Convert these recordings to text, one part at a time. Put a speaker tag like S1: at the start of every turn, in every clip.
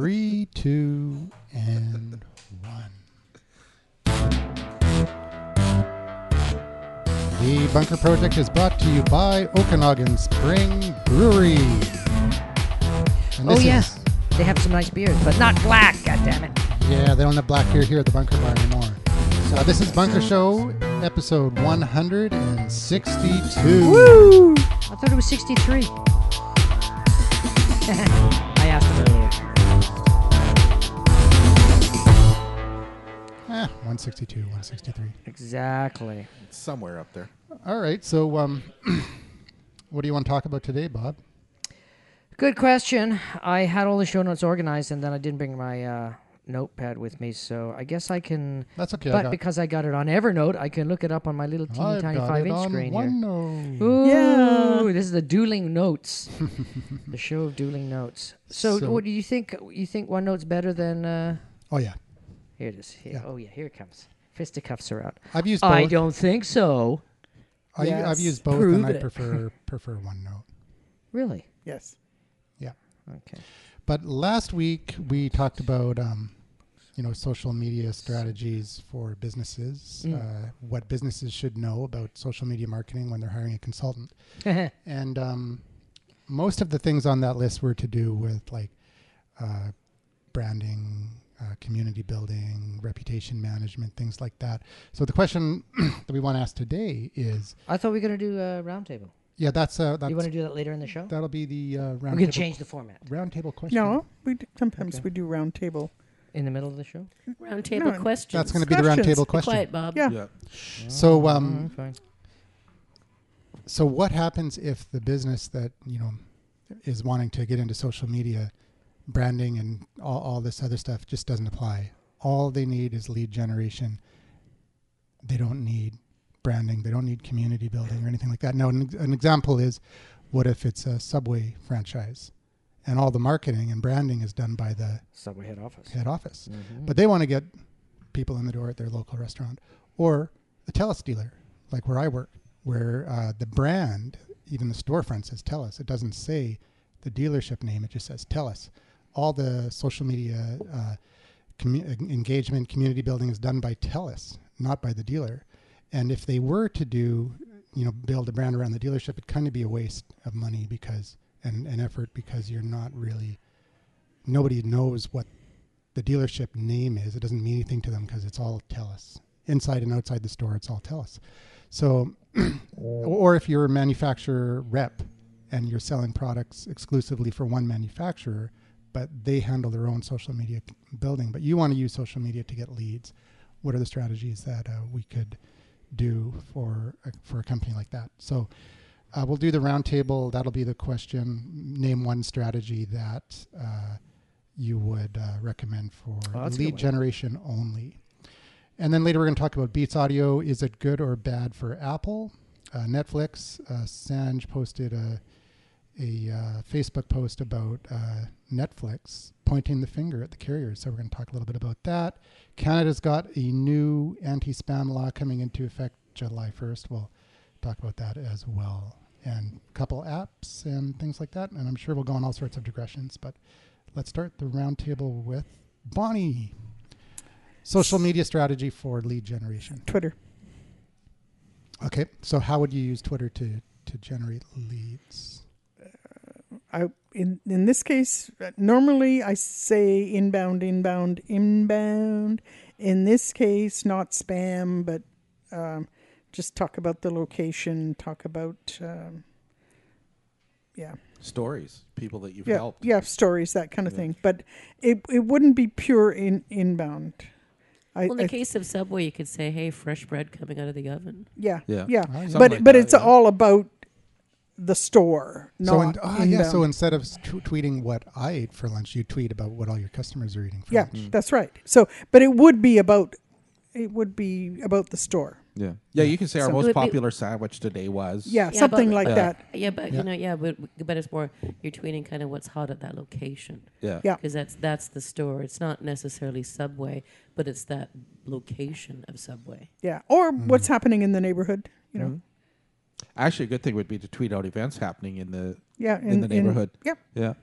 S1: Three, two, and one. The Bunker Project is brought to you by Okanagan Spring Brewery. And
S2: Oh
S1: this
S2: yeah,
S1: is-
S2: they have some nice beers, but not black. God damn it!
S1: yeah, they don't have black beer here at the Bunker Bar anymore. So this is Bunker Show, episode 162.
S2: Woo! I thought it was 63. I asked him earlier.
S1: Eh, 162, 163.
S2: Exactly.
S3: somewhere up there.
S1: All right, so um, what do you want to talk about today, Bob?
S2: Good question. I had all the show notes organized, and then I didn't bring my uh, notepad with me, so I guess I can.
S1: That's okay. I
S2: but
S1: got,
S2: because I got it on Evernote, I can look it up on my little teeny
S1: I've
S2: tiny
S1: got
S2: five
S1: it
S2: inch
S1: on
S2: screen here.
S1: OneNote.
S2: Ooh,
S3: Yeah.
S2: this is the dueling notes, the show of dueling notes. So,
S1: So-
S2: what do you think? You think OneNote's better than? Uh,
S1: Oh yeah,
S2: Here it is. Here.
S1: Yeah.
S2: Oh yeah, here it comes. Fisticuffs are out.
S1: I've used both.
S2: I
S1: I
S2: don't think so.
S1: I, have
S3: Yes.
S1: used both,
S2: Prove
S1: and I
S2: it.
S1: prefer prefer OneNote.
S2: Really?
S3: Yes.
S2: Okay.
S1: But last week we talked about um, you know social media strategies for businesses,
S2: Mm.
S1: uh, what businesses should know about social media marketing when they're hiring a consultant, and um, most of the things on that list were to do with like uh, branding. Uh, community building, reputation management, things like that. So the question that we want to ask today is,
S2: I thought we were gonna do a roundtable.
S1: yeah, that's uh, that's
S2: You want to do that later in the show?
S1: That'll be the uh,
S2: We're
S1: round table,
S2: gonna change the format
S1: round table question.
S3: No, we d- sometimes
S2: Okay.
S3: we do round table.
S2: in the middle of the show.
S4: Roundtable
S3: No,
S4: questions.
S1: That's going to be the round table
S4: Be
S1: question.
S4: Quiet,
S5: Um,
S4: Bob.
S3: Yeah.
S1: So,
S2: Mm,
S1: um,
S2: fine.
S1: so what happens if the business that you know is wanting to get into social media, branding, and all, all this other stuff just doesn't apply? All they need is lead generation. They don't need branding. They don't need community building or anything like that. Now, an, ex- an example is, what if it's a Subway franchise, and all the marketing and branding is done by the
S2: Subway head office.
S1: head office?
S2: Mhm.
S1: but they want to get people in the door at their local restaurant or a Telus dealer, like where I work, where uh, the brand, even the storefront says Telus. It doesn't say the dealership name; it just says Telus. All the social media uh, commu- en- engagement, community building is done by Telus, not by the dealer. And if they were to do, you know, build a brand around the dealership, it'd kind of be a waste of money because and, and effort because you're not really nobody knows what the dealership name is. It doesn't mean anything to them because it's all Telus. Inside and outside the store, it's all Telus. So, or if you're a manufacturer rep and you're selling products exclusively for one manufacturer, but they handle their own social media c- building, but you want to use social media to get leads, what are the strategies that uh, we could do for a, for a company like that? So, uh, we'll do the roundtable. That'll be the question. Name one strategy that uh, you would uh, recommend for
S2: Oh, that's a good
S1: lead
S2: one.
S1: generation only. And then later we're going to talk about Beats Audio. Is it good or bad for Apple? Uh, Netflix. Uh, Sanj posted a a uh, Facebook post about uh, Netflix pointing the finger at the carriers. So we're going to talk a little bit about that. Canada's got a new anti-spam law coming into effect July 1st. We'll talk about that as well, and a couple apps and things like that. And I'm sure we'll go on all sorts of digressions. But let's start the roundtable with Bonnie. Social media strategy for lead generation.
S3: Twitter.
S1: Okay, so how would you use Twitter to to generate leads?
S3: I in in this case, uh, normally I say inbound, inbound, inbound. In this case, not spam, but um, just talk about the location. Talk about um, yeah,
S5: stories, people that you've
S3: yeah,
S5: helped.
S3: yeah, stories that kind of
S5: Yeah.
S3: thing. But it it wouldn't be pure in inbound. I,
S4: Well, in the
S3: I-
S4: case of Subway, you could say, "Hey, fresh bread coming out of the oven."
S3: yeah,
S5: Yeah.
S3: yeah.
S1: Ah, yeah.
S3: but
S5: like
S3: but
S5: that,
S3: it's
S5: yeah.
S3: all about the store, not
S1: so in, ah, yeah,
S3: inbound.
S1: so instead of t- tweeting what I ate for lunch, you tweet about what all your customers are eating for
S3: yeah,
S1: lunch.
S5: Mm. Mm-hmm.
S3: that's right. So, but it would be about it would be about the store.
S5: Yeah. Yeah. You can say our
S3: So-
S4: Would
S5: most
S4: be-
S5: popular sandwich today was.
S3: Yeah,
S4: Yeah,
S3: something
S4: but-
S3: like
S5: Yeah.
S3: that.
S4: Yeah, but
S1: Yeah.
S4: you know, yeah, but but it's more you're tweeting kind of what's hot at that location
S5: Yeah.
S3: Yeah.
S4: because that's that's the store. It's not necessarily Subway, but it's that location of Subway.
S3: Yeah, or
S5: Mm-hmm.
S3: what's happening in the neighborhood. You know,
S5: Actually, a good thing would be to tweet out events happening in the
S3: yeah,
S5: in, the neighborhood.
S3: yeah,
S5: yeah.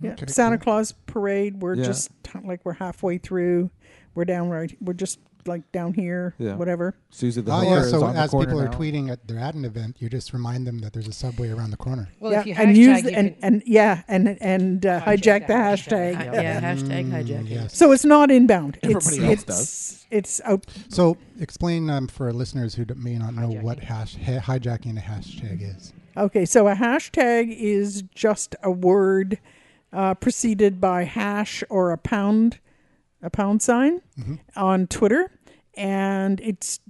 S3: Yeah.
S1: Okay,
S3: Santa
S1: cool.
S3: Claus parade. We're
S5: Yeah.
S3: just t- like we're halfway through. We're down right. We're just like down here.
S5: Yeah.
S3: Whatever.
S5: Susie the
S1: Oh,
S5: whore
S1: yeah.
S5: is
S1: So
S5: on the
S1: as
S5: corner
S1: people are
S5: now.
S1: tweeting at they're at an event, you just remind them that there's a subway around the corner.
S2: Well,
S3: yeah.
S2: if you hashtag,
S3: and use
S2: you
S3: and,
S2: can-
S3: and yeah and and uh,
S2: Hijack
S3: hijack,
S2: the
S3: the
S2: hashtag.
S3: hashtag.
S4: Hi-
S2: Yeah.
S4: yeah,
S3: Mm,
S4: hashtag hijack.
S1: yes.
S3: So it's not inbound.
S5: Everybody else
S3: it's,
S5: does.
S3: It's it's out.
S1: So explain um, for listeners who d- may not know what
S2: Hijacking.
S1: hash, ha- hijacking a hashtag
S3: Mm-hmm.
S1: is.
S3: Okay. So a hashtag is just a word uh, preceded by hash or a pound, a pound sign
S5: Mm-hmm.
S3: on Twitter, and it's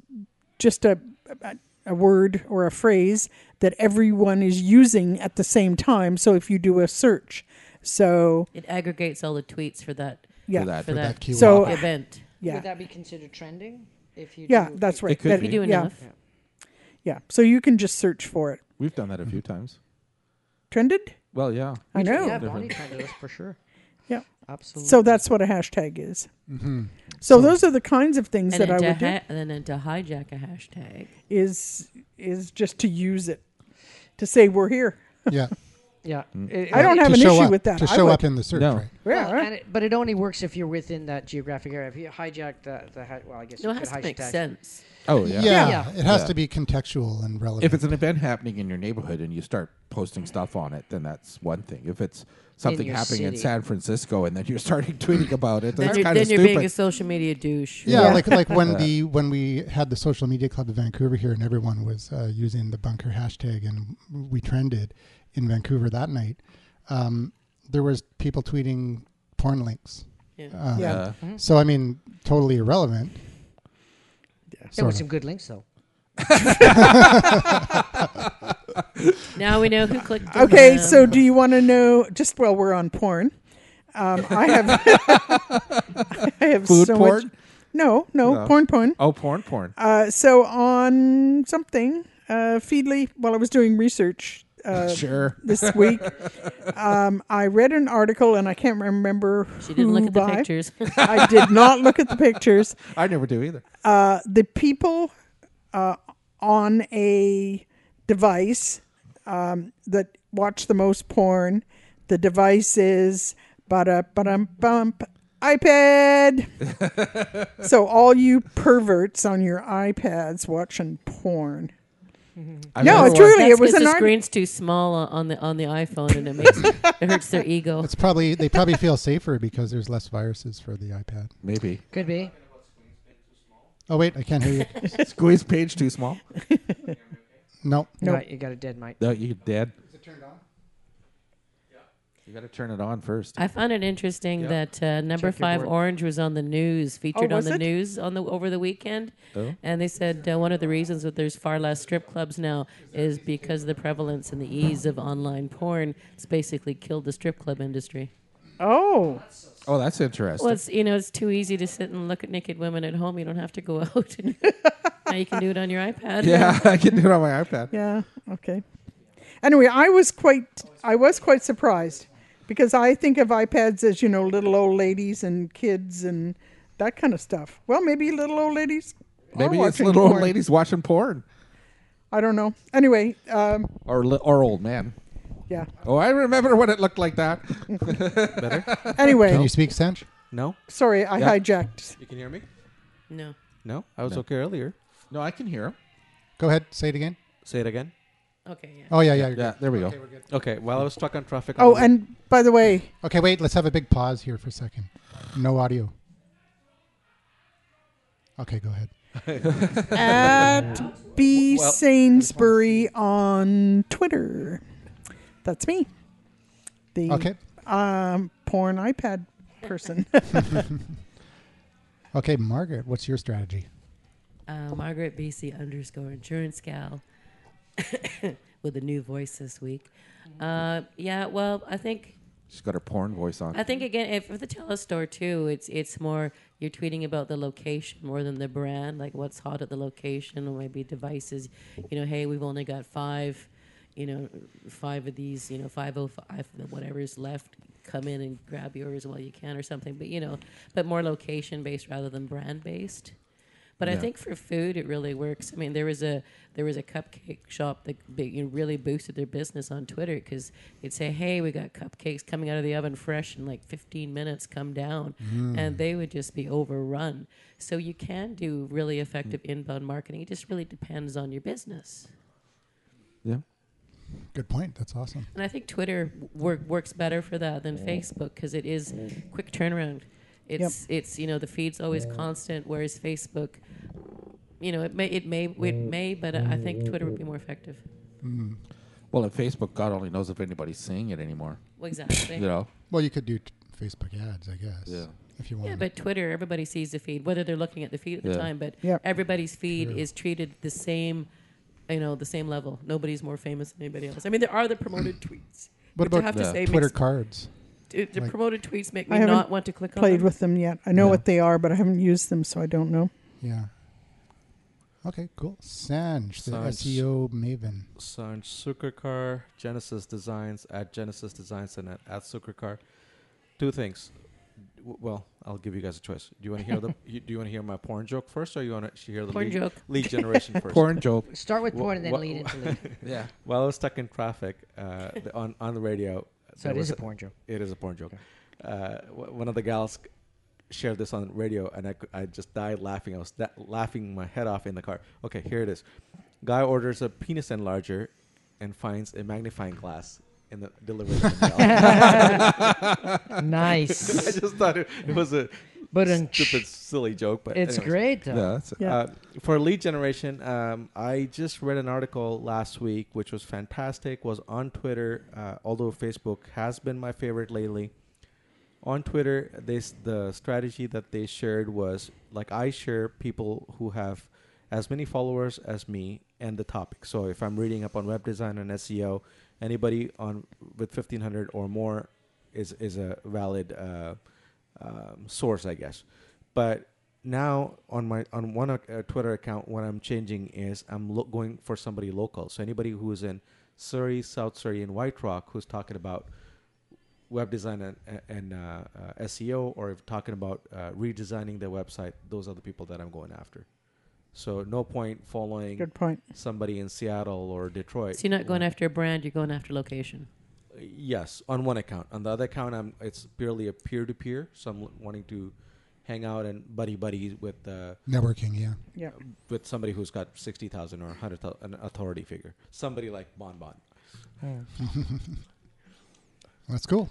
S3: just a, a a word or a phrase that everyone is using at the same time. So if you do a search, so
S4: It aggregates all the tweets for that
S3: yeah,
S5: For that.
S4: for
S5: For
S4: that,
S1: that keyword.
S3: So-
S4: event.
S3: yeah,
S2: Would that be considered trending? If you
S3: yeah,
S2: do-
S3: that's right.
S5: It could
S3: That-
S5: be.
S4: You do
S3: yeah,
S4: enough.
S3: yeah. So you can just search for it.
S5: We've done that a few times.
S3: Trended.
S5: Well, yeah.
S3: I know.
S2: Yeah, Bonnie trended us for sure.
S3: Yeah.
S2: Absolutely.
S3: So that's what a hashtag is.
S5: Mm-hmm.
S3: So, those are the kinds of things
S4: And
S3: that I
S4: then, to
S3: would do.
S4: ha- and then to hijack a hashtag.
S3: Is is just to use it to say we're here.
S1: Yeah.
S2: yeah.
S3: I don't
S1: To
S3: have an
S1: show
S3: issue
S1: up-
S3: with that.
S1: To
S3: I
S1: show
S3: would-
S1: up in the search,
S5: No.
S1: right?
S3: Yeah.
S2: Well, and it, but it only works if you're within that geographic area. If you hijack the the ha- well, I guess
S4: No,
S2: you
S4: it has
S2: could
S4: to make
S2: hijack-
S4: sense.
S5: Oh, yeah.
S1: Yeah.
S2: Yeah.
S1: It has
S5: Yeah.
S1: to be contextual and relevant.
S5: If it's an event happening in your neighborhood and you start posting stuff on it, then that's one thing. If it's something
S2: your
S5: happening in
S2: city.
S5: San Francisco and then you're starting tweeting about it,
S4: Then,
S5: that's
S4: you're,
S5: kind of
S4: then you're being a
S5: stupid.
S4: social media douche.
S1: yeah,
S3: Yeah.
S1: like like when the when we had the social media club of Vancouver here, and everyone was uh, using the bunker hashtag, and we trended in Vancouver that night. Um, there was people tweeting porn links.
S4: Yeah.
S1: Um,
S3: Yeah.
S5: Uh,
S1: So I mean, totally irrelevant.
S2: There
S1: Sort
S2: were
S1: of.
S2: some good links though.
S4: Now we know who clicked. on
S3: Okay,
S4: them.
S3: so do you want to know? Just while we're on porn, um, I have I have
S5: Food
S3: so
S5: porn?
S3: much. No, no,
S5: No.
S3: porn, porn.
S5: Oh, porn, porn.
S3: Uh, so on something uh, Feedly, while I was doing research
S4: Um,
S3: uh,
S5: sure.
S3: this week, um, I read an article and I can't remember.
S4: she didn't look
S3: who
S4: at the
S3: by.
S4: pictures.
S3: I did not look at the pictures.
S5: I never do either.
S3: Uh, the people uh, on a device um, that watch the most porn, the device is ba bum bump iPad. so all you perverts on your iPads watching porn.
S5: I
S3: No,
S5: remember
S3: truly,
S4: That's
S3: it was
S4: 'cause
S3: an
S4: the
S3: art-
S4: screen's too small on- on the on the iPhone, and it makes it hurts their ego.
S1: It's probably they probably feel safer because there's less viruses for the iPad.
S5: one- Maybe.
S2: Could be.
S1: Oh wait, I can't hear you.
S5: Squeeze page too small.
S1: no.
S3: Nope.
S2: Right, you got a dead mic.
S5: No, you're dead. Is it turned on? You got to turn it on first.
S4: I found it interesting
S5: Yeah.
S4: that uh, number
S2: Check your
S4: five
S2: board.
S4: orange was on the news, featured on
S3: Oh, was
S4: the
S3: it?
S4: news on the over the weekend,
S5: Oh.
S4: and they said uh, one of the reasons that there's far less strip clubs now is because of the prevalence and the ease of online porn. It's basically killed the strip club industry.
S3: Oh,
S5: Oh, that's interesting.
S4: Well, it's you know it's too easy to sit and look at naked women at home. You don't have to go out. now you can do it on your iPad.
S5: yeah, I can do it on my iPad.
S3: yeah, okay. Anyway, I was quite I was quite surprised because I think of iPads as, you know, little old ladies and kids and that kind of stuff. Well, maybe little old ladies. are
S5: Maybe it's
S3: watching
S5: little old
S3: porn.
S5: ladies watching porn
S3: I don't know. Anyway, um,
S5: or li- or old man.
S3: yeah.
S5: Oh, I remember when it looked like that.
S1: Can
S3: Anyway,
S1: you speak Sench?
S5: No,
S3: sorry, I
S5: Yeah.
S3: hijacked.
S5: you can hear me.
S4: No.
S6: No, I was okay earlier.
S5: No, I can hear him.
S1: Go ahead, say it again.
S6: Say it again.
S4: Okay. Yeah.
S1: Oh yeah, yeah. you're good.
S5: Yeah, there we go.
S6: Okay, well, I was stuck on traffic. I
S3: Oh,
S6: was-
S3: and by the way,
S1: Okay, wait. Let's have a big pause here for a second. No audio. Okay, go ahead.
S3: at B Sainsbury on Twitter. That's me.
S4: Mm.
S3: The
S1: Okay.
S3: um, porn iPad person.
S1: Okay, Margaret, what's your strategy?
S4: Uh, Margaret BC underscore insurance gal with a new voice this week. Uh, yeah, well, I think
S5: She's got her porn voice on.
S4: I think again, if with the telestore too, it's it's more you're tweeting about the location more than the brand, like what's hot at the location, or maybe devices. You know, hey, we've only got five, you know, five of these, you know, five oh five, whatever's left. Come in and grab yours while you can, or something. But you know, but more location based rather than brand based. But I
S5: Yeah.
S4: think for food, it really works. I mean, there was a there was a cupcake shop that b- you know, really boosted their business on Twitter because it'd say, "Hey, we got cupcakes coming out of the oven fresh in like 15 minutes. Come down," and they would just be overrun. So you can do really effective inbound marketing. It just really depends on your business.
S5: Yeah.
S1: Good point. That's awesome.
S4: And I think Twitter work, works better for that than Facebook because it is quick turnaround. It's it's you know the feed's always constant, whereas Facebook, you know, it may it may it may, but uh, I think Twitter would be more effective.
S5: Well, and Facebook, God only knows if anybody's seeing it anymore.
S4: Well, Exactly.
S5: You know.
S1: Well, you could do t- Facebook ads, I guess.
S5: Yeah.
S1: If you want.
S4: Yeah, but Twitter, everybody sees the feed, whether they're looking at the feed at the
S5: Yeah.
S4: time. But
S3: Yep.
S4: everybody's feed is treated the same, you know, the same level. Nobody's more famous than anybody else. I mean, there are the promoted tweets.
S1: what
S4: Which I
S1: about
S4: have
S5: the
S4: to say,
S1: Twitter
S4: makes-
S1: cards?
S4: it- the
S1: like-
S4: promoted tweets make
S3: I
S4: me
S3: haven't
S4: not want to click on
S3: Played
S4: them.
S3: with them yet. I know
S5: Yeah.
S3: what they are, but I haven't used them, so I don't know.
S1: Yeah. Okay, cool. Sanj, the
S6: Sanj.
S1: SEO maven.
S6: Sanj Sukerkar, Genesis Designs at Genesis Designs and at, at Sukerkar. Two things. W- well, I'll give you guys a choice. Do you want to hear the? you, do you want to hear my porn joke first, or you want to hear the
S4: Porn
S6: lead,
S4: joke.
S6: lead generation first?
S5: Porn joke.
S2: Start with
S6: Wha-
S2: porn and then
S6: wha-
S2: lead into lead.
S5: Yeah.
S6: While I was stuck in traffic uh, the- on on the radio,
S2: So
S6: there
S2: it is
S6: was
S2: a porn joke.
S6: It is a porn joke. Uh, w- one of the gals c- shared this on radio, and I, cou- I just died laughing. I was that laughing my head off in the car. Okay, here it is. Guy orders a penis enlarger and finds a magnifying glass in the delivery. mail. I
S2: nice.
S6: just thought it, it was a
S2: But in-
S6: stupid, silly joke. But
S2: It's
S6: anyways.
S2: great
S5: Yeah.
S2: though.
S5: that's it.
S3: Yeah.
S6: Uh, for lead generation, um, I just read an article last week, which was fantastic. Was on Twitter, uh, although Facebook has been my favorite lately. On Twitter, they s the strategy that they shared was like I share people who have as many followers as me and the topic. So if I'm reading up on web design and SEO, anybody on with 1500 or more is is a valid uh, um, source, I guess. But now on my on one ac- uh, Twitter account, what I'm changing is I'm lo- going for somebody local. So anybody who is in Surrey, South Surrey, and White Rock who's talking about web design and, and uh, uh, SEO, or if talking about uh, redesigning their website, those are the people that I'm going after. So no point following
S3: Good point.
S6: somebody in Seattle or Detroit.
S4: So you're not going after a brand; you're going after location.
S6: Yes, on one account. On the other account, I'm it's purely a peer to peer. So I'm l- wanting to hang out and buddy buddy with uh,
S1: Networking, yeah.
S3: Yeah.
S6: with somebody who's got sixty thousand or hundred thousand an authority figure. Somebody like Bon Bon.
S1: That's cool.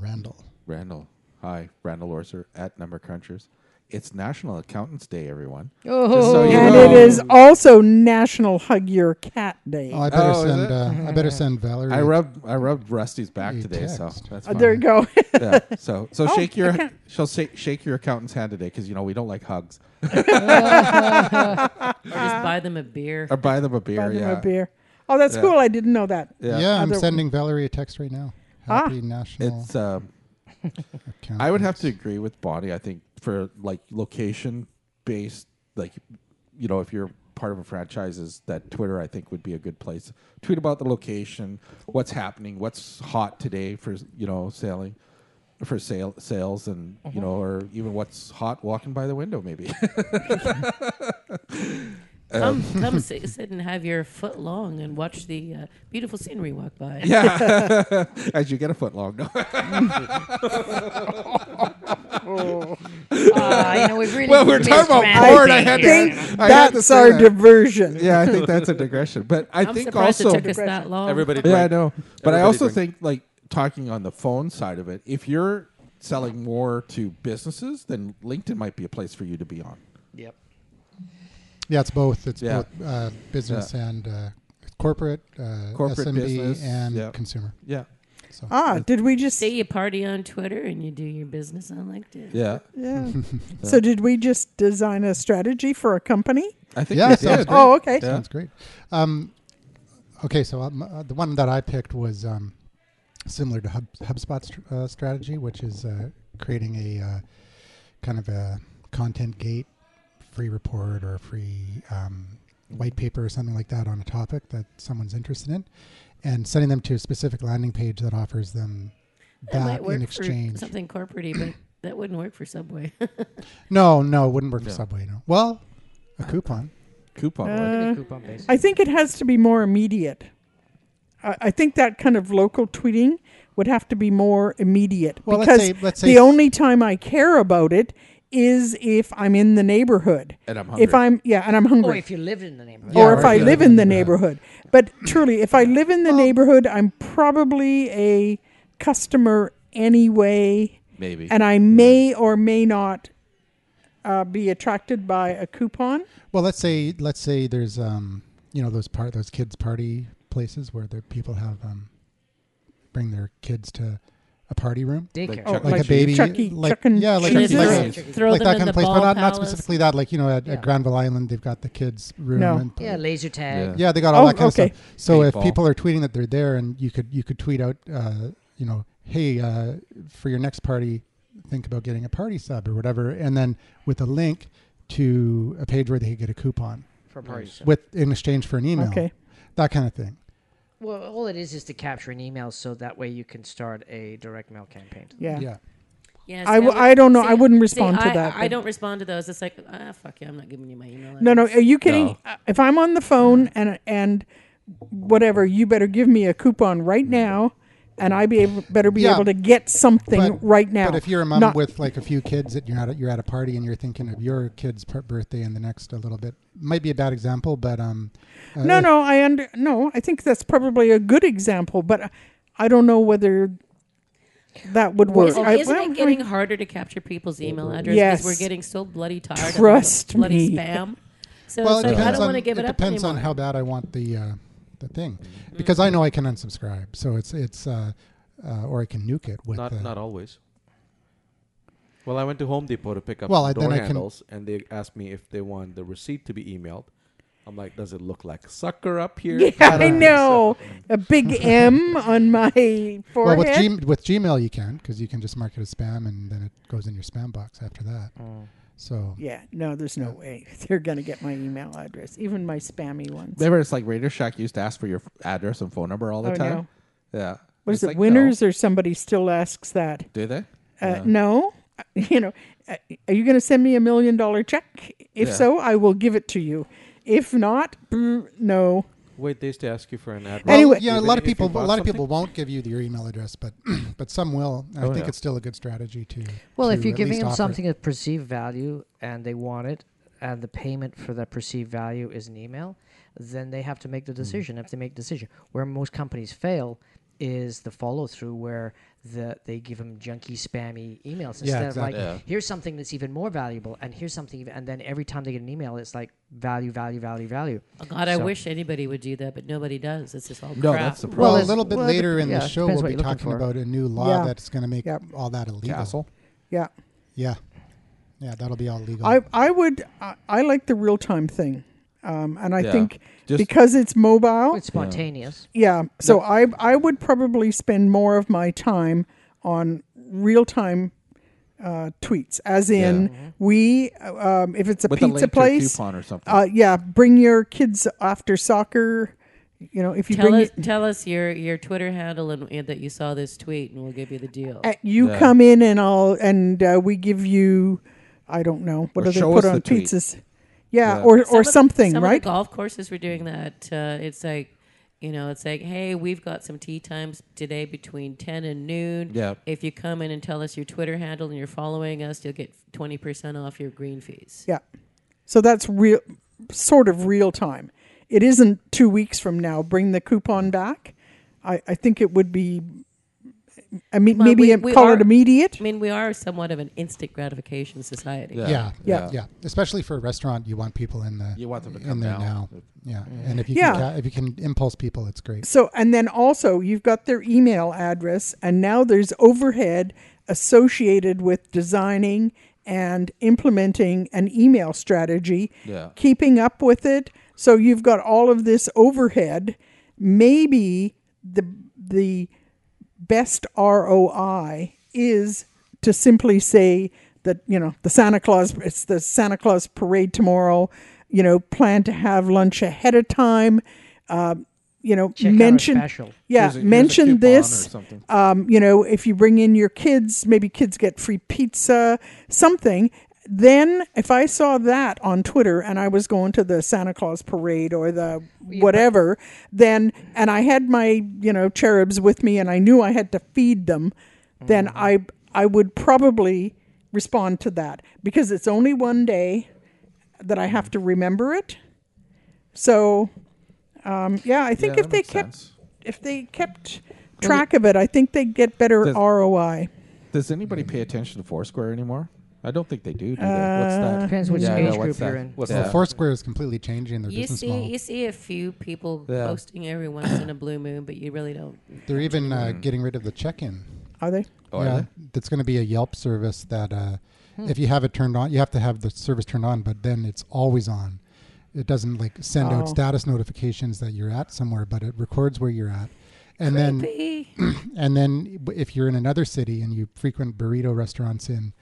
S1: Randall.
S5: Randall. Hi, Randall Orser at Number Crunchers. It's National Accountants Day, everyone.
S2: Oh,
S5: so you
S3: And
S5: know.
S3: it is also National Hug Your Cat Day.
S1: Oh, I better
S5: Oh, is
S1: send.
S5: it?
S1: Uh, I better send Valerie.
S5: I rubbed I rubbed Rusty's back
S1: You
S5: today, so
S1: text.
S5: that's
S3: Uh,
S5: fine.
S3: there you go.
S5: yeah. So so
S3: Oh,
S5: shake your
S3: okay.
S5: she'll shake, shake your accountant's hand today because you know we don't like hugs.
S4: Or
S5: Uh,
S4: just buy them a beer.
S5: Or buy them a beer.
S3: Buy them
S5: yeah.
S3: a beer. Oh, that's
S5: Yeah.
S3: cool. I didn't know that.
S5: Yeah.
S1: yeah, I'm
S3: Other-
S1: sending Valerie a text right now.
S3: Ah.
S1: Happy National.
S5: It's um,
S1: Accountants.
S5: I would have to agree with Bonnie. I think for like location based, like you know, if you're part of a franchise, is that Twitter I think would be a good place. Tweet about the location, what's happening, what's hot today for you know sailing, for sale sales, and you know,
S4: Mm-hmm.
S5: or even what's hot walking by the window maybe.
S4: Come, come sit, sit and have your foot long and watch the uh, beautiful scenery walk by.
S5: yeah, as you get a foot long. No,
S2: Ah, you know, we've really
S5: well, we're talking
S2: missed
S5: about
S2: Randall
S5: porn. I
S2: Day
S5: had to.
S2: here.
S5: I had to
S3: That's
S5: say
S3: our
S5: that.
S3: diversion.
S5: yeah, I think that's a digression, but I
S4: I'm
S5: think
S4: surprised
S5: also
S4: it took us that long.
S6: Everybody,
S5: Yeah, I
S6: tried-
S5: know. But I
S6: Everybody
S5: also
S6: drink.
S5: think like talking on the phone side of it, if you're selling more to businesses, then LinkedIn might be a place for you to be on.
S2: Yep.
S1: Yeah, it's both. It's
S5: Yeah.
S1: both uh, business and uh, corporate, uh,
S5: Corporate
S1: SMB,
S5: business,
S1: and
S5: yeah.
S1: consumer.
S5: Yeah.
S1: So
S3: Ah, did we just
S4: Say you party on Twitter and you do your business on LinkedIn.
S5: Yeah.
S3: Yeah. so did we just design a strategy for a company?
S5: I think
S1: Yeah,
S5: we
S1: it sounds
S5: did.
S1: great.
S3: Oh, okay.
S5: Yeah.
S1: sounds great. Um, okay, so um, uh, the one that I picked was um, similar to Hub, HubSpot's uh, strategy, which is uh, creating a uh, kind of a content gate, free report or free um, white paper or something like that on a topic that someone's interested in, and sending them to a specific landing page that offers them
S4: That
S1: that,
S4: might work
S1: in
S4: for
S1: exchange.
S4: something corporate, but That wouldn't work for Subway.
S1: No, no, it wouldn't work for
S5: No.
S1: Subway. No. Well, a coupon.
S5: Coupon.
S3: Uh,
S5: would.
S2: Maybe coupon based.
S3: I think it has to be more immediate. I, I think that kind of local tweeting would have to be more immediate
S1: Well, let's
S3: because
S1: say- let's say
S3: the
S1: s-
S3: only time I care about it is if I'm in the neighborhood.
S5: and I'm hungry.
S3: If I'm yeah, and I'm
S2: Or
S3: hungry.
S2: Oh, if you live in the neighborhood.
S3: or
S1: Yeah,
S3: if
S1: or if Oh,
S3: I
S1: you
S3: live
S1: live
S3: in
S1: in
S3: the
S1: the-
S3: neighborhood. But truly, if I live in the neighborhood, I'm probably a customer anyway,
S5: Maybe.
S3: and I may or may not uh, be attracted by a coupon.
S1: Well, let's say let's say there's um you know those part those kids party places where the people have um bring their kids to a party room
S2: Daycare.
S5: Oh,
S1: like,
S5: Like
S1: a baby
S3: Chuck E-
S1: like
S3: Chuck and
S1: yeah like,
S5: Chuck
S1: like,
S5: E.
S1: a-
S5: Cheese.
S4: Throw
S1: like
S4: them
S1: that
S4: in
S1: kind
S4: the
S1: of place
S4: ball
S1: but not, not
S4: palace.
S1: specifically that like you know at,
S2: Yeah.
S1: at Granville Island they've got the kids room
S3: No.
S1: and
S2: yeah, laser tag.
S1: yeah they got
S3: Oh,
S1: all that kind
S3: okay.
S1: of stuff so if
S5: Paintball.
S1: people are tweeting that they're there and you could you could tweet out uh you know hey uh for your next party think about getting a party sub or whatever and then with a link to a page where they could get a coupon
S2: For parties.
S1: with in exchange for an email
S3: Okay.
S1: that kind of thing
S2: Well, all it is is to capture an email so that way you can start a direct mail campaign.
S3: Yeah.
S1: yeah
S4: Yes,
S3: I w-
S4: would-
S3: I don't know.
S4: see,
S3: I wouldn't
S4: see,
S3: respond to
S4: I-
S3: that,
S4: I,
S3: but-
S4: don't respond to those. It's like, ah, fuck yeah, I'm not giving you my email.
S3: No, no.
S4: address.
S3: Are you kidding?
S5: No.
S3: Uh, If I'm on the phone and and whatever, you better give me a coupon right now, and I be able, better be
S1: Mm. Yeah.
S3: able to get something
S1: But-
S3: right now.
S1: But if you're a mom
S3: Not-
S1: with like a few kids that you're not at, you're at a party and you're thinking of your kid's per- birthday in the next a little bit, might be a bad example, but um, uh,
S3: No,
S1: if-
S3: no, I under no. I think that's probably a good example, but uh, I don't know whether that would work.
S4: Isn't,
S3: I,
S4: isn't
S3: well, I
S4: it getting
S3: mean,
S4: harder to capture people's email addresses?
S3: Yes.
S4: we're getting so bloody tired. of all the
S3: Trust
S4: bloody
S3: me.
S4: spam. So
S1: well, it
S4: it's like, I
S1: depends
S4: don't want
S1: on
S4: to give it,
S1: it
S4: up
S1: depends on
S4: anymore.
S1: how bad I want the uh, the thing,
S6: Mm-hmm.
S1: because I know I can unsubscribe, so it's it's uh, uh, or I can nuke it with
S6: not
S1: the,
S6: not always. Well, I went to Home Depot to pick up
S1: Well,
S6: some
S1: I-
S6: door
S1: then I can-
S6: handles, and they asked me if they want the receipt to be emailed. I'm like, does it look like sucker up here?
S3: yeah,
S6: don't
S3: I
S6: think so.
S3: know a big M on my forehead.
S1: well with G- with Gmail you can because you can just mark it as spam and then it goes in your spam box after that.
S6: Oh.
S1: So
S3: yeah, no, there's no way they're gonna get my email address, even my spammy ones.
S5: Remember, it's like Radio Shack used to ask for your f- address and phone number all the
S3: Oh,
S5: time. Yeah.
S3: What
S5: It's
S3: is it?
S5: like, no.
S3: Winners or somebody still asks that.
S5: Do they?
S3: Uh, No, you know, uh, are you going to send me a million dollar check? If
S5: Yeah.
S3: so, I will give it to you. If not, mm, no.
S6: Wait, they used to ask you for an address.
S1: Well,
S3: Anyway-
S1: yeah, a
S6: Even
S1: lot of
S6: if you
S1: people a
S6: bought
S1: lot of
S6: something?
S1: people won't give you your email address, but but some will. I
S5: Oh,
S1: think
S5: yeah.
S1: it's still a good strategy to.
S2: Well,
S1: to
S2: if you're
S1: at
S2: giving
S1: least
S2: them
S1: offer it.
S2: something of perceived value and they want it, and the payment for that perceived value is an email, then they have to make the decision. If they make the decision, where most companies fail is the follow through, where the they give them junky, spammy emails instead
S1: exactly.
S2: of
S5: Yeah.
S2: like, here's something that's even more valuable, and here's something, even, and then every time they get an email, it's like value, value, value, value.
S4: Oh, God, I
S2: So-
S4: wish anybody would do that, but nobody does. It's just all
S5: No,
S4: crap.
S5: that's the
S1: Well,
S5: problem.
S2: Well,
S1: a little bit
S2: well, it
S1: later
S2: dep-
S1: in
S2: yeah,
S1: the
S2: it
S1: show,
S2: depends
S1: we'll
S2: what
S1: be
S2: you're looking
S1: talking
S2: for.
S1: about a new law
S3: Yeah.
S1: that's going to make
S3: Yep.
S1: all that illegal.
S5: Castle.
S3: Yeah,
S1: Yeah, yeah, that'll be all legal.
S3: I I would I, I like the real time thing, um, and I
S5: Yeah.
S3: think
S5: Just-
S3: because it's mobile,
S2: It's spontaneous.
S3: yeah. So I I would probably spend more of my time on real time. Uh, tweets, as in we, um, if it's a
S5: With a
S3: pizza
S5: link
S3: place,
S5: to a coupon or something.
S3: uh, yeah, bring your kids after soccer. You know, if you
S4: Tell
S3: bring
S4: us, tell us your, your Twitter handle and, and that you saw this tweet, and we'll give you the deal.
S3: Uh, you
S5: Yeah.
S3: come in and I'll and uh, we give you I don't know what
S5: Or
S3: do they
S5: show
S3: put
S5: us
S3: on
S5: the tweet.
S3: pizzas. Yeah,
S5: Yeah.
S3: or
S4: Some
S3: or
S4: of the-
S3: something,
S4: some Of
S3: right?
S4: the golf courses were doing that. Uh, it's like, you know, it's like, hey, we've got some tea times today between ten and noon.
S5: Yeah.
S4: If you come in and tell us your Twitter handle and you're following us, you'll get twenty percent off your green fees.
S3: yeah. So that's real sort of real time. It isn't 2 weeks from now bring the coupon back. I, I think it would be I mean
S4: Well,
S3: maybe
S4: we-
S3: im-
S4: we
S3: call
S4: are-
S3: it immediate.
S4: I mean, we are somewhat of an instant gratification society.
S5: Yeah.
S1: yeah,
S3: Yeah.
S1: yeah, yeah. Especially for a restaurant, you want people in the
S5: You want them to
S1: in
S5: come
S1: there
S5: down. Mm-hmm.
S1: now. Yeah, and if you
S3: Yeah.
S1: can ca- if you can impulse people, it's great.
S3: So, and then also you've got their email address, and now there's overhead associated with designing and implementing an email strategy,
S5: Yeah.
S3: keeping up with it. So you've got all of this overhead. Maybe the the best ROI is to simply say that you know the Santa Claus it's the Santa Claus parade tomorrow. You know, plan to have lunch ahead of time uh, you know,
S2: Check
S3: mention
S2: out our special.
S3: yeah,
S5: Here's a- here's a
S3: mention
S5: coupon
S3: this.
S5: or something.
S3: Um, you know, if you bring in your kids, maybe kids get free pizza, something. Then, if I saw that on Twitter and I was going to the Santa Claus parade or the whatever, then, and I had my, you know, cherubs with me and I knew I had to feed them, then
S5: Mm-hmm.
S3: I, I would probably respond to that because it's only one day that I have to remember it. So, um, yeah, I think
S5: Yeah,
S3: if
S5: that
S3: they
S5: makes
S3: kept
S5: sense.
S3: if they kept track of it, I think they'd get better
S5: Does-
S3: ROI.
S5: Does anybody pay attention to Foursquare anymore? I don't think they do. do they?
S3: Uh,
S5: What's that?
S2: Depends which
S5: Yeah, I know,
S2: age
S5: what's
S2: group you're
S5: that?
S2: in.
S5: What's
S1: Well,
S5: that?
S1: Foursquare is completely changing their
S4: You
S1: business
S4: see,
S1: model.
S4: you see a few people
S5: Yeah.
S4: posting every once in a blue moon, but you really don't.
S1: They're even uh, getting rid of the check-in.
S3: Are they?
S5: Mm-hmm. Oh, are
S1: yeah,
S5: they?
S1: that's going to be a Yelp service that uh, if you have it turned on, you have to have the service turned on, but then it's always on. It doesn't like send
S3: Oh.
S1: out status notifications that you're at somewhere, but it records where you're at. And then
S4: Creepy.
S1: and then w- if you're in another city and you frequent burrito restaurants in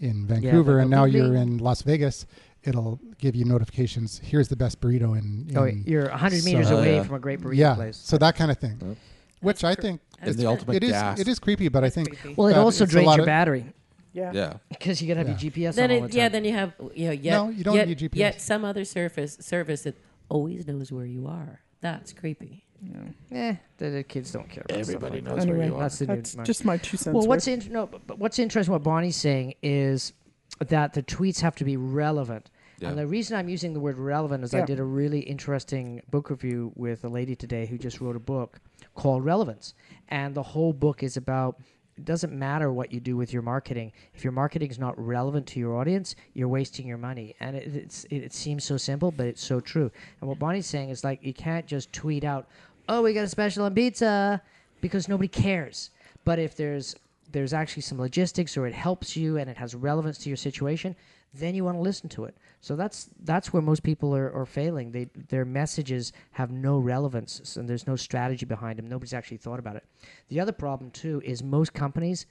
S1: in Vancouver
S2: that'll
S1: and now
S2: be
S1: you're
S2: me.
S1: in Las Vegas, it'll give you notifications. Here's the best burrito in. in
S2: Oh, wait, you're 100 meters
S5: So-
S2: away
S5: Yeah.
S2: from a great burrito
S1: yeah,
S2: place.
S1: so that kind of thing, which I think
S5: And
S1: is-
S5: the ultimate
S1: it is
S5: gasp.
S1: it is creepy, but I think
S4: creepy.
S2: Well, it
S1: but
S2: also
S1: it's a
S2: drains
S1: lot
S2: your
S1: of-
S2: battery
S3: Yeah.
S5: Yeah.
S2: because you got to have
S1: Yeah.
S2: your GPS on
S4: then
S2: all the
S4: it,
S2: time.
S4: yeah, then you have you know, yet,
S1: No, you don't
S4: yet,
S1: need GPS.
S4: Yet some other surface service that always knows where you are. That's creepy.
S2: Eh, the, the kids don't care. About Everybody knows
S3: Anyway,
S2: That's the new
S3: that's
S2: market.
S3: just my two cents.
S2: Well, what's
S3: worth.
S2: in, no, but but what's interesting, what Bonnie's saying is that the tweets have to be relevant. And
S5: Yeah.
S2: the reason I'm using the word relevant is I
S3: Yeah.
S2: did a really interesting book review with a lady today who just wrote a book called Relevance. And the whole book is about it doesn't matter what you do with your marketing. If your marketing is not relevant to your audience, you're wasting your money. And it, it's, it, it seems so simple, but it's so true. And what Bonnie's saying is like, you can't just tweet out, oh, we got a special on pizza because nobody cares. But if there's there's actually some logistics or it helps you and it has relevance to your situation, then you want to listen to it. So that's that's where most people are, are failing. They their messages have no relevance s- and there's no strategy behind them. Nobody's actually thought about it. The other problem too is most companies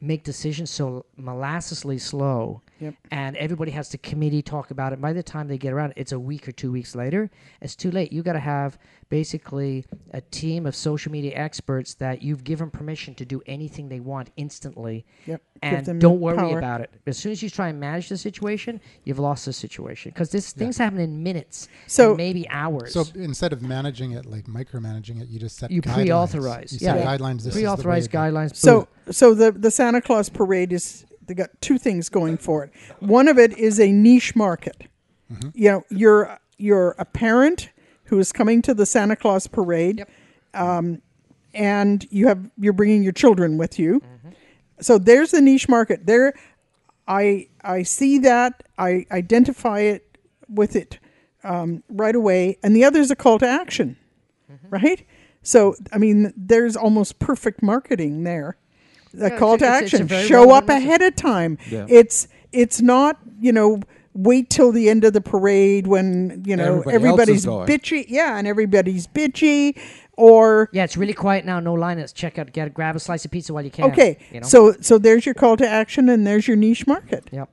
S2: make decisions so molassesly slow
S3: Yep.
S2: and everybody has to committee talk about it by the time they get around it, it's a week or two weeks later it's too late you got to have basically a team of social media experts that you've given permission to do anything they want instantly
S3: Yep. Give them
S2: and don't worry
S3: power.
S2: about it as soon as you try and manage the situation you've lost the situation because this things happen in minutes
S3: So-
S2: and maybe hours
S1: So instead of managing it like micromanaging it, you just set
S2: You
S1: guidelines.
S2: pre-authorize,
S1: You
S2: yeah.
S1: set guidelines. This
S2: pre-authorized
S1: is the way it-
S2: guidelines
S3: So,
S2: boom.
S3: so the the Santa Claus parade is they got two things going for it. One of it is a niche market. You know, you're you're a parent who is coming to the Santa Claus parade, um, and you have you're bringing your children with you. So there's the niche market. There, I I see that I identify it with it um, right away, and the other is a call to action, right? So I mean, there's almost perfect marketing there. The
S2: Yeah,
S3: call
S2: it's
S3: to
S2: a- it's a- it's a
S3: action:
S2: very
S3: show
S2: relevant
S3: up
S2: message.
S3: ahead of time.
S5: Yeah.
S3: It's it's not you know wait till the end of the parade when you know
S5: Everybody else is
S3: everybody's
S5: going.
S3: bitchy, yeah, and everybody's bitchy, or
S2: yeah it's really quiet now no lineups check out get grab a slice of pizza while you can
S3: okay.
S2: you know?
S3: So so there's your call to action, and there's your niche market.
S2: Yep.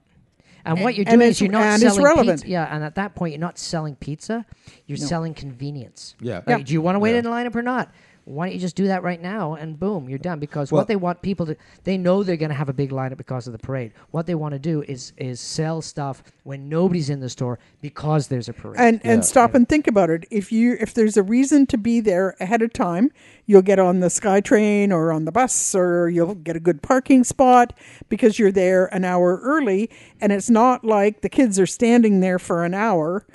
S2: And, what you're
S3: and
S2: doing
S3: it's-
S2: is you're not
S3: and it's
S2: selling
S3: relevant.
S2: pizza. Yeah, and at that point you're not selling pizza, you're selling convenience.
S5: Yeah.
S2: Like,
S5: Yeah.
S2: Do you want to wait
S5: Yeah.
S2: in the lineup or not? Why don't you just do that right now and boom, you're done? Because
S5: Well-
S2: what they want people to they know they're gonna have a big lineup because of the parade. What they want to do is is sell stuff when nobody's in the store because there's a parade.
S3: and and stop and think about it. If you if there's a reason to be there ahead of time, you'll get on the SkyTrain or on the bus, or you'll get a good parking spot because you're there an hour early. And it's not like the kids are standing there for an hour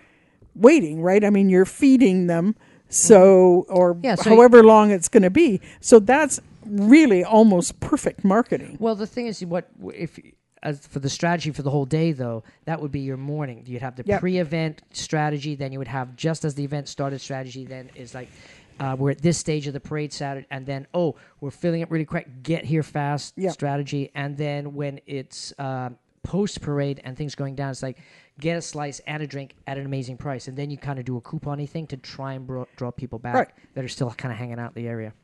S3: waiting, right? I mean, you're feeding them, so or
S2: Mm-hmm. Yeah, so you-
S3: however long it's going to be. So that's really almost perfect marketing.
S2: Well, the thing is, what if as for the strategy for the whole day though? That would be your morning. You'd have the
S3: Yep.
S2: pre-event strategy, then you would have just as the event started strategy. Then is like uh, we're at this stage of the parade Saturday, and then oh, we're filling up really quick. Get here fast
S3: Yep.
S2: strategy, and then when it's uh, post parade and things going down, it's like get a slice and a drink at an amazing price, and then you kind of do a coupony thing to try and bro- draw people back
S3: Right.
S2: that are still kind of hanging out in the area.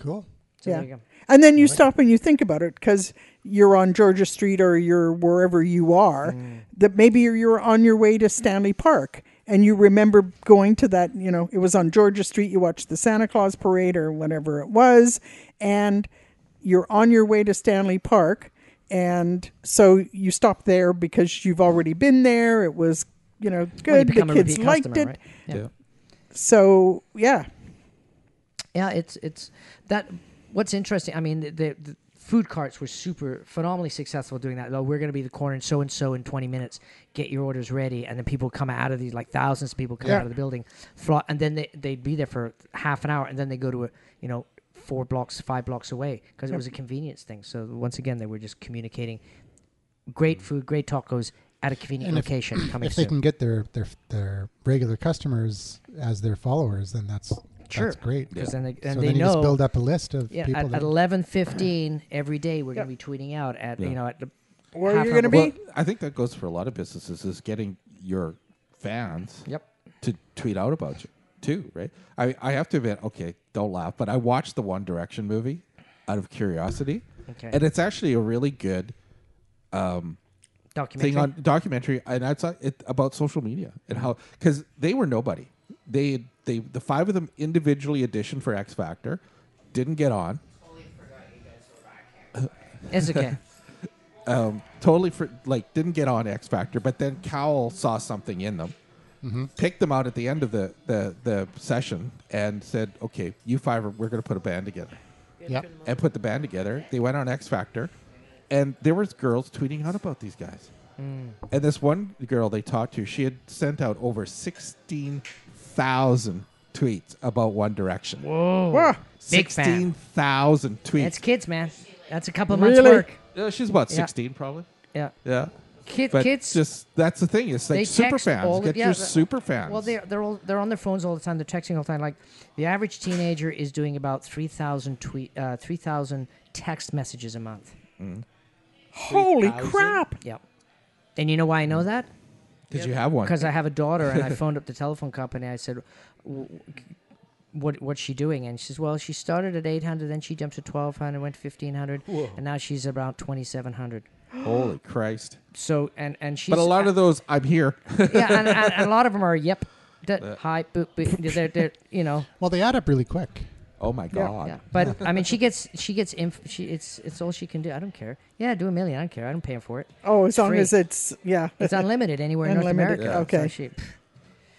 S1: Cool.
S2: So
S3: Yeah.
S2: there you go.
S3: And then you stop and you think about it because you're on Georgia
S2: Mm.
S3: Street or you're wherever you are. That maybe you're, you're on your way to Stanley Park and you remember going to that, you know, it was on Georgia Street, you watched the Santa Claus parade or whatever it was, and you're on your way to Stanley Park, and so you stop there because you've already been there. It was, you know,
S2: Well, you
S3: good.
S2: become
S3: the
S2: a
S3: kids
S2: repeat
S3: liked
S2: customer,
S3: it.
S2: right? Yeah. yeah.
S3: So, yeah.
S2: it's it's that what's interesting, I mean the, the, the food carts were super phenomenally successful doing that. Though we're going to be the corner and so and so in 20 minutes. Get your orders ready and then people come out of these like thousands of people come
S1: Yeah.
S2: out of the building flo- and then they they'd be there for half an hour and then they go to a, you know, four blocks, five blocks away because it was a convenience thing. So once again they were just communicating great food, great tacos at a convenient
S1: And if-
S2: location coming
S1: if
S2: soon.
S1: they can get their, their their regular customers as their followers, then that's
S2: Sure.
S1: that's great.
S2: because then they,
S1: so
S2: and
S1: then
S2: they
S1: you just
S2: know
S1: build up a list of
S2: yeah,
S1: people.
S2: at,
S1: that,
S2: at eleven fifteen every day we're
S3: Yeah.
S2: going to be tweeting out at
S5: Yeah.
S2: you know at the
S3: Where
S2: half
S3: you're
S2: hour-
S3: going to
S5: Well,
S3: be?
S5: I think that goes for a lot of businesses is getting your fans
S2: Yep.
S5: to tweet out about you too, right? I I have to admit, okay, don't laugh, but I watched the One Direction movie out of curiosity,
S2: Okay.
S5: and it's actually a really good
S2: documentary.
S5: thing on documentary and outside it about social media and how because they were nobody they they the five of them individually auditioned for x factor didn't get on
S2: it's okay.
S5: totally for like didn't get on X Factor, but then Cowell saw something in them,
S2: Mm-hmm.
S5: picked them out at the end of the the, the session, and said, "Okay, you five, are, we're going to put a band together,"
S1: yeah,
S5: and put the band together. They went on X Factor, and there was girls tweeting out about these guys.
S2: Mm.
S5: And this one girl they talked to, she had sent out over sixteen thousand tweets about One Direction.
S3: Wah.
S2: Big fan.
S5: Sixteen thousand tweets.
S2: That's kids, man. That's a couple of months
S3: Really?
S2: work.
S5: Uh, she's about
S2: Yeah.
S5: sixteen, probably.
S2: Yeah.
S5: Yeah.
S2: Kid,
S5: But
S2: kids
S5: just that's the thing. It's
S2: They
S5: like super
S2: text
S5: fans.
S2: all of-
S5: Get
S2: yeah,
S5: your
S2: the-
S5: super fans.
S2: Well, they're they're all, they're on their phones all the time. They're texting all the time. Like the average teenager is doing about three thousand tweet uh, three thousand text messages a month.
S3: Holy
S5: 3,000?
S3: crap.
S2: Yep. And you know why I know that?
S5: because you have one.
S2: because I have a daughter, and I phoned up the telephone company. I said, "W- w- "What what's she doing?" And she says, "Well, she started at 800, then she jumped to 1200, went 1500, and now she's about 2700."
S5: Holy Christ!
S2: So, and and she's
S5: But a lot of those, I'm here.
S2: yeah, and, and, and a lot of them are yep, that, hi, boop, boop. They're, they're you know,
S1: well, they add up really quick.
S5: oh my God!
S2: yeah. But I mean, she gets she gets inf- she it's it's all she can do. I don't care. Yeah, do a million. I don't care. I don't pay her for it.
S3: Oh, as long
S2: Free.
S3: as it's, yeah.
S2: It's unlimited anywhere in North
S3: Unlimited,
S2: America.
S3: yeah.
S2: So
S3: okay.
S2: she-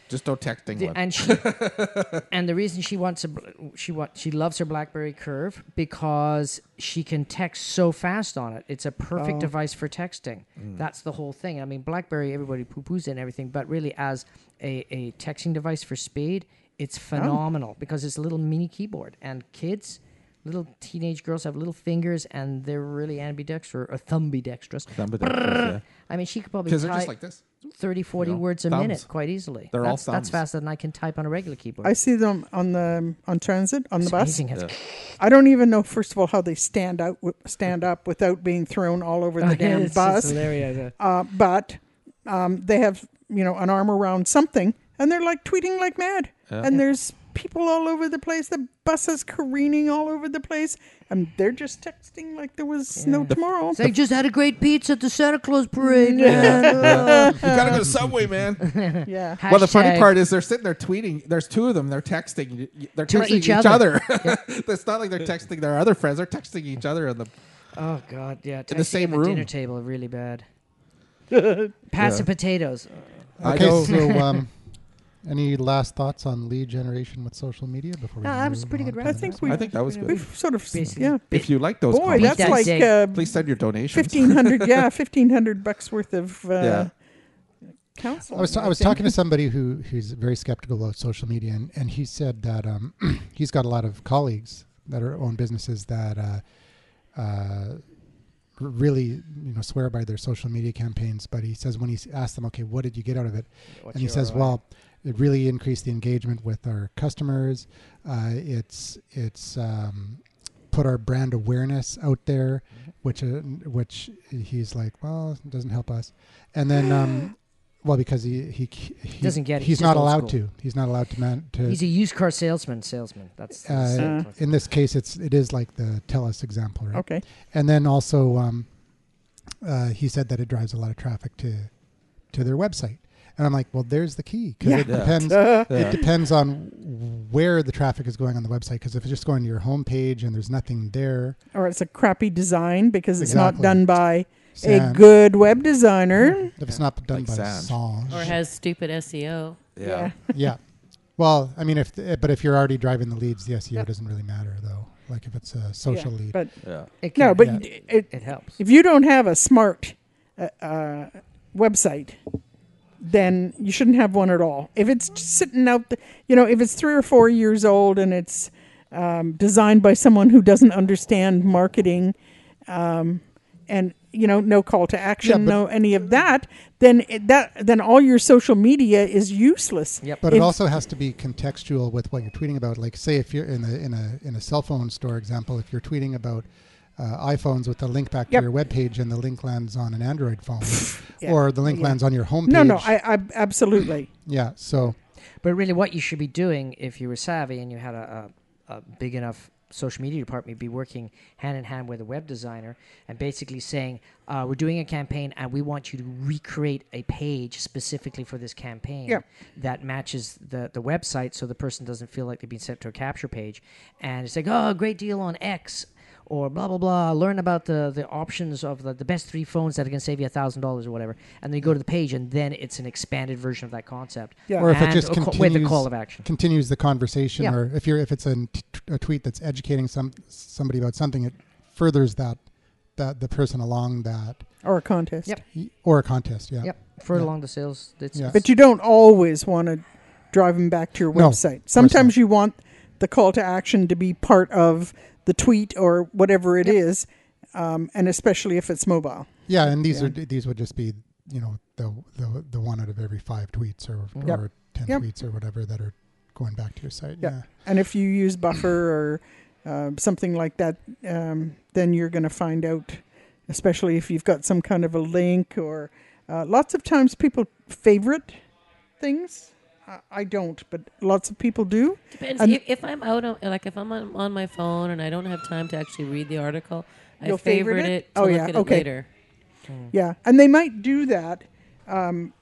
S5: Just don't text
S2: The-
S5: England.
S2: and she and the reason she wants a bl- she wants she loves her BlackBerry Curve because she can text so fast on it. It's a
S5: Oh.
S2: perfect device for texting.
S5: Mm.
S2: That's the whole thing. I mean, BlackBerry everybody poo poos it and everything, but really as a, a texting device for speed, it's
S5: Oh.
S2: phenomenal because it's a little mini keyboard and kids. Little teenage girls have little fingers, and they're really ambidextrous or thumbidextrous.
S5: Remember that, 'cause, yeah.
S2: I mean, she could probably
S5: 'Cause they're
S2: type-
S5: just like this.
S2: 30, 40
S5: know,
S2: words a
S5: thumbs.
S2: minute quite easily.
S5: They're all
S2: that's, That's
S5: thumbs.
S2: faster than I can type on a regular keyboard.
S3: I see them on the on transit on the
S2: it's
S3: bus.
S2: amazing. how-
S3: I don't even know first of all how they stand out wi- stand up without being thrown all over the
S2: Oh, yeah,
S3: damn
S2: it's just
S3: bus.
S2: hilarious.
S3: Uh, but um, they have you know an arm around something, and they're like tweeting like mad. And there's people all over the place. The bus is careening all over the place, and they're just texting like there was no tomorrow.
S2: They just had a great pizza at the Santa Claus parade. man.
S5: you gotta go to Subway, man.
S3: yeah,
S5: well, the funny
S2: Hashtag-
S5: part is they're sitting there tweeting. There's two of them. They're texting. y- y- They're
S2: To
S5: texting
S2: each
S5: each,
S2: other.
S5: other. it's not like they're texting their other friends. They're texting each other on the
S2: Oh God, yeah.
S5: the
S2: texting
S5: same
S2: at
S5: room.
S2: dinner table, are really bad. Pass the potatoes.
S5: I
S1: Okay,
S5: know.
S1: so um, any last thoughts on lead generation with social media before we?
S2: No, that
S1: move
S2: was a pretty
S1: on
S2: good
S1: to the
S2: round.
S3: I
S1: next
S3: think
S1: one?
S3: we
S5: I think that was good.
S3: we've sort of
S2: Basically,
S3: yeah.
S5: If you like those,
S3: Boy,
S5: comments,
S3: that's
S2: that
S3: like
S2: day.
S3: uh,
S5: please send your donations.
S3: fifteen hundred. yeah, fifteen hundred bucks worth of uh,
S5: Yeah.
S3: counsel.
S1: I was, I was talking to somebody who, who's very skeptical of social media, and, and he said that um, he's got a lot of colleagues that are own businesses that uh, uh, r- really you know swear by their social media campaigns. But he says when he s- asks them, okay, what did you get out of it? and he says,
S2: uh,
S1: well, it really increased the engagement with our customers. Uh, it's it's um, put our brand awareness out there, which uh, which he's like, well, it doesn't help us. And then, um, well, because he he, he
S2: Doesn't get it.
S1: He's
S2: Just
S1: not
S2: old
S1: allowed
S2: school.
S1: to. He's not allowed to man to.
S2: he's a used car salesman. Salesman. That's.
S1: uh,
S2: that's
S3: Uh,
S2: that's-
S1: in this case, it's it is like the Telus example, right?
S3: Okay.
S1: And then also, um, uh, he said that it drives a lot of traffic to to their website, And I'm like, well, there's the key because
S3: Yeah.
S1: it
S5: Yeah.
S1: depends.
S5: Yeah.
S1: It depends on where the traffic is going on the website. Because if it's just going to your homepage and there's nothing there,
S3: or it's a crappy design because it's not
S1: Exactly.
S3: done by a
S1: Sam,
S3: good web designer.
S1: if it's not done
S5: Like
S1: by
S5: sand.
S1: Sanj,
S4: or has stupid E SEO.
S5: Yeah.
S1: yeah. Well, I mean, if the, but if you're already driving the leads, the SEO doesn't really matter though. Like if it's a social
S3: Yeah,
S1: lead,
S3: But
S5: Yeah.
S2: It
S3: no,
S2: can-
S3: but
S1: Yeah.
S3: y- it,
S2: it helps.
S3: if you don't have a smart uh, uh, website, then you shouldn't have one at all. If it's just sitting out, th- you know, if it's three or four years old and it's um, designed by someone who doesn't understand marketing, um, and you know, no call to action,
S1: Yeah, but-
S3: no any of that, then it, that then all your social media is useless.
S2: Yep.
S1: But it
S3: If-
S1: also has to be contextual with what you're tweeting about. Like, say, if you're in a in a in a cell phone store example, if you're tweeting about uh, iPhones with the link back to
S3: Yep.
S1: your webpage and the link lands on an Android phone,
S3: Yeah.
S1: or the link
S3: Yeah.
S1: lands on your homepage.
S3: No, no, I, I absolutely.
S1: yeah. So
S2: But really, what you should be doing if you were savvy and you had a, a, a big enough social media department, you'd be working hand in hand with a web designer and basically saying, uh, We're doing a campaign and we want you to recreate a page specifically for this campaign
S3: Yeah.
S2: that matches the, the website so the person doesn't feel like they've been sent to a capture page. And it's like, Oh, great deal on X. Or blah blah blah. Learn about the, the options of the, the best three phones that are gonna save you a thousand dollars or whatever. And then you go to the page, and then it's an expanded version of that concept
S3: Yeah.
S1: Or if it
S2: and
S1: just
S2: a co- with a
S1: continues-
S2: call of action.
S1: continues the conversation,
S2: Yeah.
S1: or if you're if it's a, t- a tweet that's educating some somebody about something, it furthers that that the person along that
S3: Or a contest.
S2: Yep.
S1: or a contest. Yeah.
S2: Yep, further
S1: Yeah.
S2: along the sales. It's,
S1: Yeah.
S3: But you don't always want to drive them back to your
S1: No,
S3: website. Sometimes you want the call to action to be part of the tweet or whatever it
S2: Yep.
S3: is, um, and especially if it's mobile.
S1: Yeah, and these
S3: Yeah.
S1: are these would just be you know the the the one out of every five tweets or
S2: Yep.
S1: or ten
S3: Yep.
S1: tweets or whatever that are going back to your site.
S3: Yep.
S1: Yeah,
S3: And if you use Buffer or uh, something like that, um, then you're going to find out, especially if you've got some kind of a link or uh, lots of times people favorite things. I, I don't, but lots of people do.
S4: Depends.
S3: And-
S4: if, if I'm out on, like, if I'm on, on my phone and I don't have time to actually read the article, I
S3: You'll favorite
S4: favorite
S3: it?
S4: it to
S3: Oh,
S4: look
S3: yeah,
S4: at
S3: okay.
S4: it later.
S3: Yeah, and they might do that um,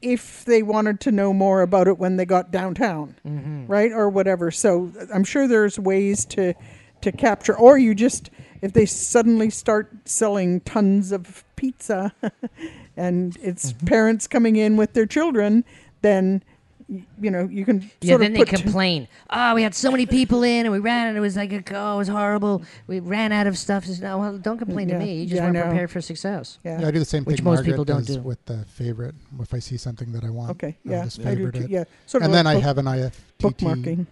S3: if they wanted to know more about it when they got downtown,
S2: Mm-hmm.
S3: right, or whatever. So I'm sure there's ways to to capture, or you just if they suddenly start selling tons of pizza, and it's
S2: Mm-hmm.
S3: parents coming in with their children, then y- you know you can
S2: yeah.
S3: sort
S2: Then
S3: of
S2: they
S3: put
S2: complain. Ah, we had so many people in, and we ran, and it was like, a, oh, it was horrible. We ran out of stuff. It's, no, well, don't complain
S3: Yeah.
S2: to me. You just
S3: Yeah, I
S2: weren't
S3: know.
S2: prepared for success.
S3: yeah.
S1: Yeah, I do the same
S2: Which
S1: thing.
S2: most
S1: Margaret
S2: people don't
S1: does
S2: do.
S1: with the favorite. If I see something that I want,
S3: Okay.
S2: oh,
S1: I'll
S3: Yeah.
S1: just
S3: I do
S1: favorite
S3: too.
S1: it.
S3: Yeah. Sort of
S1: and
S3: like
S1: then I
S3: book-
S1: have an IFTT
S3: bookmarking.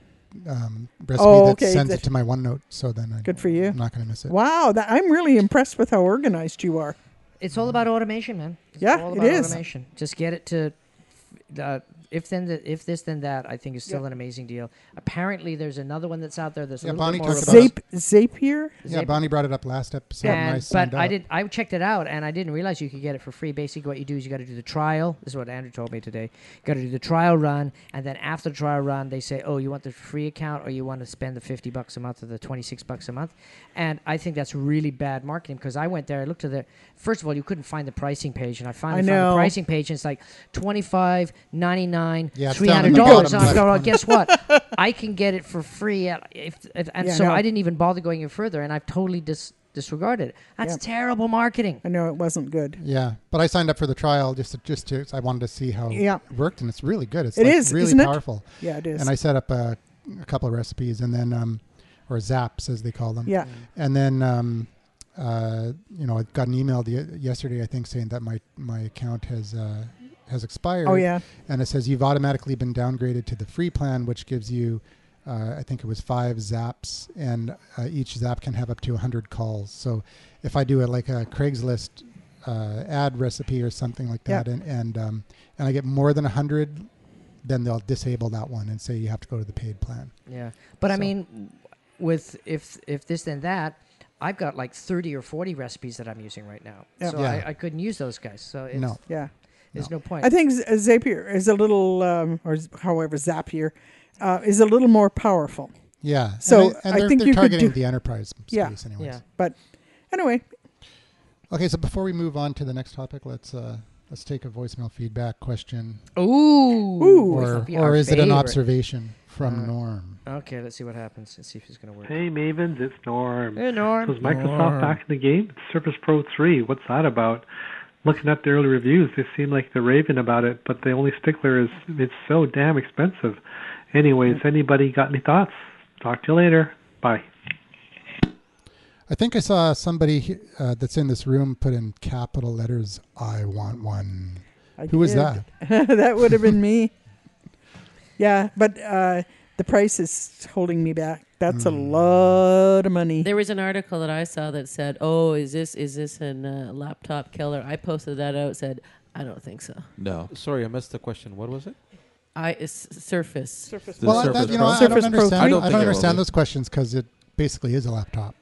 S1: um, recipe
S3: Oh,
S1: that
S3: okay,
S1: sends
S3: that-
S1: it to my OneNote, so then I,
S3: Good for you.
S1: I'm not going to miss it.
S3: Wow, that, I'm really impressed with how organized you are.
S2: It's all about automation, man. It's
S3: Yeah,
S2: all
S3: it
S2: about
S3: is.
S2: Automation. Just get it to. Uh, if then the, if this then that I think is still
S3: Yeah.
S2: an amazing deal. Apparently, there's another one that's out there that's
S1: Yeah,
S2: a little
S1: Bonnie
S2: bit more
S1: talked about
S2: robust.
S3: Zape, Zapier.
S1: Yeah,
S2: Zap-
S1: Bonnie brought it up last episode, and, I
S2: And,
S1: signed
S2: but I
S1: up.
S2: did. I checked it out, and I didn't realize you could get it for free. Basically, what you do is you got to do the trial. This is what Andrew told me today. You got to do the trial run, and then after the trial run, they say, "Oh, you want the free account, or you want to spend the fifty bucks a month or the twenty-six bucks a month?" And I think that's really bad marketing because I went there. I looked at the first of all, you couldn't find the pricing page, and I finally found
S3: know.
S2: the pricing page, and it's like twenty-five ninety-nine,
S1: Yeah, it's
S2: three
S1: down in
S2: hundred
S1: the
S2: dollars.
S1: bottom
S2: And I
S1: left
S2: go, "Well,
S1: corner."
S2: Guess what? I can get it for free. At, if, if, and
S3: Yeah,
S2: so
S3: no.
S2: I didn't even bother going any further, and I've totally dis- disregarded it. That's
S3: Yep.
S2: terrible marketing.
S3: I know it wasn't good.
S1: Yeah, but I signed up for the trial just to, just to I wanted to see how
S3: Yeah.
S1: it worked, and it's really good. It's
S3: It
S1: like
S3: is,
S1: really
S3: isn't it?
S1: powerful.
S3: Yeah, it is.
S1: and I set up a, a couple of recipes, and then um, or zaps as they call them,
S3: yeah,
S1: and then um, uh, you know I got an email the, yesterday I think saying that my my account has uh, has expired.
S3: oh yeah,
S1: and it says you've automatically been downgraded to the free plan, which gives you. Uh, I think it was five zaps, and uh, each zap can have up to 100 calls. So, if I do a, like a Craigslist uh, ad recipe or something like
S3: Yeah.
S1: that, and and um, and I get more than 100, then they'll disable that one and say you have to go to the paid plan.
S2: Yeah, but I
S1: So-
S2: mean, with if if this then that, I've got like thirty or forty recipes that I'm using right now,
S3: Yeah.
S2: so
S1: Yeah.
S2: I, I couldn't use those guys. So it's,
S1: No.
S3: yeah.
S2: there's no, point.
S3: I think Z- uh, Zapier is a little, um, or z- however Zapier uh, is a little more powerful.
S1: Yeah.
S3: So,
S1: and, I- and
S3: I
S1: they're,
S3: think
S1: they're
S3: you could
S1: targeting
S3: do-
S1: the enterprise space,
S3: Yeah.
S1: anyways.
S2: yeah,
S3: Anyway,
S1: Okay, so before we move on to the next topic, let's uh, Let's take a voicemail feedback question.
S2: Ooh.
S3: Ooh.
S2: Which
S1: Or,
S2: would be our
S1: or is it an
S2: favorite.
S1: observation from
S3: Mm.
S2: Uh,
S1: Norm?
S2: Okay, let's see what happens. Let's see if it's going to work.
S7: Hey Mavens, it's Norm.
S2: Hey, Norm.
S7: Was Microsoft back in the game? Surface Pro 3, what's that about? Looking at the early reviews, they seem like they're raving about it, but the only stickler is it's so damn expensive. Anyways,
S2: Mm.
S7: anybody got any thoughts? Talk to you later. Bye.
S1: I think I saw somebody he- uh, that's in this room put in capital letters, I want one.
S3: I
S1: Who was
S3: did.
S1: that?
S3: that would have been me. Yeah, but uh, the price is holding me back. That's a
S1: Hmm.
S3: lot of money.
S4: There was an article that I saw that said, "Oh, is this is this a uh, laptop killer?" I posted that out. Said, "I don't think so."
S5: No.
S6: Sorry, I missed the question. What was it?
S4: I is Surface.
S5: The
S1: well, I-
S5: Surface
S1: that, you know, I, I
S5: Pro-
S1: don't understand, I
S5: I don't
S1: don't
S5: think it will
S1: understand
S5: be.
S1: those questions because it basically is a laptop.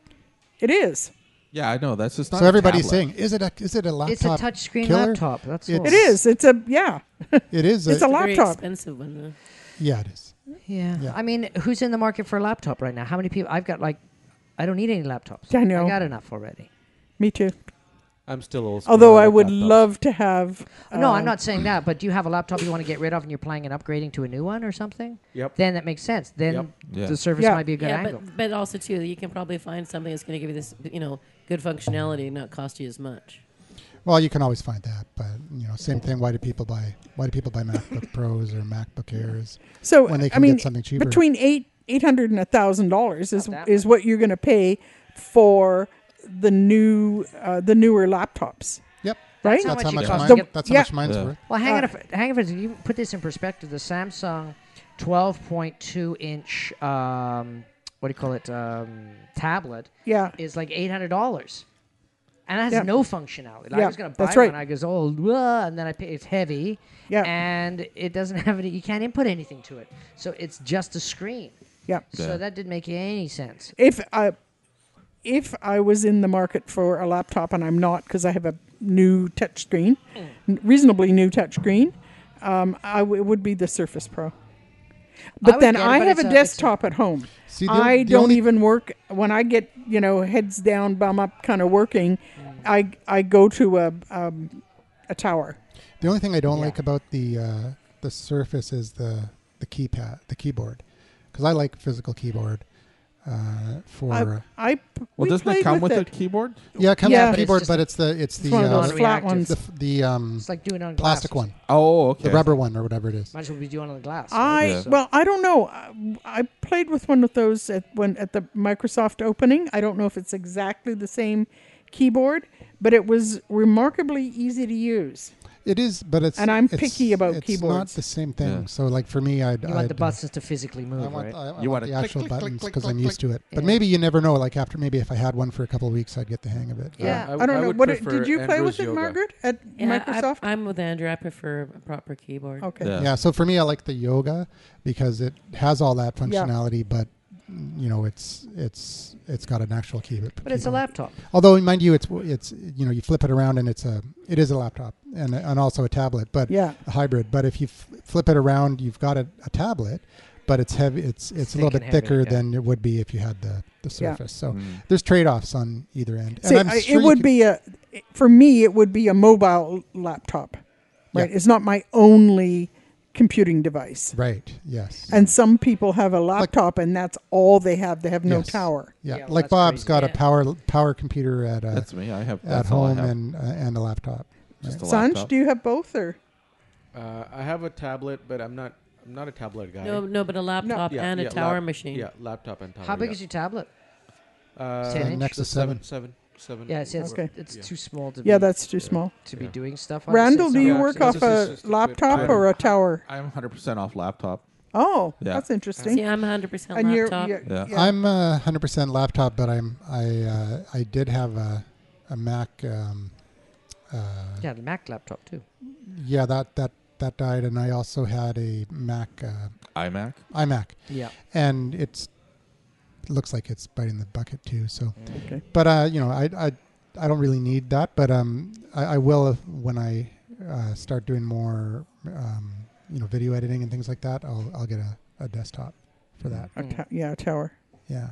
S3: It is.
S5: Yeah, I know. That's just not.
S1: so
S5: a
S1: everybody's
S5: tablet.
S1: saying, is it a, is it a laptop?
S2: It's a touch screen
S1: killer?
S2: laptop. That's
S1: It's-
S2: all.
S3: It is. It's a yeah.
S1: It is.
S3: It's
S1: a,
S3: a
S4: It's very
S3: laptop.
S4: expensive one. Though.
S1: yeah, it is.
S2: Yeah.
S1: Yeah.
S2: I mean, who's in the market for a laptop right now? How many people? I've got like, I don't need any laptops.
S3: I know.
S2: I got enough already.
S3: Me too.
S6: I'm still old. school.
S3: Although
S6: like
S3: I would
S6: laptops.
S3: love to have.
S2: no,
S3: uh,
S5: Um,
S2: I'm not saying that. But do you have a laptop you want to get rid of and you're planning on upgrading to a new one or something?
S6: Yep.
S2: Then that makes sense. Then
S6: Yep.
S5: Yeah.
S2: the service
S3: Yeah.
S2: might be a good
S4: yeah,
S2: angle.
S4: but but also too, you can probably find something that's going to give you this, you know, good functionality and not cost you as much.
S1: Well, you can always find that, but you know, same thing. Why do people buy? Why do people buy MacBook Pros or MacBook Airs
S3: So
S1: when they
S3: Oh, I
S1: can
S3: mean,
S1: get something cheaper?
S3: between eight eight hundred and a thousand dollars is
S2: Not that
S3: is what you're going to pay for the new uh, the newer laptops,
S1: yep,
S3: right?
S1: that's
S2: That's
S1: how
S2: how much
S1: much
S2: it
S1: mine.
S2: costs to get-
S1: that's how
S3: Yeah.
S1: much mine's
S5: Yeah.
S1: worth.
S2: Well, hang on.
S3: Uh,
S2: If, hang on. If you put this in perspective, the Samsung 12.2 inch, um, what do you call it, um, tablet
S3: Yeah,
S2: is like eight hundred dollars, and it has
S3: Yeah.
S2: no functionality. Like, I
S3: Yeah,
S2: was gonna buy
S3: that's
S2: one.
S3: right.
S2: I goes, oh, blah, and then I pay, it's heavy,
S3: Yeah.
S2: and it doesn't have any. You can't input anything to it, so it's just a screen.
S3: yeah.
S5: Yeah.
S2: So that didn't make any sense.
S3: If I if I was in the market for a laptop and I'm not because I have a new touchscreen,
S2: Hmm.
S3: n- reasonably new touchscreen, um, I w- it would be the Surface Pro. But
S2: would
S3: then
S2: get it,
S3: I
S2: but
S3: have
S2: it's
S3: a
S2: a- it's a-
S3: desktop at home.
S1: See, the-
S3: I
S1: the
S3: don't
S1: only-
S3: even work when I get you know heads down, bum up kind of working. I I go to a um, a tower.
S1: The only thing I don't
S2: Yeah.
S1: like about the uh, the Surface is the the keypad, the keyboard, because I like physical keyboard. Uh, for
S3: I,
S1: uh,
S3: I
S5: Well,
S3: we
S5: doesn't it
S3: played
S5: come with,
S3: with
S5: a keyboard?
S1: yeah, it comes with
S3: Yeah.
S1: a
S3: But
S2: it's
S1: keyboard,
S2: just-
S1: but it's the it's
S3: It's
S1: the
S3: one of
S1: uh,
S3: those flat
S2: non-reactive.
S3: ones.
S1: the f- the um
S2: It's like doing it on glass.
S1: plastic one,
S5: Oh, okay.
S1: the rubber one or whatever it is.
S2: Might as well be doing it on the glass.
S3: I
S2: right? So-
S3: well, I don't know. I- I played with one of those at when at the Microsoft opening. I don't know if it's exactly the same keyboard, but it was remarkably easy to use.
S1: It is, but it's
S3: And I'm
S1: it's-
S3: picky about
S1: it's not
S3: keyboards.
S1: the same thing.
S5: Yeah.
S1: So like for me, I'd
S2: you want
S1: I'd,
S2: the
S1: uh,
S2: buttons to physically move,
S1: I want,
S2: right?
S1: I, I
S5: You
S1: want
S5: want
S1: the
S5: a click,
S1: actual
S5: click, click,
S1: buttons
S5: click,
S1: because I'm
S5: click,
S1: used to it. But
S2: Yeah.
S1: maybe you never know. Like after maybe if I had one for a couple of weeks, I'd get the hang of it.
S2: Yeah.
S6: w-
S3: I don't know.
S6: Uh, would
S3: What it-
S6: prefer
S3: did you play
S6: Andrew's
S3: with it,
S6: yoga.
S3: Margaret, at
S4: Yeah,
S3: Microsoft?
S4: I, am with Andrew. I prefer a proper keyboard.
S3: okay.
S5: Yeah.
S1: Yeah. So for me, I like the yoga because it has all that functionality, but you know, it's it's it's got an actual key.
S2: But it's a
S1: keyboard.
S2: laptop.
S1: Although mind you, it's it's you know you flip it around and it's a it is a laptop and and also a tablet, but
S3: Yeah.
S1: a hybrid. But if you f- flip it around, you've got a, a tablet, but it's heavy. It's it's, a
S2: thick
S1: little bit
S2: and heavy,
S1: thicker
S2: yeah.
S1: than it would be if you had the the
S3: Yeah.
S1: Surface. So
S5: Mm.
S1: there's trade offs on either end.
S3: See, I, it would be a for me. It would be a mobile laptop, right?
S1: Yeah.
S3: It's not my only computing device.
S1: right. Yes.
S3: And some people have a laptop, and that's all they have. They have no
S1: Yes.
S3: tower.
S1: yeah.
S2: Yeah, well,
S1: like
S2: that's
S1: Bob's
S2: crazy.
S1: got a
S4: Yeah.
S1: power power computer at uh,
S5: That's me. I have
S1: at
S5: that's all I
S1: home
S5: have.
S1: and uh, and a laptop.
S5: just a
S3: Sanj,
S5: laptop.
S3: do you have both or?
S6: Uh, I have a tablet, but I'm not. I'm not a tablet guy.
S4: No, no, but a laptop
S6: Yeah,
S4: and a
S6: yeah,
S4: tower
S6: lap-
S4: machine.
S6: Yeah, laptop and tower.
S2: How big
S6: yeah.
S2: is your tablet?
S6: Uh,
S2: Ten
S1: Uh,
S2: inch?
S1: Nexus
S6: seven,
S1: Seven.
S6: seven, seven.
S2: Yeah, see, it's,
S3: Okay.
S2: it's
S6: Yeah.
S2: too small to
S3: Yeah,
S2: be,
S3: that's too small.
S2: to be
S6: Yeah.
S2: doing stuff on.
S3: Randall, do you
S6: Yeah,
S3: work
S6: so
S3: off
S6: this is
S3: a
S6: just a quick
S3: laptop
S6: item.
S3: or a tower?
S5: I'm 100 percent off laptop.
S3: Oh,
S5: Yeah.
S3: that's interesting.
S4: See, I'm 100 percent
S3: and you're,
S4: laptop.
S3: you're-
S5: Yeah.
S1: I'm uh, 100% laptop, but I'm I uh, I did have a a Mac. Um, uh,
S2: Yeah, the Mac laptop too.
S1: yeah, that that that died, and I also had a Mac uh,
S5: iMac.
S1: iMac,
S2: Yeah.
S1: and it's looks like it's biting the bucket too. So,
S5: Mm.
S3: Okay.
S1: but uh, you know, I I I don't really need that, but um, I, I will if- when I uh, start doing more um, you know video editing and things like that. I'll I'll get a, a desktop for
S5: Mm.
S1: that.
S2: Hmm.
S3: a ta- yeah, a tower.
S1: Yeah.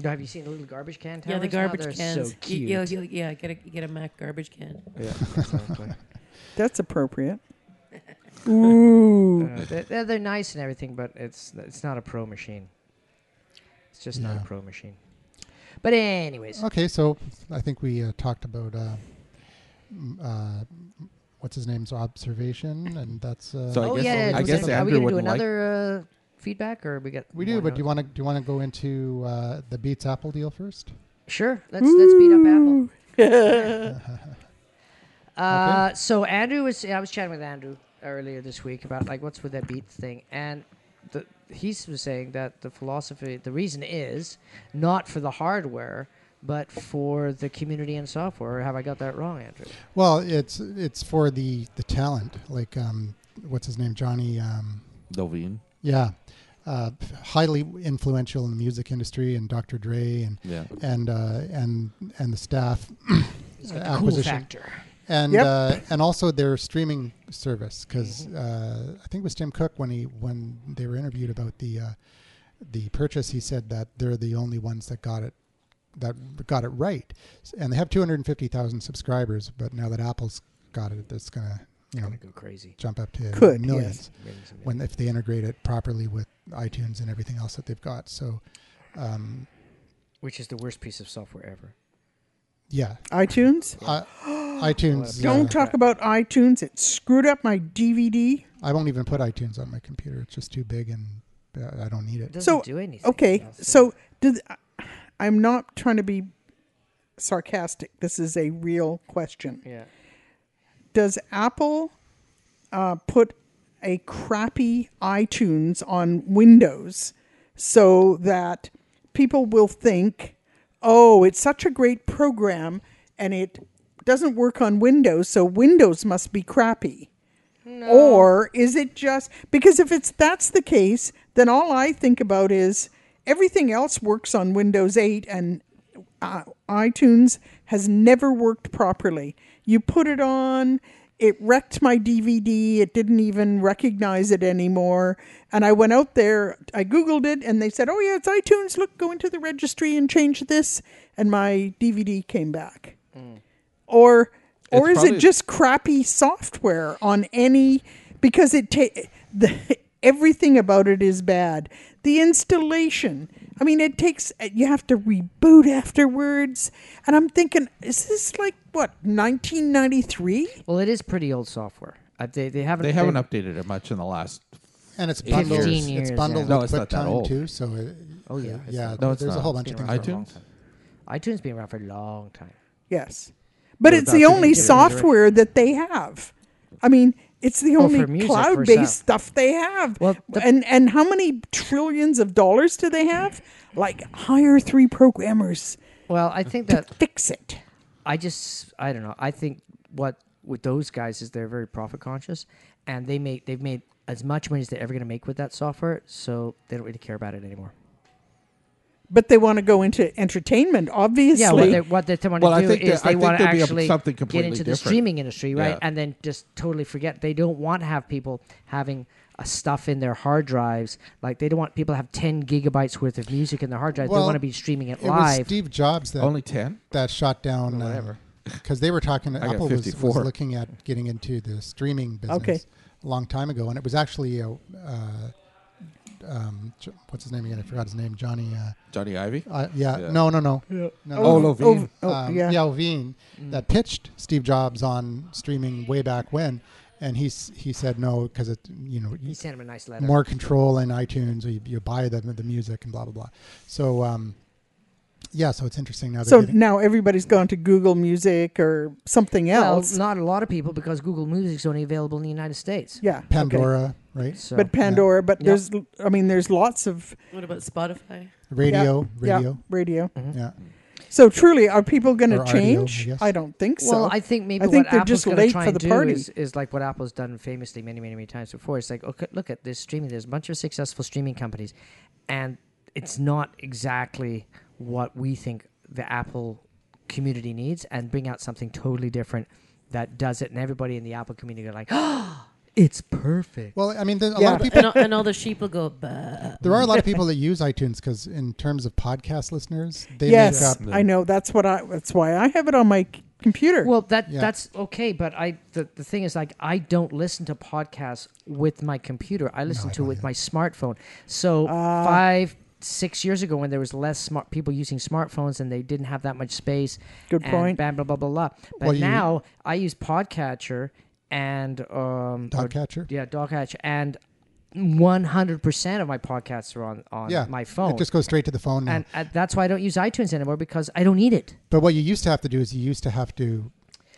S2: Mm. Have you seen the little garbage can towers?
S4: Yeah, the
S2: now?
S4: garbage
S2: They're
S4: cans.
S2: So
S4: Y-
S2: cute.
S4: yo- yo- yeah, get a get a Mac garbage can.
S6: Yeah, exactly.
S3: That's appropriate. Ooh.
S2: Uh, they- they're, they're nice and everything, but it's it's not a pro machine. It's just not
S1: Yeah.
S2: a pro machine. But anyways,
S1: Okay, so I think we uh, talked about uh, m- uh, what's his name's observation, and that's uh,
S5: So I
S2: oh
S5: guess-
S2: yeah,
S5: I
S2: was
S5: guess
S2: that- are we
S5: Andrew
S2: gonna do
S5: would like-
S2: another uh, feedback or we got
S1: we do.
S2: more
S1: But do you
S2: notes?
S1: want to do you want to go into uh, the Beats Apple deal first?
S2: sure let's
S3: Mm.
S2: let's beat up Apple. Uh,
S1: Okay.
S2: so Andrew was I was chatting with Andrew earlier this week about like what's with that beat thing, and the, he was saying that the philosophy, the reason is not for the hardware, but for the community and software. Or have I got that wrong, Andrew?
S1: Well, it's it's for the the talent, like um, what's his name, Johnny. Um,
S5: Doveen.
S1: yeah, uh, highly influential in the music industry, and Dr. Dre, and
S5: Yeah.
S1: and uh, and and the staff
S2: It's
S1: Uh,
S2: got the cool
S1: acquisition.
S2: factor.
S1: and
S3: Yep. Mm-hmm.
S1: uh, and also their streaming service because uh, I think it was Tim Cook when he when they were interviewed about the uh, the purchase he said that they're the only ones that got it that got it right S- and they have 250,000 subscribers but now that Apple's got it it's gonna you know
S2: Gonna go crazy.
S1: jump up to
S3: Could, yes.
S1: millions
S2: Millions and
S1: when if they integrate it properly with iTunes and everything else that they've got so um,
S2: millions. which is the worst piece of software ever.
S1: yeah
S3: iTunes?
S1: I, iTunes
S3: Don't
S1: uh,
S3: talk about iTunes. It screwed up my DVD.
S1: I won't even put iTunes on my computer. It's just too big and uh, I don't need
S2: It
S1: it.
S2: doesn't
S3: So,
S2: do anything.
S3: Okay,
S2: else.
S3: so did I'm not trying to be sarcastic. This is a real question.
S2: yeah,
S3: Does Apple uh, put a crappy iTunes on Windows so that people will think, "Oh, it's such a great program, and it doesn't work on Windows, so Windows must be crappy." Or is it just because if it's that's the case, then all I think about is everything else works on Windows 8 and uh, iTunes has never worked properly. You put it on, it wrecked my DVD, it didn't even recognize it anymore. And I went out there, I Googled it, and they said, Oh, yeah, it's iTunes. Look, go into the registry and change this. And my DVD came back. Or, or
S5: It's
S3: is
S5: probably-
S3: it just crappy software on any because it ta- the, everything about it is bad the installation i mean it takes you have to reboot afterwards and i'm thinking is this like what 1993
S2: well, it is pretty old software. Uh, they they haven't
S5: They haven't updated it much in the last.
S1: And it's
S5: Fifteen
S1: bundled.
S2: years
S1: It's bundled
S5: now. No,
S1: with
S5: it's not that
S1: QuickTime
S5: old.
S1: too. So it,
S2: Oh, yeah, it's
S1: yeah.
S2: not-
S5: No, it's
S1: there's a
S5: not.
S1: whole bunch of
S2: It's
S1: things.
S2: been around for a long
S5: iTunes?
S2: time. iTunes been around for a long time.
S3: yes but it's the
S5: that's
S3: only
S5: a different
S3: software that they have i mean it's the
S2: Well, Oh, for
S3: only
S2: music, for
S3: cloud-based
S2: sound.
S3: stuff they have
S2: Well, the-
S3: and and how many trillions of dollars do they have like hire three programmers
S2: Well, I think that
S3: fix it
S2: I just I don't know. I think what with those guys is they're very profit conscious, and they make they've made as much money as they're ever going to make with that software, so they don't really care about it anymore.
S3: But they want to go into entertainment, obviously.
S2: Yeah, what they what they want to
S5: Well, I
S2: do
S5: think
S2: is
S5: that- I
S2: they
S5: think
S2: want to
S5: there'll be a-
S2: actually
S5: something
S2: get
S5: completely
S2: into the
S5: different.
S2: streaming industry, right?
S5: Yeah.
S2: And then just totally forget. They don't want to have people having a stuff in their hard drives. Like they don't want people to have ten gigabytes worth of music in their hard drives.
S1: Well,
S2: they want to be streaming it,
S1: It was
S2: live.
S1: Steve Jobs that
S5: Only 10?
S1: that shot down.
S5: Whatever.
S1: Because they were talking.
S5: got
S1: Apple was, was
S5: 54.
S1: looking at getting into the streaming business
S3: Okay.
S1: a long time ago, and it was actually a. Uh, um, Jo- what's his name again? I forgot his name. Johnny. Uh,
S5: Johnny Ivy?
S1: uh, yeah,
S5: Yeah.
S1: No. No. No. no
S5: Oh, Loveen.
S3: Oh,
S1: um,
S3: yeah. Mm.
S1: Yalveen that pitched Steve Jobs on streaming way back when, and he s- he said no because it you know
S2: he sent him a nice letter.
S1: more control in iTunes or you, you buy the the music and blah blah blah. So um, yeah, so it's interesting now. They're
S3: So
S1: getting,
S3: now everybody's gone to Google Music or something else.
S2: Well, not a lot of people because Google Music's only available in the United States.
S3: yeah. okay.
S1: Pandora, right?
S2: So,
S3: But Pandora, but
S2: Yeah.
S3: there's, I mean, there's lots of
S4: What about Spotify?
S1: Radio,
S3: yeah,
S1: radio,
S3: radio.
S1: yeah.
S3: So truly, are people going
S1: Or
S3: to
S1: RDO, I
S3: change?
S1: guess.
S3: I, don't think so.
S2: well, I think maybe
S3: I think
S2: what
S3: they're
S2: Apple's
S3: just
S2: gonna
S3: late
S2: try
S3: for
S2: and
S3: the
S2: do
S3: party.
S2: Is, is like what Apple's done famously many, many, many times before. It's like, okay, look at this streaming. There's a bunch of successful streaming companies, and it's not exactly what we think the Apple community needs, and bring out something totally different that does it. And everybody in the Apple community are like, It's perfect.
S1: Well, I mean, there's a
S3: Yeah.
S1: lot of people.
S4: and, all, and all the sheep will go. Bah.
S1: There are a lot of people that use iTunes because, in terms of podcast listeners, they make
S3: yes,
S1: up.
S5: the-
S3: I know. That's what I. That's why I have it on my c- computer.
S2: Well, that
S1: Yeah.
S2: that's okay, but I the, the thing is like I don't listen to podcasts with my computer. I listen
S1: I
S2: to it
S1: don't
S2: with
S1: either.
S2: my smartphone. So
S3: Uh,
S2: five six years ago when there was less smart people using smartphones and they didn't have that much space.
S3: Good
S2: and
S3: point.
S2: Blah blah blah blah. blah. But
S1: Well, you-
S2: now I use Podcatcher and um or-
S1: Dogcatcher?
S2: Yeah, Dogcatcher and. One hundred percent of my podcasts are on on
S1: Yeah,
S2: my phone,
S1: It just goes straight to the phone now.
S2: and uh, that's why I don't use iTunes anymore because I don't need it.
S1: but what you used to have to do is you used to have to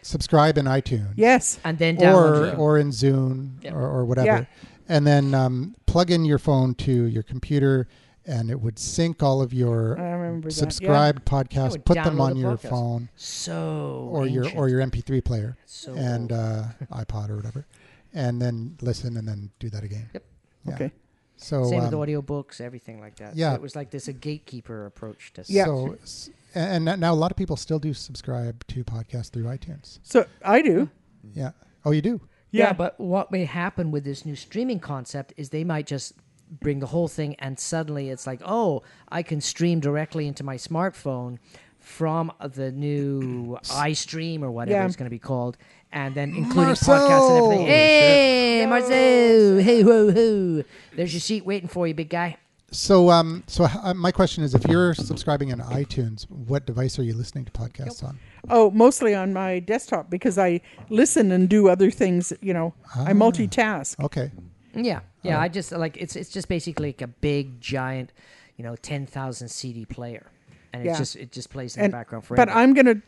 S1: subscribe in iTunes.
S3: yes.
S2: And then download
S1: or
S2: it.
S1: or in Zune
S2: Yeah.
S1: or, or whatever, and then um, plug in your phone to your computer, and it would sync all of
S3: I
S1: your
S3: remember that.
S1: subscribed
S2: It
S1: podcasts,
S2: Oh, would
S1: put them
S2: download
S1: on
S2: the
S1: your
S2: podcast.
S1: phone
S2: so
S1: or your
S2: ancient.
S1: or your MP3 player
S2: so
S1: and
S2: old.
S1: uh, iPod or whatever, and then listen and then do that again.
S2: Yep.
S1: Yeah.
S3: Okay.
S1: So
S2: same
S1: um,
S2: with audiobooks, everything like that. So
S1: yeah.
S2: it was like this a gatekeeper approach to
S3: Yeah.
S1: So s- and and now a lot of people still do subscribe to podcasts through iTunes.
S3: So I do.
S2: Mm-hmm.
S1: Yeah. Oh, you do.
S2: Yeah,
S3: Yeah.
S2: but what may happen with this new streaming concept is they might just bring the whole thing and suddenly it's like, oh, I can stream directly into my smartphone from the new iStream or whatever
S3: Yeah.
S2: it's going to be called, and then including podcasts and
S1: Marcel!
S2: everything. Hey, Marcel! Hey, ho, ho! There's your seat waiting for you, big guy.
S1: So, um, so h- uh, my question is, if you're subscribing on iTunes, what device are you listening to podcasts on?
S3: Oh, mostly on my desktop because I listen and do other things. You know,
S1: Ah.
S3: I multitask.
S1: Okay,
S2: Yeah, yeah.
S3: Uh,
S2: I just like it's it's just basically like a big giant, you know, ten thousand CD player, and it
S3: Yeah.
S2: just it just plays in
S3: And-
S2: the background forever.
S3: But I'm gonna.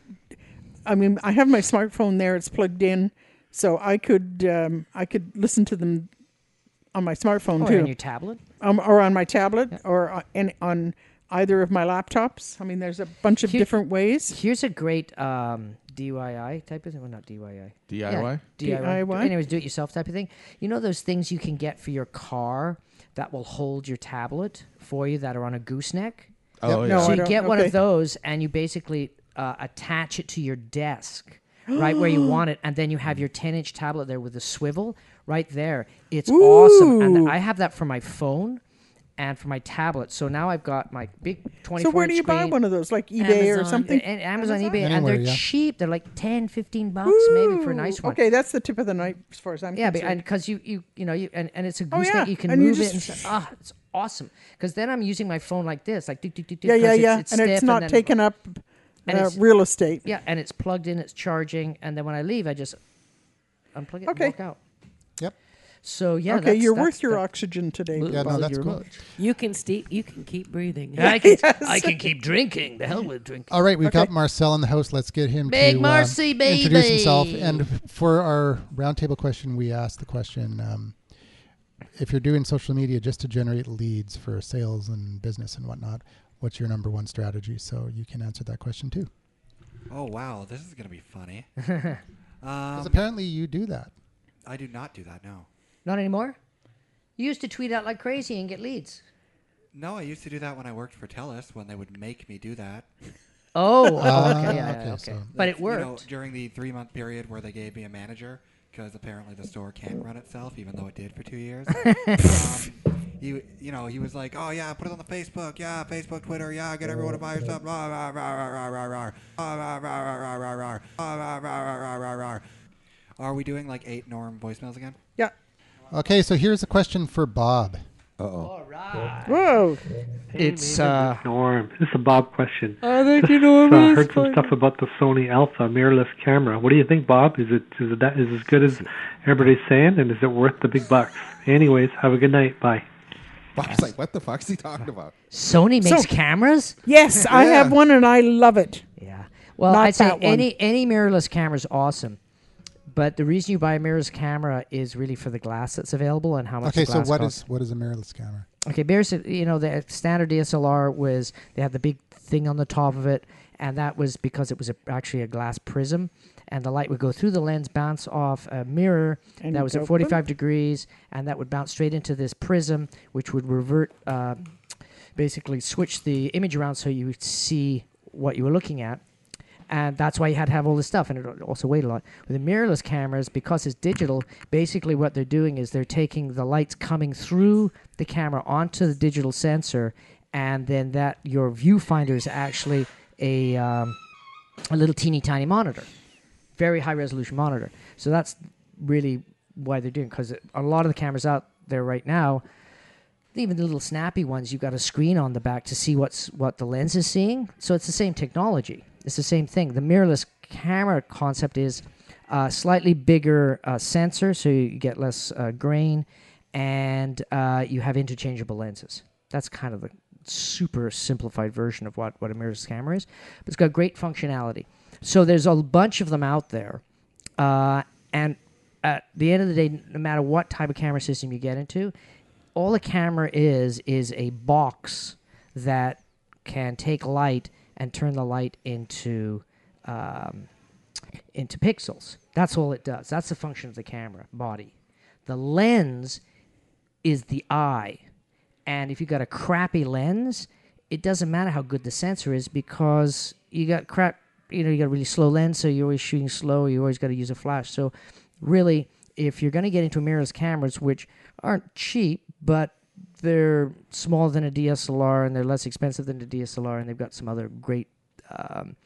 S3: I mean, I have my smartphone there. It's plugged in, so I could um, I could listen to them on my smartphone
S2: or
S3: too,
S2: on Oh, your tablet.
S3: um, or on my tablet, or on, and on either of my laptops. I mean, there's a bunch of
S2: Here-
S3: different ways.
S2: Here's a great um, DIY type of thing. Well, not DIY.
S5: DIY.
S2: DIY.
S3: DIY?
S2: Anyways, do it yourself type of thing. You know those things you can get for your car that will hold your tablet for you that are on a gooseneck.
S5: Oh
S1: Yep.
S5: yeah.
S3: No,
S2: so
S3: I
S2: you
S3: don't-
S2: get one
S3: okay.
S2: of those and you basically uh, attach it to your desk right where you want it and then you have your 10 inch tablet there with the swivel right there it's awesome and
S3: Ooh.
S2: i have that for my phone and for my tablet so now i've got my big 24
S3: So where do
S2: inch
S3: you buy
S2: screen uh,
S3: one of those, like eBay or
S4: Amazon.
S3: something?
S2: and amazon,
S3: Amazon?
S2: ebay and
S1: Anywhere,
S2: they're
S1: yeah.
S2: cheap they're like 10 15 bucks maybe for a nice
S3: Ooh,
S2: one
S3: Okay, that's the tip of the night as far as I'm
S2: yeah, but,
S3: concerned.
S2: and because you you you know you and, and it's a
S3: Oh,
S2: gooseneck
S3: yeah.
S2: you can
S3: And you
S2: move it
S3: just-
S2: and stuff. ah, it's awesome. Because then I'm using my phone like this, like do do do.
S3: yeah, yeah, yeah,
S2: It's,
S3: and
S2: stiff
S3: it's not
S2: then-
S3: taking up uh,
S2: and it's-
S3: real estate.
S2: Yeah, and it's plugged in, it's charging, and then when I leave, I just unplug it
S3: Okay.
S2: and walk out.
S1: Yep.
S2: So yeah,
S3: okay,
S2: that's-
S3: you're
S2: that's
S3: worth your
S2: the-
S3: oxygen today.
S1: Yeah, no,
S2: Well,
S1: that's
S2: you're
S1: cool.
S2: remote.
S4: You can ste- You can keep breathing.
S2: I can I can keep drinking. The hell with drinking.
S1: All right, we've
S3: Okay.
S1: got Marcel in the house. Let's get him
S2: Big
S1: to um,
S2: Marcy,
S1: introduce himself.
S2: baby.
S1: And f- for our roundtable question, we asked the question: um, If you're doing social media just to generate leads for sales and business and whatnot, what's your number one strategy? So you can answer that question too,
S8: Oh wow, this is gonna be funny.
S1: because
S8: um,
S1: apparently you do that.
S8: I do not do that. No,
S2: Not anymore. You used to tweet out like crazy and get leads.
S8: no, I used to do that when I worked for Telus when they would make me do that.
S2: Oh, okay,
S1: Ah,
S2: yeah, yeah,
S1: okay,
S2: okay.
S1: so-
S2: but it
S8: You know,
S2: worked.
S8: during the three month period where they gave me a manager because apparently the store can't run itself, even though it did for two years. um, he, you know, he was like, "Oh yeah, put it on the Facebook, yeah, Facebook, Twitter, yeah, get everyone to buy your stuff." Rah, rah, rah, rah, rah, rah, rah. Rah, rah, rah, rah, rah, rah, rah. Rah, rah, rah, rah, rah, rah, rah. Are we doing like eight norm voicemails again?
S3: Yeah.
S1: Okay, so here's a question for Bob.
S3: Whoa.
S2: It's uh,
S7: Norm, this is a Bob question.
S2: I think you
S7: So
S2: know
S7: I heard some stuff about the Sony Alpha mirrorless camera. What do you think, Bob? Is it is it that is it as good as everybody's saying, and is it worth the big bucks? Anyways, have a good night. Bye.
S5: Bob's like, what the fuck's he talking about?
S2: Sony makes
S3: So-
S2: cameras.
S3: Yes, I have one and I love it.
S2: Yeah. Well,
S3: Not
S2: I'd say
S3: that one.
S2: any any mirrorless camera is awesome, but the reason you buy a mirrorless camera is really for the glass that's available and how much.
S1: Okay, so
S2: the glass
S1: what
S2: costs.
S1: is what is a mirrorless camera?
S2: okay? Mirrorless, you know, the standard DSLR was they had the big thing on the top of it, and that was because it was a, actually a glass prism, and the light would go through the lens, bounce off a mirror
S3: And
S2: that was
S3: go
S2: at 45 degrees, and that would bounce straight into this prism, which would revert, uh, basically switch the image around so you would see what you were looking at. and that's why you had to have all this stuff, and it also weighed a lot. With the mirrorless cameras, because it's digital, basically what they're doing is they're taking the lights coming through the camera onto the digital sensor, and then that your viewfinder is actually a um, a little teeny tiny monitor, very high resolution monitor. So that's really why they're doing because a lot of the cameras out there right now, even the little snappy ones, you've got a screen on the back to see what's what the lens is seeing. So it's the same technology. It's the same thing. The mirrorless camera concept is a slightly bigger uh, sensor, so you get less uh, grain, and uh, you have interchangeable lenses. That's kind of the super simplified version of what, what a mirrorless camera is. But it's got great functionality. So there's a bunch of them out there. Uh, and at the end of the day, no matter what type of camera system you get into, all a camera is is a box that can take light and turn the light into um, into pixels. That's all it does. That's the function of the camera body. The lens is the eye, and if you got a crappy lens, it doesn't matter how good the sensor is because you got crap. You know, you got a really slow lens, so you're always shooting slow. You always got to use a flash. So, really, if you're going to get into mirrorless cameras, which aren't cheap, but they're smaller than a DSLR and they're less expensive than a DSLR, and they've got some other great um,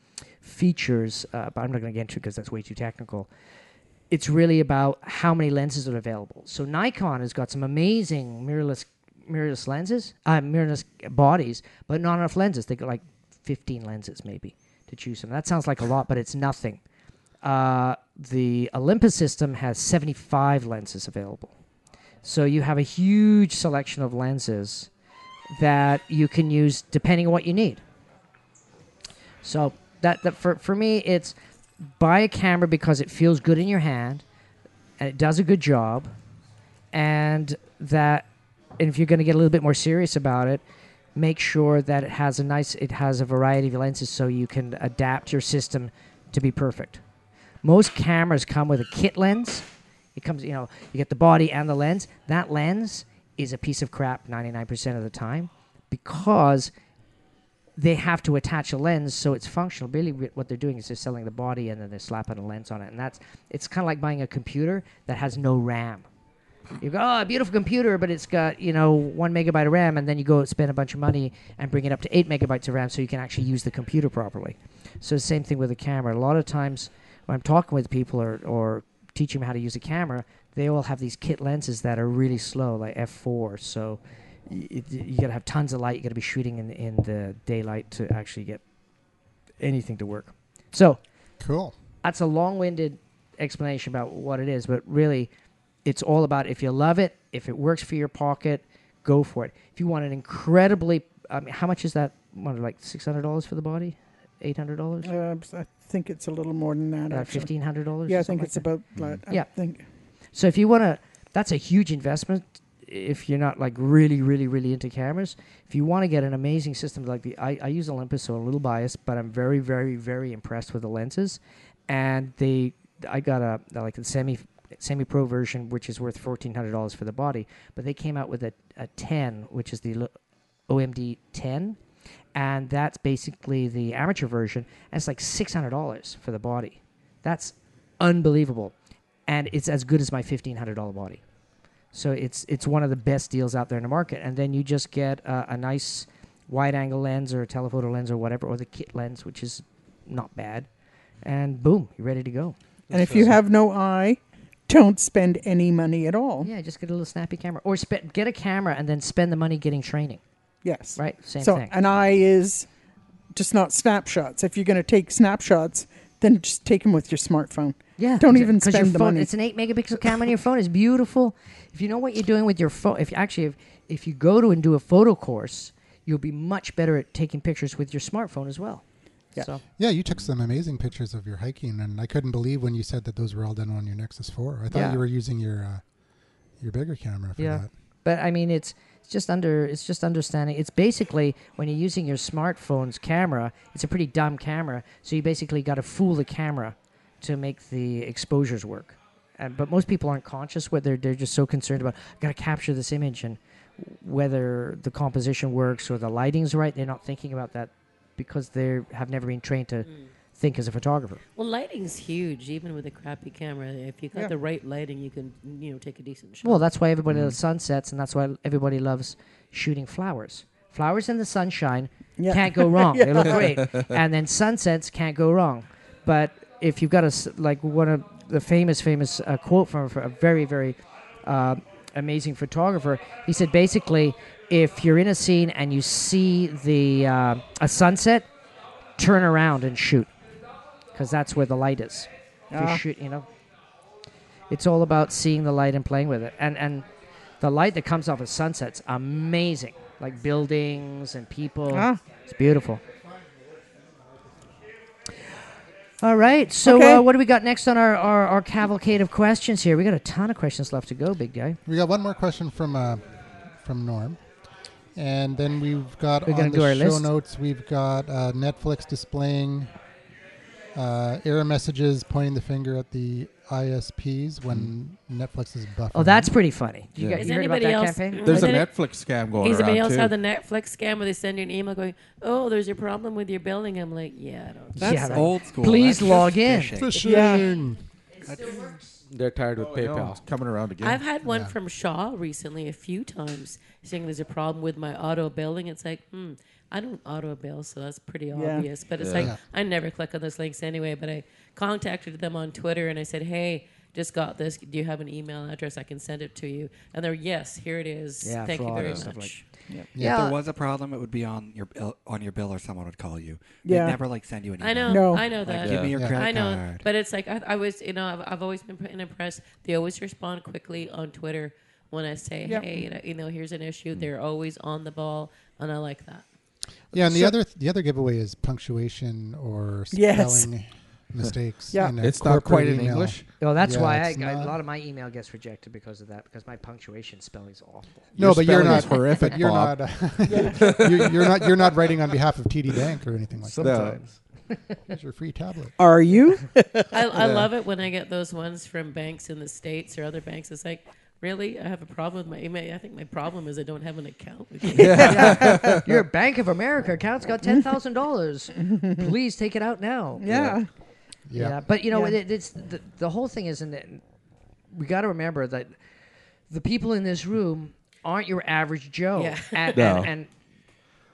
S2: features. Uh, but I'm not going to get into because that's way too technical. It's really about how many lenses are available. So Nikon has got some amazing mirrorless mirrorless lenses, uh, mirrorless bodies, but not enough lenses. They got like 15 lenses maybe to choose from. That sounds like a lot, but it's nothing. Uh, the Olympus system has 75 lenses available. So you have a huge selection of lenses that you can use depending on what you need. So that, that for, for me, it's buy a camera because it feels good in your hand and it does a good job. And that and if you're going to get a little bit more serious about it, make sure that it has a nice, it has a variety of lenses so you can adapt your system to be perfect. Most cameras come with a kit lens. It comes, you know, you get the body and the lens. That lens is a piece of crap 99% of the time because they have to attach a lens so it's functional. Really, wh- what they're doing is they're selling the body and then they're slapping a lens on it. And that's, it's kind of like buying a computer that has no RAM. You go, oh, beautiful computer, but it's got, you know, one megabyte of RAM, and then you go spend a bunch of money and bring it up to eight megabytes of RAM so you can actually use the computer properly. So, same thing with a camera. A lot of times when I'm talking with people or, or teaching them how to use a camera, they all have these kit lenses that are really slow, like f4. So, y- it, you got to have tons of light. You got to be shooting in, in the daylight to actually get anything to work. So,
S1: Cool.
S2: that's a long-winded explanation about what it is, but really, it's all about if you love it, if it works for your pocket, go for it. If you want an incredibly, I mean, how much is that? What, like six hundred dollars for the body, eight hundred dollars, Uh,
S3: Uh, I think it's a little more than that. actually.
S2: fifteen hundred dollars.
S3: Yeah, I think it's about. That. I
S2: Yeah.
S3: think
S2: So if you want to, that's a huge investment. If you're not like really, really, really into cameras, if you want to get an amazing system like the, I, I use Olympus, so I'm a little biased, but I'm very, very, very impressed with the lenses, and they, I got a like the semi, semi pro version, which is worth fourteen hundred dollars for the body, but they came out with a, a ten, which is the Lo- OMD ten, and that's basically the amateur version, and it's like six hundred dollars for the body. That's unbelievable and it's as good as my fifteen hundred dollar body. So it's it's one of the best deals out there in the market. And then you just get uh, a nice wide angle lens or a telephoto lens or whatever, or the kit lens, which is not bad. And boom, you're ready to go.
S3: and if you have no eye, don't spend any money at all.
S2: Yeah, just get a little snappy camera, or spe- get a camera and then spend the money getting training.
S3: Yes.
S2: Right, same
S3: so
S2: thing.
S3: an eye is just not snapshots. If you're going to take snapshots, then just take them with your smartphone.
S2: Yeah,
S3: Don't
S2: exa-
S3: even
S2: 'cause your
S3: spend the
S2: phone-
S3: money.
S2: It's an eight megapixel camera on your phone. It's beautiful. If you know what you're doing with your phone, if actually if, if you go to and do a photo course, you'll be much better at taking pictures with your smartphone as well.
S3: Yeah.
S2: So
S1: Yeah, you took some amazing pictures of your hiking, and I couldn't believe when you said that those were all done on your Nexus Four. I thought
S2: Yeah.
S1: you were using your uh, your bigger camera for
S2: Yeah.
S1: that.
S2: but I mean, it's it's just under it's just understanding. It's basically when you're using your smartphone's camera, it's a pretty dumb camera. So you basically got to fool the camera to make the exposures work. Uh, but most people aren't conscious what they're they're just so concerned about. Got to capture this image and whether the composition works or the lighting's right. They're not thinking about that because they have never been trained to think as a photographer.
S4: Well, lighting's huge, even with a crappy camera. If you got
S3: Yeah.
S4: the right lighting, you can you know take a decent shot.
S2: Well, that's why everybody loves sunsets, and that's why everybody loves shooting flowers. Flowers in the sunshine
S3: Yeah.
S2: can't go wrong. They look great, and then sunsets can't go wrong. But if you've got a s- like one of the famous famous uh, quote from a very very uh, amazing photographer, he said basically, if you're in a scene and you see the uh, a sunset, turn around and shoot, because that's where the light is. If
S3: Ah.
S2: you shoot, you know, it's all about seeing the light and playing with it. And and the light that comes off of sunsets, amazing. Like buildings and people.
S3: Ah.
S2: It's beautiful. All right. So
S3: Okay.
S2: uh, what do we got next on our, our, our cavalcade of questions here? We got a ton of questions left to go, big guy.
S1: We got one more question from uh, from Norm, and then we've got
S2: We're gonna
S1: on the
S2: do our
S1: show
S2: list?
S1: notes. We've got uh, Netflix displaying uh, error messages pointing the finger at the ISPs when Netflix is buffering.
S2: Oh, that's pretty funny. You,
S5: Yeah.
S2: got,
S4: Mm-hmm. Is
S2: you heard about
S4: anybody
S2: that
S4: else-
S2: campaign?
S5: There's a
S4: Isn't it-
S5: Netflix scam going
S4: Anybody
S5: around
S4: else
S5: too.
S4: have the Netflix scam where they send you an email going, "Oh, there's your problem with your building." I'm like, "Yeah, I don't."
S8: That's
S2: Yeah, right.
S8: old school.
S2: Please
S8: That's
S2: log
S8: just
S2: in.
S8: phishing.
S1: Phishing.
S6: They're tired with
S5: Oh, no,
S6: PayPal.
S5: it's coming around again.
S4: I've had one from Shaw recently a few times saying there's a problem with my auto billing. It's like, hmm, I don't auto bill, so that's pretty
S3: Yeah.
S4: obvious. But it's
S5: Yeah.
S4: like, I never click on those links anyway. But I contacted them on Twitter and I said, hey, just got this. Do you have an email address I can send it to you? And they're, yes, here it is.
S2: Yeah,
S4: Thank you
S2: fraud
S4: very
S2: and stuff
S4: much.
S8: If
S2: Yeah.
S4: Oh.
S8: there was a problem, it would be on your bill, on your bill, or someone would call you.
S3: Yeah.
S8: They'd never like send you an email.
S4: I know.
S3: No.
S4: I know
S8: Like,
S4: that.
S8: give me your
S1: Yeah.
S8: credit
S4: I know,
S8: card.
S4: but it's like I, I was, you know, I've, I've always been pr- impressed. They always respond quickly on Twitter when I say,
S3: Yep.
S4: "Hey, you know, you know, here's an
S8: Mm.
S4: issue." They're always on the ball, and I like that.
S1: Yeah, and the
S3: So-
S1: other the other giveaway is punctuation or
S3: Yes.
S1: spelling mistakes.
S3: Yeah.
S1: in a
S5: it's not quite
S1: corporate
S5: in
S1: email.
S5: English.
S2: Oh, that's
S1: Yeah,
S2: why I,
S1: it's
S2: I- a
S1: not-
S2: lot of my email gets rejected because of that, because my punctuation spelling's awful.
S1: No,
S5: Your
S1: but you're
S5: spelling
S1: not
S5: is horrific,
S1: but You're
S5: Bob.
S1: not. Uh, you're, you're not. You're not writing on behalf of TD Bank or anything like that.
S5: Sometimes.
S1: Here's your free tablet.
S3: Are you?
S4: I, I love it when I get those ones from banks in the states or other banks. It's like, really, I have a problem with my email. I think my problem is I don't have an account. With you.
S2: Your Bank of America account's got ten thousand dollars. Please take it out now.
S3: Yeah.
S1: Yeah.
S2: but you know,
S3: Yeah.
S2: it, it's the, the whole thing is, and we got to remember that the people in this room aren't your average Joe,
S4: Yeah.
S2: and,
S5: No.
S2: and, and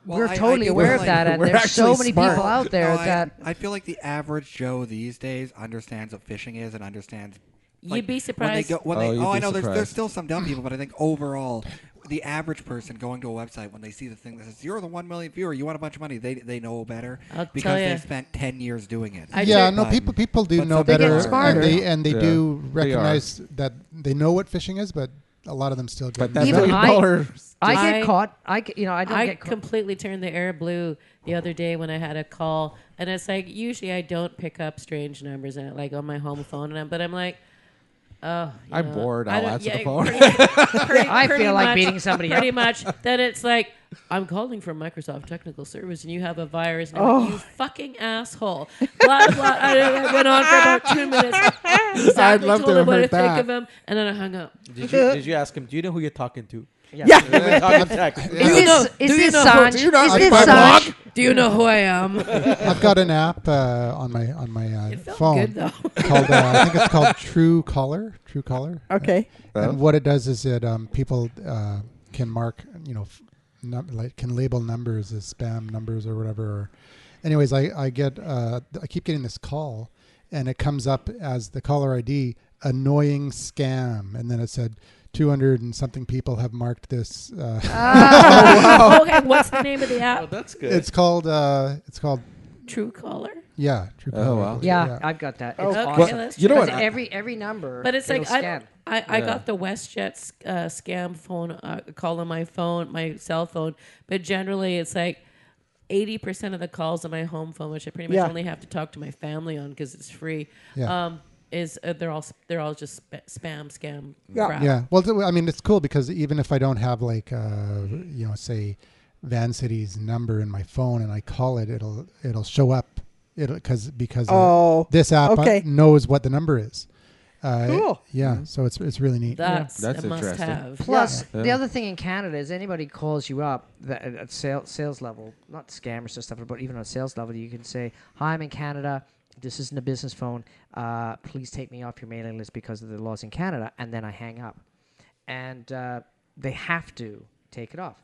S8: Well,
S2: we're
S8: I- I
S2: totally
S8: do
S2: aware of
S8: like-
S2: that. And
S5: we're
S2: there's so
S5: actually
S2: many
S5: smart.
S2: people out there
S8: No, I,
S2: that
S8: I feel like the average Joe these days understands what phishing is and understands.
S4: You'd
S8: like,
S4: be surprised.
S8: When they go, when
S5: Oh,
S8: they,
S5: you'd
S8: oh, I
S5: be
S8: know. There's, there's
S5: surprised.
S8: still some dumb people, but I think overall, the average person going to a website when they see the thing that says you're the one million viewer, you want a bunch of money, they they know better
S4: I'll
S8: because
S4: tell ya.
S8: they spent ten years doing it.
S4: I
S1: yeah,
S4: do-
S1: no,
S8: but-
S1: people people do
S8: but
S1: know
S8: some They get
S1: better,
S2: smarter.
S1: and they and they
S5: Yeah,
S1: do
S5: they are.
S1: recognize that they know what phishing is, but a lot of them still get.
S5: But that
S2: Even
S5: million
S2: I-
S5: dollars.
S2: I, get
S4: I-
S2: caught. I get- you know I don't
S4: I
S2: get caught.
S4: completely turned the air blue the other day when I had a call, and it's like usually I don't pick up strange numbers and like on my home phone, and I'm, but I'm like, oh, you
S5: I'm
S4: know,
S5: bored.
S4: I
S5: I'll
S4: don't-
S5: answer
S4: yeah,
S5: the phone.
S4: pretty- pretty-
S2: I
S4: pretty
S2: feel like
S4: much-
S2: beating somebody up.
S4: Pretty much. Then it's like I'm calling from Microsoft Technical Service, and you have a virus. And I'm
S2: Oh.
S4: like, you fucking asshole. Blah blah. And it went on for about two minutes. Exactly
S1: I'd love
S4: told
S1: to
S4: him what
S1: have
S4: to
S1: heard
S4: think
S1: that.
S4: of him, and then I hung up.
S6: Did you, did you ask him? Do you know who you're talking to?
S3: Yeah.
S6: Talking tech.
S2: Is
S4: you
S2: this
S4: know-
S2: is
S4: do you
S2: this
S4: know-
S2: Sanj?
S5: do you not
S2: is
S5: like
S2: this
S5: my
S2: Sanj?
S5: blog?
S4: Do you know who I am?
S1: I've got an app uh, on my on my uh,
S4: felt
S1: phone
S4: good, though.
S1: called uh, I think it's called True Caller. True Caller.
S3: Okay.
S5: Uh-huh.
S1: And what it does is it um, people uh, can mark you know f- num- like can label numbers as spam numbers or whatever. Or, anyways, I I get uh, th- I keep getting this call, and it comes up as the caller ID annoying scam, and then it said. 200 and something people have marked this uh,
S4: Okay, Oh, what's the name of the app?
S6: That's good.
S1: it's called uh it's called
S4: True Caller.
S1: yeah true
S5: Oh,
S1: Caller, I
S5: wow.
S1: believe,
S2: Yeah, I've got that. It's
S4: Okay,
S2: awesome.
S4: that's
S5: You know
S2: Because
S5: what?
S2: Every every number,
S4: But it's like
S2: it'll
S4: I,
S2: scan.
S4: I, I got the WestJet uh, scam phone uh, call on my phone, my cell phone. But generally, it's like eighty percent of the calls on my home phone, which I pretty much
S3: Yeah.
S4: only have to talk to my family on because it's free.
S1: Yeah.
S4: Um, is uh, they're all s- they're all just sp- spam scam
S3: Yeah.
S4: crap.
S1: yeah well th- i mean it's cool because even if i don't have like uh you know say van city's number in my phone and i call it it'll it'll show up it'll because because uh,
S3: Oh,
S1: this app uh,
S3: okay.
S1: knows what the number is Uh,
S3: Cool.
S1: Yeah, so it's it's really neat.
S4: That's,
S5: That's
S4: a must
S5: interesting.
S4: have.
S2: Plus,
S5: Yeah.
S2: the
S5: Yeah.
S2: other thing in Canada is anybody calls you up that, at- at sales sales level, not scammers and stuff, but even on sales level, you can say, "Hi, I'm in Canada. This isn't a business phone. Uh, please take me off your mailing list because of the laws in Canada." And then I hang up, and uh, they have to take it off.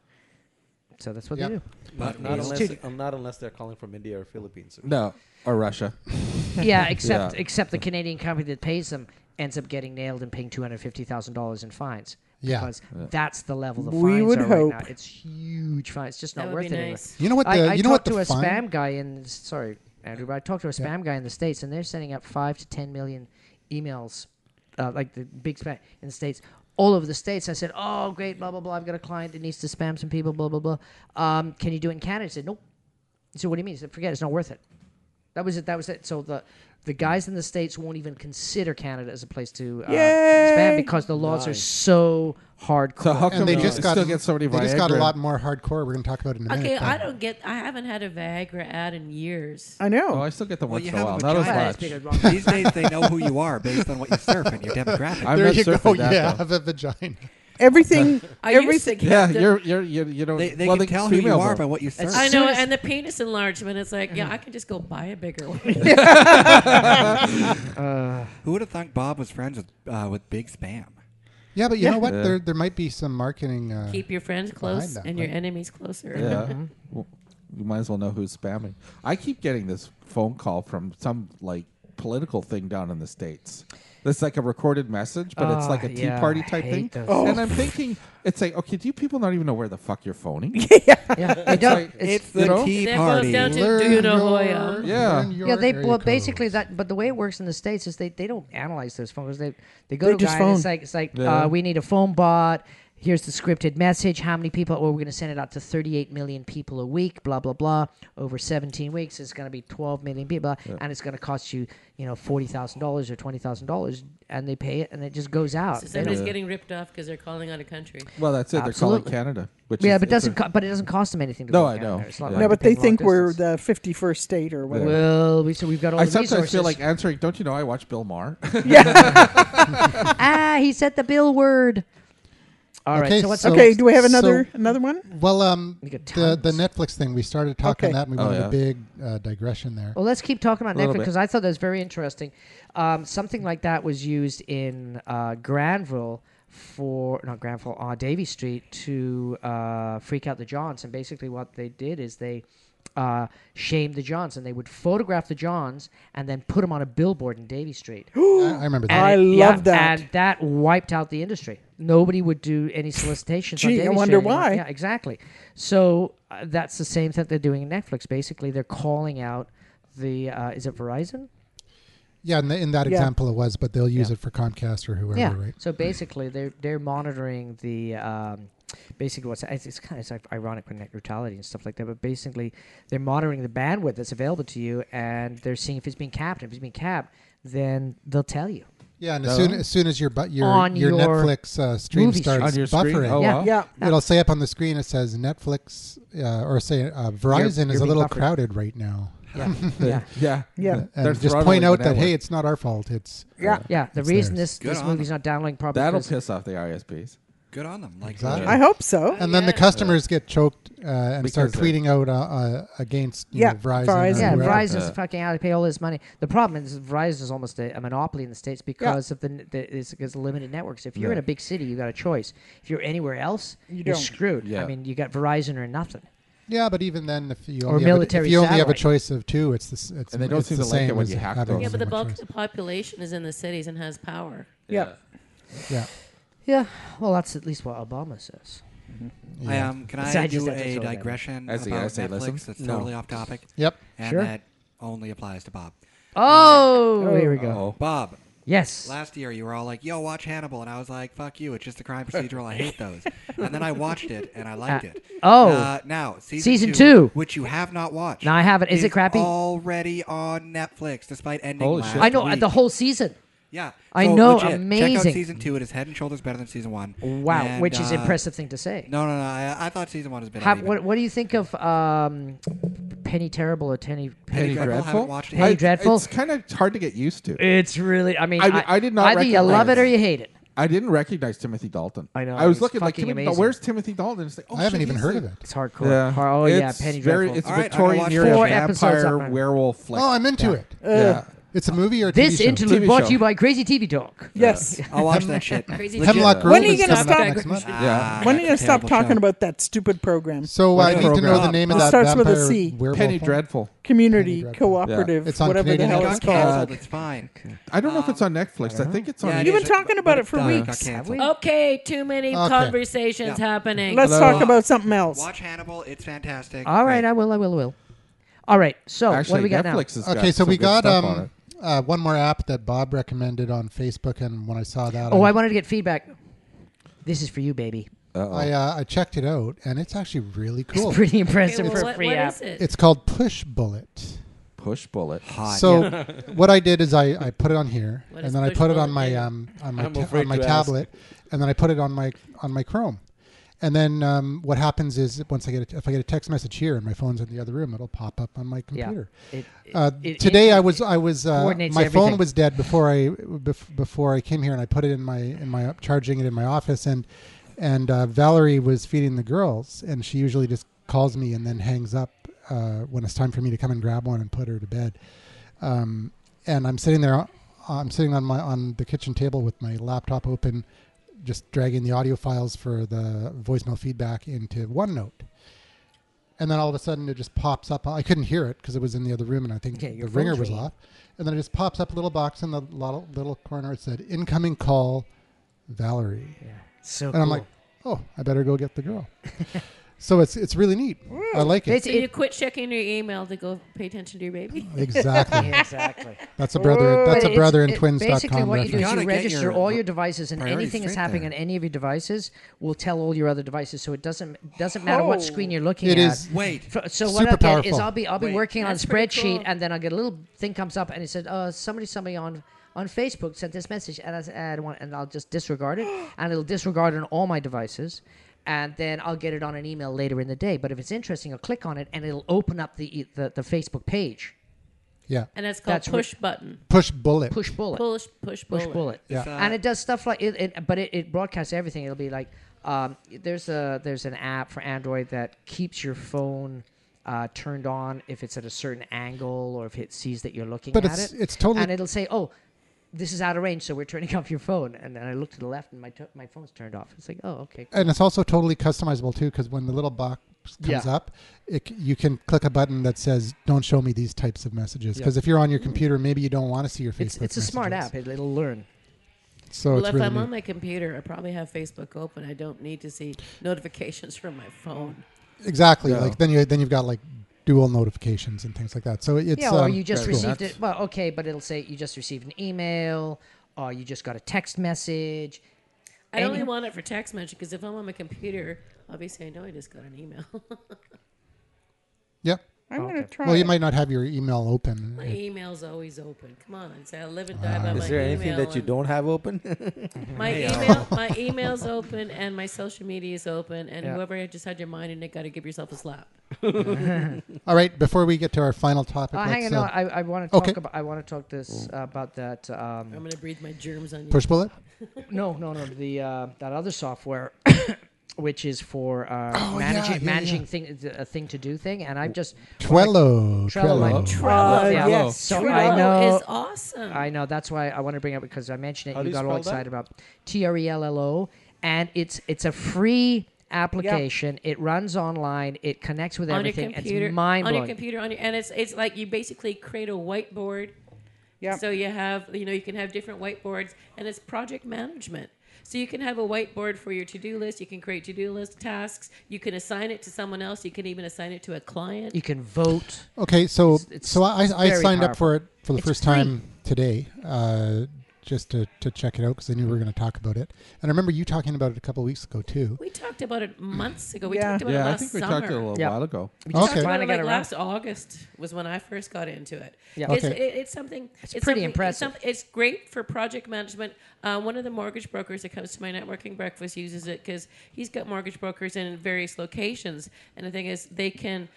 S2: So that's what
S1: Yep.
S2: they do.
S8: But
S6: Not
S8: we-
S6: unless, uh, not unless they're calling from India or Philippines.
S5: No, or Russia.
S2: yeah, except
S5: Yeah.
S2: except the Canadian company that pays them ends up getting nailed and paying two hundred fifty thousand dollars in fines.
S1: Yeah.
S2: because that's the level the
S3: We
S2: fines
S3: would
S2: are
S3: hope.
S2: right now. It's huge fines. It's just not
S4: That
S2: worth
S4: would be
S2: it. anymore.
S4: nice.
S1: You know what the
S2: I, I
S1: you know what
S2: talked
S1: the
S2: to a
S1: fun-
S2: spam guy in sorry, Andrew, but I talked to a spam guy in the states, and they're sending out five to ten million emails, uh, like the big spam in the states, all over the states. I said, "Oh, great, blah blah blah. I've got a client that needs to spam some people, blah blah blah. Um, can you do it in Canada?" He said, "Nope." He said, "What do you mean?" He said, "Forget, it, it's not worth it." That was it. That was it. So the the guys in the states won't even consider Canada as a place to uh, spam
S3: Yay!
S2: because the laws are so hardcore.
S5: So how come
S1: And they
S5: you
S1: just got
S5: still get so many
S1: They just got a
S5: Viagra?
S1: lot more hardcore. We're going to talk about it in a minute.
S4: Okay,
S1: but-
S4: I don't get. I haven't had a Viagra ad in years.
S3: I know.
S5: Oh, I still get them
S8: Well,
S5: once
S8: you
S5: in a
S8: have a
S5: while. Not as
S8: vagina.
S2: Well, that's because
S5: much.
S2: wrong-
S8: These days, they know who you are based on what you surf and your demographic.
S5: I'm
S1: there
S5: not
S1: you
S5: surfing
S1: go.
S5: that,
S1: yeah,
S5: though.
S1: have a vagina.
S3: everything.
S4: I used to
S3: everything.
S4: get
S5: Yeah,
S4: the-
S5: you're you're you, you don't.
S8: They, they
S5: well,
S8: can
S5: it's
S8: tell who you
S5: female,
S8: are
S5: though.
S8: by what you surf.
S4: I know, and the penis enlargement. It's like, yeah, I can just go buy a bigger one.
S8: Who would have thought Bob was friends with uh, with Big Spam?
S1: Yeah, but you know what?
S5: Yeah.
S1: There there might be some marketing. Uh,
S4: Keep your friends close
S1: that,
S4: and your
S1: like-
S4: enemies closer.
S5: Yeah. Well, Uh-huh. you might as well know who's spamming. I keep getting this phone call from some like political thing down in the states. It's like a recorded message, but it's
S2: Ah,
S5: like a Tea
S2: yeah,
S5: Party
S2: I
S5: type
S2: hate
S5: thing.
S2: those.
S5: And I'm thinking, it's like, okay, do you people not even know where the fuck you're phoning?
S2: yeah, they don't.
S5: like-
S2: it's-
S8: It's
S5: you
S8: the
S5: know?
S8: Tea
S4: That goes
S8: Party.
S4: down to-
S1: learn
S4: do you know who I
S1: your-
S4: am?
S5: Yeah.
S1: learn your
S2: yeah, they
S1: area
S2: well basically
S1: codes.
S2: that. But the way it works in the states is they, they don't analyze those phones. They they go
S3: They
S2: to a
S3: just
S2: guy and it's
S3: phone.
S2: like it's like
S5: Yeah.
S2: uh, we need a phone bot. Here's the scripted message. How many people? Well, we're going to send it out to 38 million people a week. Blah blah blah. Over 17 weeks, it's going to be 12 million people, and it's going to cost you you know forty thousand dollars or twenty thousand dollars, and they pay it, and it just goes out.
S4: So
S2: They
S4: somebody's
S5: Yeah.
S4: getting ripped off because they're calling out a country.
S5: Well, that's it.
S2: Absolutely.
S5: They're calling Canada, which
S2: don't- yeah,
S5: is,
S2: but it
S5: it's a-
S2: doesn't. Co- but it doesn't cost them anything. To
S5: No,
S2: go
S5: I
S2: down
S5: know.
S2: there. It's not
S5: Yeah.
S2: like
S3: No,
S2: they
S3: but
S2: pay
S3: they
S2: long
S3: think we're
S2: distance.
S3: the 51st state or whatever.
S2: Well, we so we've got all
S5: I
S2: the
S5: sometimes
S2: resources.
S5: feel like answering. Don't you know I watch Bill Maher?
S2: ah, he said the bill word. All right.
S1: Okay,
S2: So what's
S1: so-
S2: up?
S3: okay, do we have
S1: so-
S3: another another one?
S1: Well, um,
S2: We got
S1: the the
S2: tons.
S1: Netflix thing we started talking
S3: Okay.
S1: that and we
S5: Oh,
S1: wanted
S5: yeah.
S1: a big uh, digression there.
S2: Well, let's keep talking about
S5: A little
S2: Netflix
S5: bit.
S2: because I thought that was very interesting. Um, something like that was used in uh, Granville for not Granville on Davy Street to uh, freak out the Johns, and basically what they did is they uh, shamed the Johns, and they would photograph the Johns and then put them on a billboard in Davy Street.
S1: I, I remember that.
S3: I
S2: And yeah,
S3: love that.
S2: And that wiped out the industry. Nobody would do any solicitations. on
S3: Gee, I
S2: Daily
S3: wonder
S2: Show anymore.
S3: why.
S2: Yeah, exactly. So uh, that's the same thing they're doing in Netflix. Basically, they're calling out the uh, is it Verizon?
S1: yeah, in, the, in that
S3: Yeah.
S1: example it was, but they'll use
S2: Yeah.
S1: it for Comcast or whoever,
S2: yeah.
S1: right?
S2: So basically, they're they're monitoring the. Um, Basically, what's it's, it's kind of it's like ironic with net neutrality and stuff like that. But basically, they're monitoring the bandwidth that's available to you, and they're seeing if it's being capped. If it's being capped, then they'll tell you.
S1: Yeah, and as
S5: Oh.
S1: soon as soon as your bu- your,
S2: On
S1: your
S2: your
S1: Netflix uh, stream
S2: movie
S1: starts
S5: On your screen?
S1: buffering,
S5: Oh,
S2: Yeah.
S5: wow.
S3: Yeah.
S1: it'll say up on the screen it says Netflix uh, or say uh, Verizon
S2: you're
S1: is a
S2: being
S1: little
S2: buffered.
S1: crowded right now.
S2: Yeah, yeah.
S5: yeah.
S3: Yeah.
S1: And
S5: They're
S1: just
S5: throttling
S1: point
S5: the
S1: out that
S5: network.
S1: hey, it's not our fault. It's
S3: Yeah.
S2: Yeah, the
S1: It's
S2: reason
S1: theirs.
S2: this,
S8: Good
S2: this
S8: on
S2: movie's not downloading properly
S5: That'll
S2: because-
S5: piss off the ISPs.
S8: Good on them. Like
S1: Exactly.
S3: I hope so.
S1: and then the customers get choked uh, and start
S5: Because they're-
S1: tweeting out uh, uh, against you
S3: Yeah,
S1: know, Verizon.
S3: Verizon.
S1: or
S2: yeah,
S1: whoever.
S2: Verizon's
S5: Uh,
S2: fucking out to pay all this money. The problem is Verizon's almost a, a monopoly in the states because of the, n- the it's, it's limited networks. If you're in
S5: Yeah.
S2: a big city, you got a choice. If you're anywhere else, you are
S3: don't.
S2: screwed. I
S5: Yeah.
S2: mean, you got Verizon or nothing.
S1: Yeah, but even then, if you
S2: Or
S1: only, have a, if
S2: military
S1: you only have a
S2: satellite.
S1: choice of two, it's the s- it's
S5: And they don't
S1: it's
S5: seem
S1: the
S5: to like it
S1: same
S5: when
S1: as
S5: you hack
S1: having
S5: those.
S4: Yeah, but the
S1: only one
S4: bulk of
S1: choice.
S4: the population is in the cities and has power.
S3: Yeah.
S1: Yeah,
S2: Yeah. Well, that's at least what Obama says.
S8: I, um, can I
S2: So I just
S8: do
S2: have to
S8: a
S2: throw that in.
S8: digression
S5: As a guy, I
S8: about
S5: say,
S8: Netflix
S5: listen.
S8: that's
S5: No.
S8: totally off topic?
S1: yep.
S8: And
S2: Sure.
S8: that only applies to Bob.
S2: Oh, here we go.
S5: Oh,
S8: Bob,
S2: Yes.
S8: last year you were all like, yo, watch Hannibal. And I was like, fuck you. It's just a crime procedural. I hate those. and then I watched it and I liked
S2: Uh,
S8: it.
S2: oh.
S8: Uh, now, season,
S2: Season two.
S8: Which you have not watched.
S2: No, I haven't. Is it crappy?
S8: already on Netflix despite ending
S5: Holy
S8: last
S5: shit.
S2: I know uh,
S8: week.
S2: the whole season.
S8: Yeah.
S2: I
S8: So
S2: know,
S8: legit, Check
S2: amazing.
S8: out season two. It is head and shoulders better than season one.
S2: Wow,
S8: And,
S2: which is
S8: uh,
S2: impressive thing to say.
S8: No, no, no. I, I thought season one has been.
S2: How,
S8: uneven.
S2: what, what do you think of um, Penny Terrible or Penny?
S5: Penny
S8: Penny Dreadful?
S5: Dreadful?
S8: Haven't watched it
S2: Penny
S5: I-
S2: Dreadful?
S5: It's kind of hard to get used to.
S2: It's really. I mean,
S5: I- I did not
S2: Either you love
S5: recognize-
S2: it or you hate it.
S5: I didn't recognize Timothy Dalton.
S2: I know,
S5: I was
S2: he's
S5: looking like,
S2: fucking
S5: Timothy,
S2: amazing.
S5: where's Timothy Dalton? It's like, oh,
S1: I haven't
S5: shit,
S1: even
S5: he's
S1: heard
S5: the-
S1: of it.
S2: It's hardcore. Har- Oh yeah,
S5: It's
S2: Penny
S5: very-
S2: Dreadful. Uh,
S5: It's
S8: All
S5: a
S8: right, I gotta
S5: Victorian
S8: watch
S5: era
S2: Four episodes up
S5: vampire
S2: on it.
S5: werewolf. Like,
S1: Oh, I'm into it.
S5: yeah.
S1: It's a movie or a
S2: this
S1: TV show.
S2: interlude
S5: TV
S2: brought
S5: show.
S2: to you by Crazy TV Talk.
S3: Yes.
S8: I'll watch that shit.
S4: Crazy
S8: Legit.
S4: Hemlock
S1: Hemlock
S4: Grove
S1: Grove
S3: When are you
S1: is
S3: gonna
S1: coming up
S3: stop-
S1: next month.
S8: Ah,
S3: When are you going
S8: that's
S3: to
S8: a
S3: stop
S8: terrible
S3: talking
S8: show.
S3: about that stupid program?
S1: So
S8: What
S1: I need to know
S8: program?
S1: the name of
S3: It
S1: that
S3: starts with a
S1: vampire
S3: C.
S1: werewolf
S5: Penny
S1: one.
S5: Dreadful.
S1: Penny
S3: Community
S1: Dreadful.
S3: Cooperative,
S5: Yeah.
S1: It's on
S3: whatever
S1: Canadian
S3: the
S8: It
S3: hell
S1: Network.
S8: got
S3: it's called.
S8: canceled. It's fine.
S5: I don't know if it's on Netflix. I, think it's on.
S8: Yeah, it
S3: You've been
S8: is,
S3: talking
S8: but-
S3: about
S8: but
S3: it for
S8: done.
S3: weeks.
S8: Got
S2: Have
S8: canceled.
S2: we?
S4: Okay, too many
S1: Okay.
S4: conversations happening.
S3: Let's
S5: Hello.
S3: talk about something else.
S8: Watch Hannibal. It's fantastic.
S2: All right, I will. I will. I will. All right. So
S5: Actually,
S2: what do we got
S5: Netflix has got
S1: Okay, so
S5: some
S1: we
S5: good
S1: got
S5: stuff on
S1: um,
S5: it.
S1: uh, one more app that Bob recommended on Facebook, and when I saw that,
S2: now? Oh,
S1: I,
S2: I wanted to get feedback. This is for you, baby.
S5: Uh-oh.
S1: I, uh, I checked it out, and it's actually really cool.
S2: It's pretty
S4: Okay,
S2: impressive
S4: well,
S2: for a
S4: what-
S2: free
S4: what
S2: app.
S4: is it?
S1: It's called Push Bullet.
S5: Push bullet.
S8: Hot.
S1: So what I did is I, I put it on here,
S4: What
S1: and
S4: does
S1: then I
S4: push
S1: put it on
S4: bullet
S1: my
S4: mean?
S1: um, on my
S6: I'm
S1: ta-
S6: afraid
S1: on my
S6: to ask.
S1: tablet, and then I put it on my on my Chrome. And then um, what happens is once I get a, if I get a text message here and my phone's in the other room, it'll pop up on my computer.
S2: It,
S1: Uh,
S2: it-
S1: today
S2: it-
S1: I was I was uh, my
S2: coordinates everything.
S1: phone was dead before I bef- before I came here and I put it in my in my charging it in my office and and uh, Valerie was feeding the girls and she usually just calls me and then hangs up uh, when it's time for me to come and grab one and put her to bed um, and I'm sitting there I'm sitting on my on the kitchen table with my laptop open just dragging the audio files for the voicemail feedback into OneNote and then all of a sudden it just pops up. I couldn't hear it because it was in the other room, and I think
S2: Yeah, your
S1: the ringer
S2: phone's
S1: was
S2: ringing.
S1: off. And then it just pops up a little box in the little, little corner. It said "incoming call, Valerie,"
S2: so
S1: and I'm like, "Oh, I better go get the girl." so it's it's really neat. I like it.
S2: It's-
S4: so you quit checking your email to go pay attention to your baby.
S1: Exactly.
S2: exactly.
S1: That's a brother. That's a
S2: But
S1: brother
S2: it's-
S1: in
S2: it-
S1: twins.com
S2: Basically, what you
S1: reference.
S2: do is
S8: Gotta
S2: you
S8: get
S2: register
S8: your
S2: all your devices, and
S8: priorities
S2: anything that's
S8: straight
S2: happening
S8: there.
S2: on any of your devices will tell all your other devices. So it doesn't doesn't matter what
S3: Oh.
S2: screen you're looking
S1: It
S2: at.
S1: is
S8: Wait.
S2: F- So
S1: Super
S2: what I'll get is
S1: powerful.
S2: I'll be I'll be
S8: Wait.
S2: working on a
S4: That's pretty
S2: spreadsheet,
S4: cool.
S2: and then I'll get a little thing comes up, and it said, "Uh, somebody, somebody on." On Facebook sent this message, and I said, "Ah, I don't want, and I'll just disregard it, and it'll disregard it on all my devices, and then I'll get it on an email later in the day. But if it's interesting, I'll click on it, and it'll open up the e- the, the Facebook page.
S1: yeah.
S4: And that's called
S2: That's re-
S4: push button.
S1: Push bullet.
S2: Push bullet,
S4: Push push
S2: push
S4: bullet.
S2: bullet,
S1: Yeah.
S2: and it does stuff like it, it but it, it broadcasts everything it'll be like um, there's a there's an app for android that keeps your phone uh, turned on if it's at a certain angle or if it sees that you're looking
S1: But
S2: at
S1: it's
S2: it
S1: it's totally
S2: and it'll say oh this is out of range so we're turning off your phone and then i look to the left and my, to my phone's turned off it's like oh okay
S1: and it's also totally customizable too because when the little box comes
S2: Yeah.
S1: up it, c- you can click a button that says don't show me these types of messages because if you're on your computer maybe you don't want to see your facebook
S2: Mm. it's, it's a smart
S1: messages.
S2: app it, it'll learn
S1: so
S4: Well,
S1: Oh, it's
S4: if
S1: really
S4: I'm on
S1: neat.
S4: my computer, I probably have Facebook open. I don't need to see notifications from my phone.
S1: exactly
S5: Yeah.
S1: like then you then you've got like dual notifications and things like that so it's
S2: yeah, or
S1: um,
S2: you just
S1: very cool.
S2: received
S5: That's-
S2: it. Well, okay, but it'll say you just received an email, or you just got a text message.
S4: I
S2: Any-
S4: only want it for text message because if I'm on my computer, I'll be saying, "No, I just got an email."
S1: yeah
S3: I'm going to try.
S1: well you
S3: it.
S1: might not have your email open
S4: my email's always open. Come on, so I live and die
S1: Ah.
S4: by my
S1: Is
S4: email.
S6: Is there anything that you
S4: and-
S6: don't have open?
S4: My
S8: Hey,
S4: email, my email's open, and my social media is open, and
S2: Yeah.
S4: whoever just had your mind in it got to give yourself a slap.
S1: all right before we get to our final topic
S2: Uh, hang
S1: let's
S2: on, no,
S1: uh,
S2: I, I want to talk
S1: okay.
S2: about. I want to talk this uh, about that.
S4: I'm
S2: Um,
S4: gonna breathe my germs on you.
S1: push bullet
S2: no, no, no. The uh, that other software, which is for uh,
S1: Oh, yeah,
S2: managing
S1: yeah, yeah.
S2: managing thing th- a thing to do thing, and I'm just
S1: Trello, Trello.
S2: Trello.
S3: Uh,
S2: Yeah.
S3: yes,
S2: So
S3: Trello
S2: I know.
S4: is awesome.
S2: I know. That's why I want to bring it up because I mentioned it.
S6: How do
S2: you
S6: you
S2: got all
S6: spell
S2: excited
S6: that?
S2: about T R E L L O, and it's it's a free application. It runs online. It connects with
S4: on your
S2: everything.
S4: computer,
S2: it's mind
S4: on your
S2: blowing.
S4: computer, on your, and it's it's like you basically create a whiteboard.
S3: Yep.
S4: So you have you know you can have different whiteboards, and it's project management. So you can have a whiteboard for your to-do list. You can create to-do list tasks. You can assign it to someone else. You can even assign it to a client.
S2: You can vote.
S1: Okay, so
S2: It's- it's-
S1: so I,
S2: it's
S1: I
S2: very
S1: signed up
S2: powerful.
S1: for it for the
S2: It's
S1: first
S2: free.
S1: time today uh, just to, to check it out because I knew we were going to talk about it. And I remember you talking about it a couple weeks ago too.
S4: We talked about it months ago. We
S3: Yeah.
S4: talked about it
S5: yeah, I
S4: last
S5: think we
S4: summer.
S5: talked a little
S2: Yeah.
S5: while ago.
S2: We just
S1: Okay.
S2: trying to
S4: Like
S2: get around.
S4: last August was when I first got into it.
S2: Yeah.
S4: It's,
S1: Okay.
S4: it- it's something. It's,
S2: pretty
S4: something-
S2: impressive.
S4: some- It's, great for project management. Uh, one of the mortgage brokers that comes to my networking breakfast uses it because he's got mortgage brokers in various locations, and the thing is, they can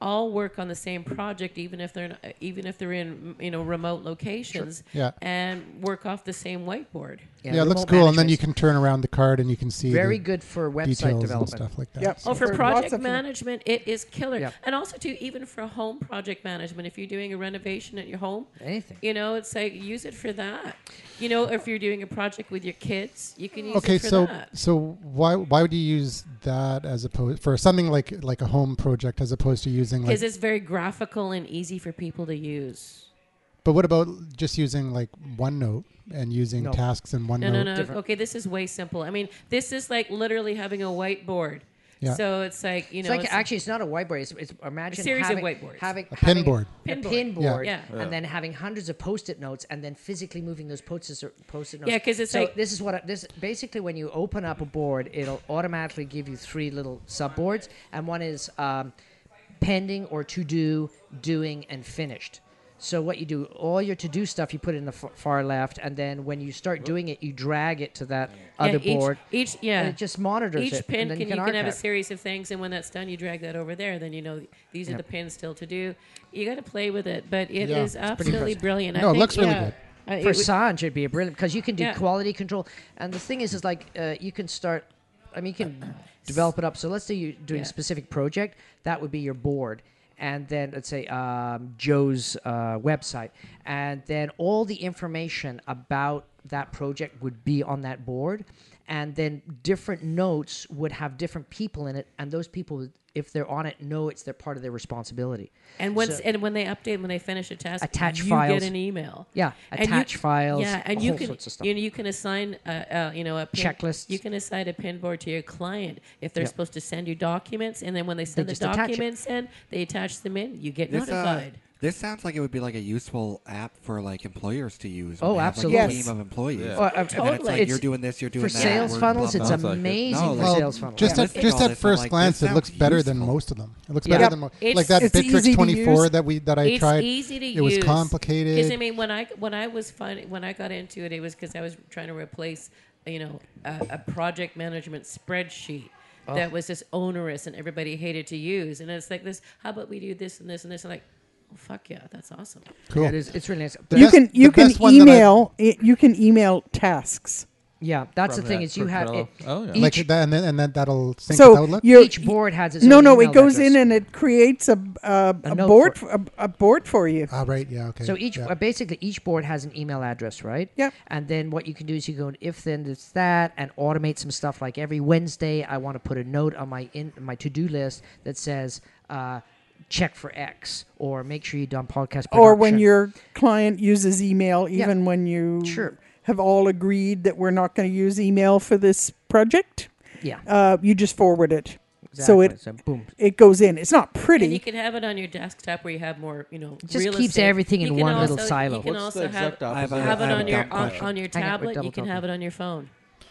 S4: all work on the same project even if they're not, even if they're in you know remote locations
S1: Yeah.
S4: and work off the same whiteboard
S1: Yeah, it looks
S2: remote
S1: cool. And then you
S2: management's
S1: can turn around the card and you can see
S2: very
S1: the
S2: good for website
S1: details and
S2: development.
S1: stuff like that.
S3: Yep.
S1: So-
S4: Oh, for
S3: For lots
S4: project
S3: of-
S4: management, it is killer.
S2: Yeah.
S4: And also, too, even for home project management, if you're doing a renovation at your home,
S2: Anything.
S4: you know, it's like use it for that. You know, if you're doing a project with your kids, you can use
S1: okay
S4: it for
S1: so
S4: that.
S1: so why why would you use that as opposed for something like like a home project as opposed to using like
S4: Because it's very graphical and easy for people to use.
S1: but what about just using like OneNote and using
S2: No.
S1: tasks in OneNote
S4: No, no, no.
S2: different.
S4: Okay, this is way simple. I mean, this is like literally having a whiteboard.
S1: Yeah.
S4: So it's like, you
S2: It's
S4: know,
S2: like actually, it's not a whiteboard. It's, it's imagine
S4: series of
S2: having,
S4: whiteboards.
S2: having
S1: A
S2: having
S1: pinboard.
S2: a
S4: Pinboard.
S2: pinboard,
S4: Yeah.
S2: and then having hundreds of post-it notes, and then physically moving those post-it post-it notes.
S4: Yeah, 'cause it's
S2: so
S4: like-
S2: this is what I- this basically when you open up a board, it'll automatically give you three little subboards, and one is um, pending or to do, doing, and finished. So what you do, all your to-do stuff, you put in the f- far left, and then when you start doing it, you drag it to that other
S4: each,
S2: board.
S4: Each yeah,
S2: and it just monitors
S4: each
S2: it, and
S4: pin
S2: then you
S4: can, you
S2: can
S4: can have a
S2: archive.
S4: series of things, and when that's done, you drag that over there. Then you know these are the pins still to do. You got to play with it, but it is
S1: Yeah. It's
S4: absolutely brilliant.
S1: No,
S4: I
S1: it
S4: think,
S1: looks really
S4: yeah,
S1: good.
S4: I- it
S2: for
S4: would-
S2: Sanj, it'd be a brilliant because you can do
S4: Yeah.
S2: quality control. And the thing is, is like uh, you can start. I mean, you can develop it up. So let's say you're doing a
S4: Yeah.
S2: specific project. That would be your board. And then let's say um, Joe's uh, website, and then all the information about that project would be on that board, and then different notes would have different people in it, and those people, if they're on it, know it's their part of their responsibility.
S4: and once and when they update, when they finish a task,
S2: Attach
S4: you
S2: files.
S4: get an email.
S2: Yeah,
S4: And you-
S2: attach files,
S4: Yeah, and you
S2: all
S4: can
S2: sorts of stuff.
S4: you know you can assign uh, uh, you know a pin,
S2: Checklists.
S4: You can assign a pin board to your client if they're
S2: Yeah.
S4: supposed to send you documents, and then when they send
S2: just
S4: the
S2: attach it.
S4: documents in, they attach them in. You get
S8: This, uh,
S4: notified.
S8: this sounds like it would be like a useful app for like employers to use.
S2: Oh,
S8: when they have,
S2: absolutely.
S8: Like, a
S3: Yes.
S8: team of employees.
S5: Yeah.
S2: Or, uh,
S8: And then it's
S4: Totally.
S8: like
S2: It's-
S8: you're doing this, you're doing
S2: for
S8: that.
S2: sales
S8: we're
S2: funnels,
S8: blah,
S2: it's
S8: blah, blah.
S5: like it.
S2: amazing
S8: No,
S2: for
S8: like-
S2: sales funnels.
S1: just
S8: Yeah.
S1: at,
S8: Listening
S1: just
S8: to all
S1: at
S8: this, I'm
S1: first
S8: like,
S1: glance,
S8: this
S1: it looks
S8: sounds
S1: better than
S8: useful.
S1: most of them. It looks
S2: Yeah.
S1: better
S2: Yep.
S1: than mo-
S4: It's-
S1: like that
S3: it's easy
S1: Bitrix
S3: to
S1: twenty four
S3: use.
S1: that we that I
S4: it's
S1: tried.
S4: easy to
S1: it
S4: use.
S1: was
S4: Because
S1: complicated.
S4: I mean, when I when I was finding when I got into it, it was because I was trying to replace, you know, a, a project management spreadsheet that was just onerous and everybody hated to use. And it's like this. How about we do this and this and this? And like, oh, fuck yeah, that's awesome.
S1: cool.
S2: Yeah, it is, it's really nice.
S1: The
S3: you
S1: best-
S3: can
S1: the
S3: you can
S1: best one that I-
S3: email it, you can email tasks.
S2: Yeah, that's the
S5: From
S2: thing
S5: that-
S2: is you
S5: from
S2: have it,
S5: Trello. Oh, yeah.
S2: each,
S1: like that, and then and then that'll sync with
S3: so
S1: Outlook.
S3: your
S2: each board has its
S3: no
S2: own
S3: no it
S2: email
S3: goes
S2: address.
S3: in and it creates a a, a,
S2: note
S3: board
S2: for
S3: for, a, a board for you.
S1: Ah, right. Yeah. Okay.
S2: So each
S1: yeah.
S2: uh, basically each board has an email address, right?
S3: Yep.
S2: And then what you can do is you go and if then it's that and automate some stuff like every Wednesday I want to put a note on my in my to do list that says uh, check for X or make sure you done podcast production.
S3: Or when your client uses email, even when you
S2: Sure.
S3: have all agreed that we're not going to use email for this project,
S2: yeah
S3: uh, you just forward it. So
S2: exactly.
S3: it
S2: boom
S3: it goes in. It's not
S4: And you
S3: pretty.
S4: can have it on your desktop where you have more, you know,
S2: just
S4: real
S2: keeps
S4: estate.
S2: everything
S4: You
S2: in
S4: can
S2: one little
S4: also-
S2: silo.
S4: You can
S6: What's
S4: also
S6: the
S4: have,
S6: exact
S8: I have
S6: opposite?
S8: a-
S4: have it
S8: I have
S4: on
S8: a
S4: your
S8: dumb
S4: on,
S8: question.
S4: on your
S2: Hang on, we're
S4: tablet.
S2: double
S4: You can
S2: talking.
S4: have it on your phone.
S3: Yep.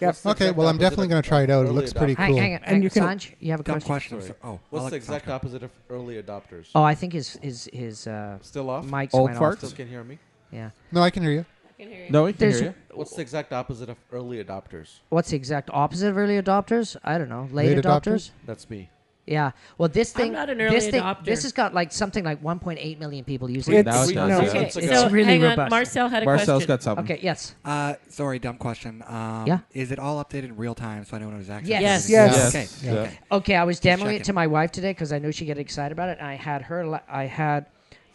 S6: What's the
S1: Okay.
S6: exact
S1: Well, I'm
S6: opposite of
S1: definitely going to try it out. It
S6: early
S1: looks pretty
S6: adopter?
S2: hang,
S1: cool.
S2: hang,
S3: And
S2: hang on,
S3: you can-
S2: Sanj, you have a
S8: Dumb
S2: question.
S8: question.
S6: Sorry.
S8: Oh,
S6: What's the
S8: Alex,
S6: exact opposite of early adopters?
S2: Oh, I think his his his uh,
S6: Still off?
S2: mic's
S5: Old
S2: went
S5: fart?
S2: off.
S6: Still can't hear me?
S2: Yeah.
S1: No, I can hear you.
S4: I can hear you.
S5: No, we can
S2: There's-
S5: hear you.
S6: What's the exact opposite of early adopters?
S2: What's the exact opposite of early adopters? I don't know. Late,
S1: Late
S2: adopters?
S1: adopters?
S6: That's me.
S2: Yeah. Well, this
S4: I'm
S2: thing.
S4: not an
S2: this
S4: early
S2: thing,
S4: adopter.
S2: This has got like something like 1.8 million people using
S5: Wait,
S2: it.
S5: now it's
S6: Three
S5: not.
S3: no.
S5: Yeah.
S4: Okay,
S6: minutes ago.
S4: so
S2: It's really
S4: hang on.
S2: robust.
S4: Marcel had a
S5: Marcel's
S4: question.
S5: got something.
S2: Okay. Yes.
S8: Uh, sorry, dumb question. Um,
S2: Yeah.
S8: Is it all updated in real time so I know when it was actually?
S2: Yes.
S8: updated?
S3: Yes.
S8: Okay.
S5: Yeah.
S8: Okay.
S2: Okay. I was demoing it
S8: checking.
S2: to my wife today because I knew she would get excited about it. And I had her. la- I had.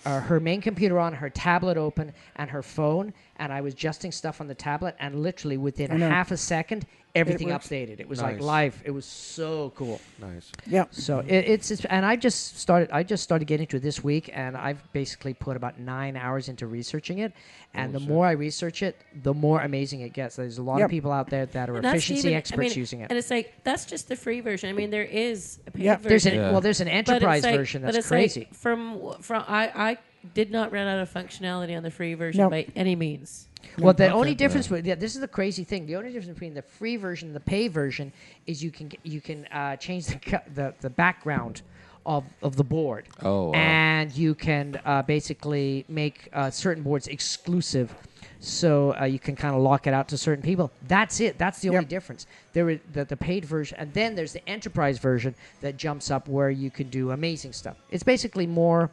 S2: Uh, her main computer on, her tablet open, and her phone, and I was adjusting stuff on the tablet, and literally within
S3: know.
S2: half a second, everything
S3: works.
S2: updated. It was like
S6: Nice.
S2: live. It was so cool.
S6: Nice.
S3: Yeah.
S2: So it, it's, it's and I just started I just started getting into it this week and I've basically put about nine hours into researching it and the more I research it the more amazing it gets. There's a lot
S3: Yep.
S2: of people out there that are
S4: That's
S2: efficiency
S4: even- I
S2: experts
S4: mean,
S2: using it.
S4: And it's like that's just the free version. I mean, there is a paid
S3: Yeah.
S4: version.
S2: There's an
S5: Yeah.
S2: well there's an
S4: But it's
S2: enterprise
S4: like-
S2: version
S4: but
S2: that's
S4: it's like
S2: crazy.
S4: from from I I did not run out of functionality on the free version
S3: No.
S4: by any means.
S2: Well, the only difference with yeah, this is the crazy thing. The only difference between the free version and the pay version is you can get- you can uh, change the, co- the the background of of the board.
S5: Oh, wow.
S2: and you can uh, basically make uh, certain boards exclusive. So uh, you can kind of lock it out to certain people. That's it. That's the only
S3: Yep.
S2: difference. There is the, the paid version, and then there's the enterprise version that jumps up where you can do amazing stuff. It's basically more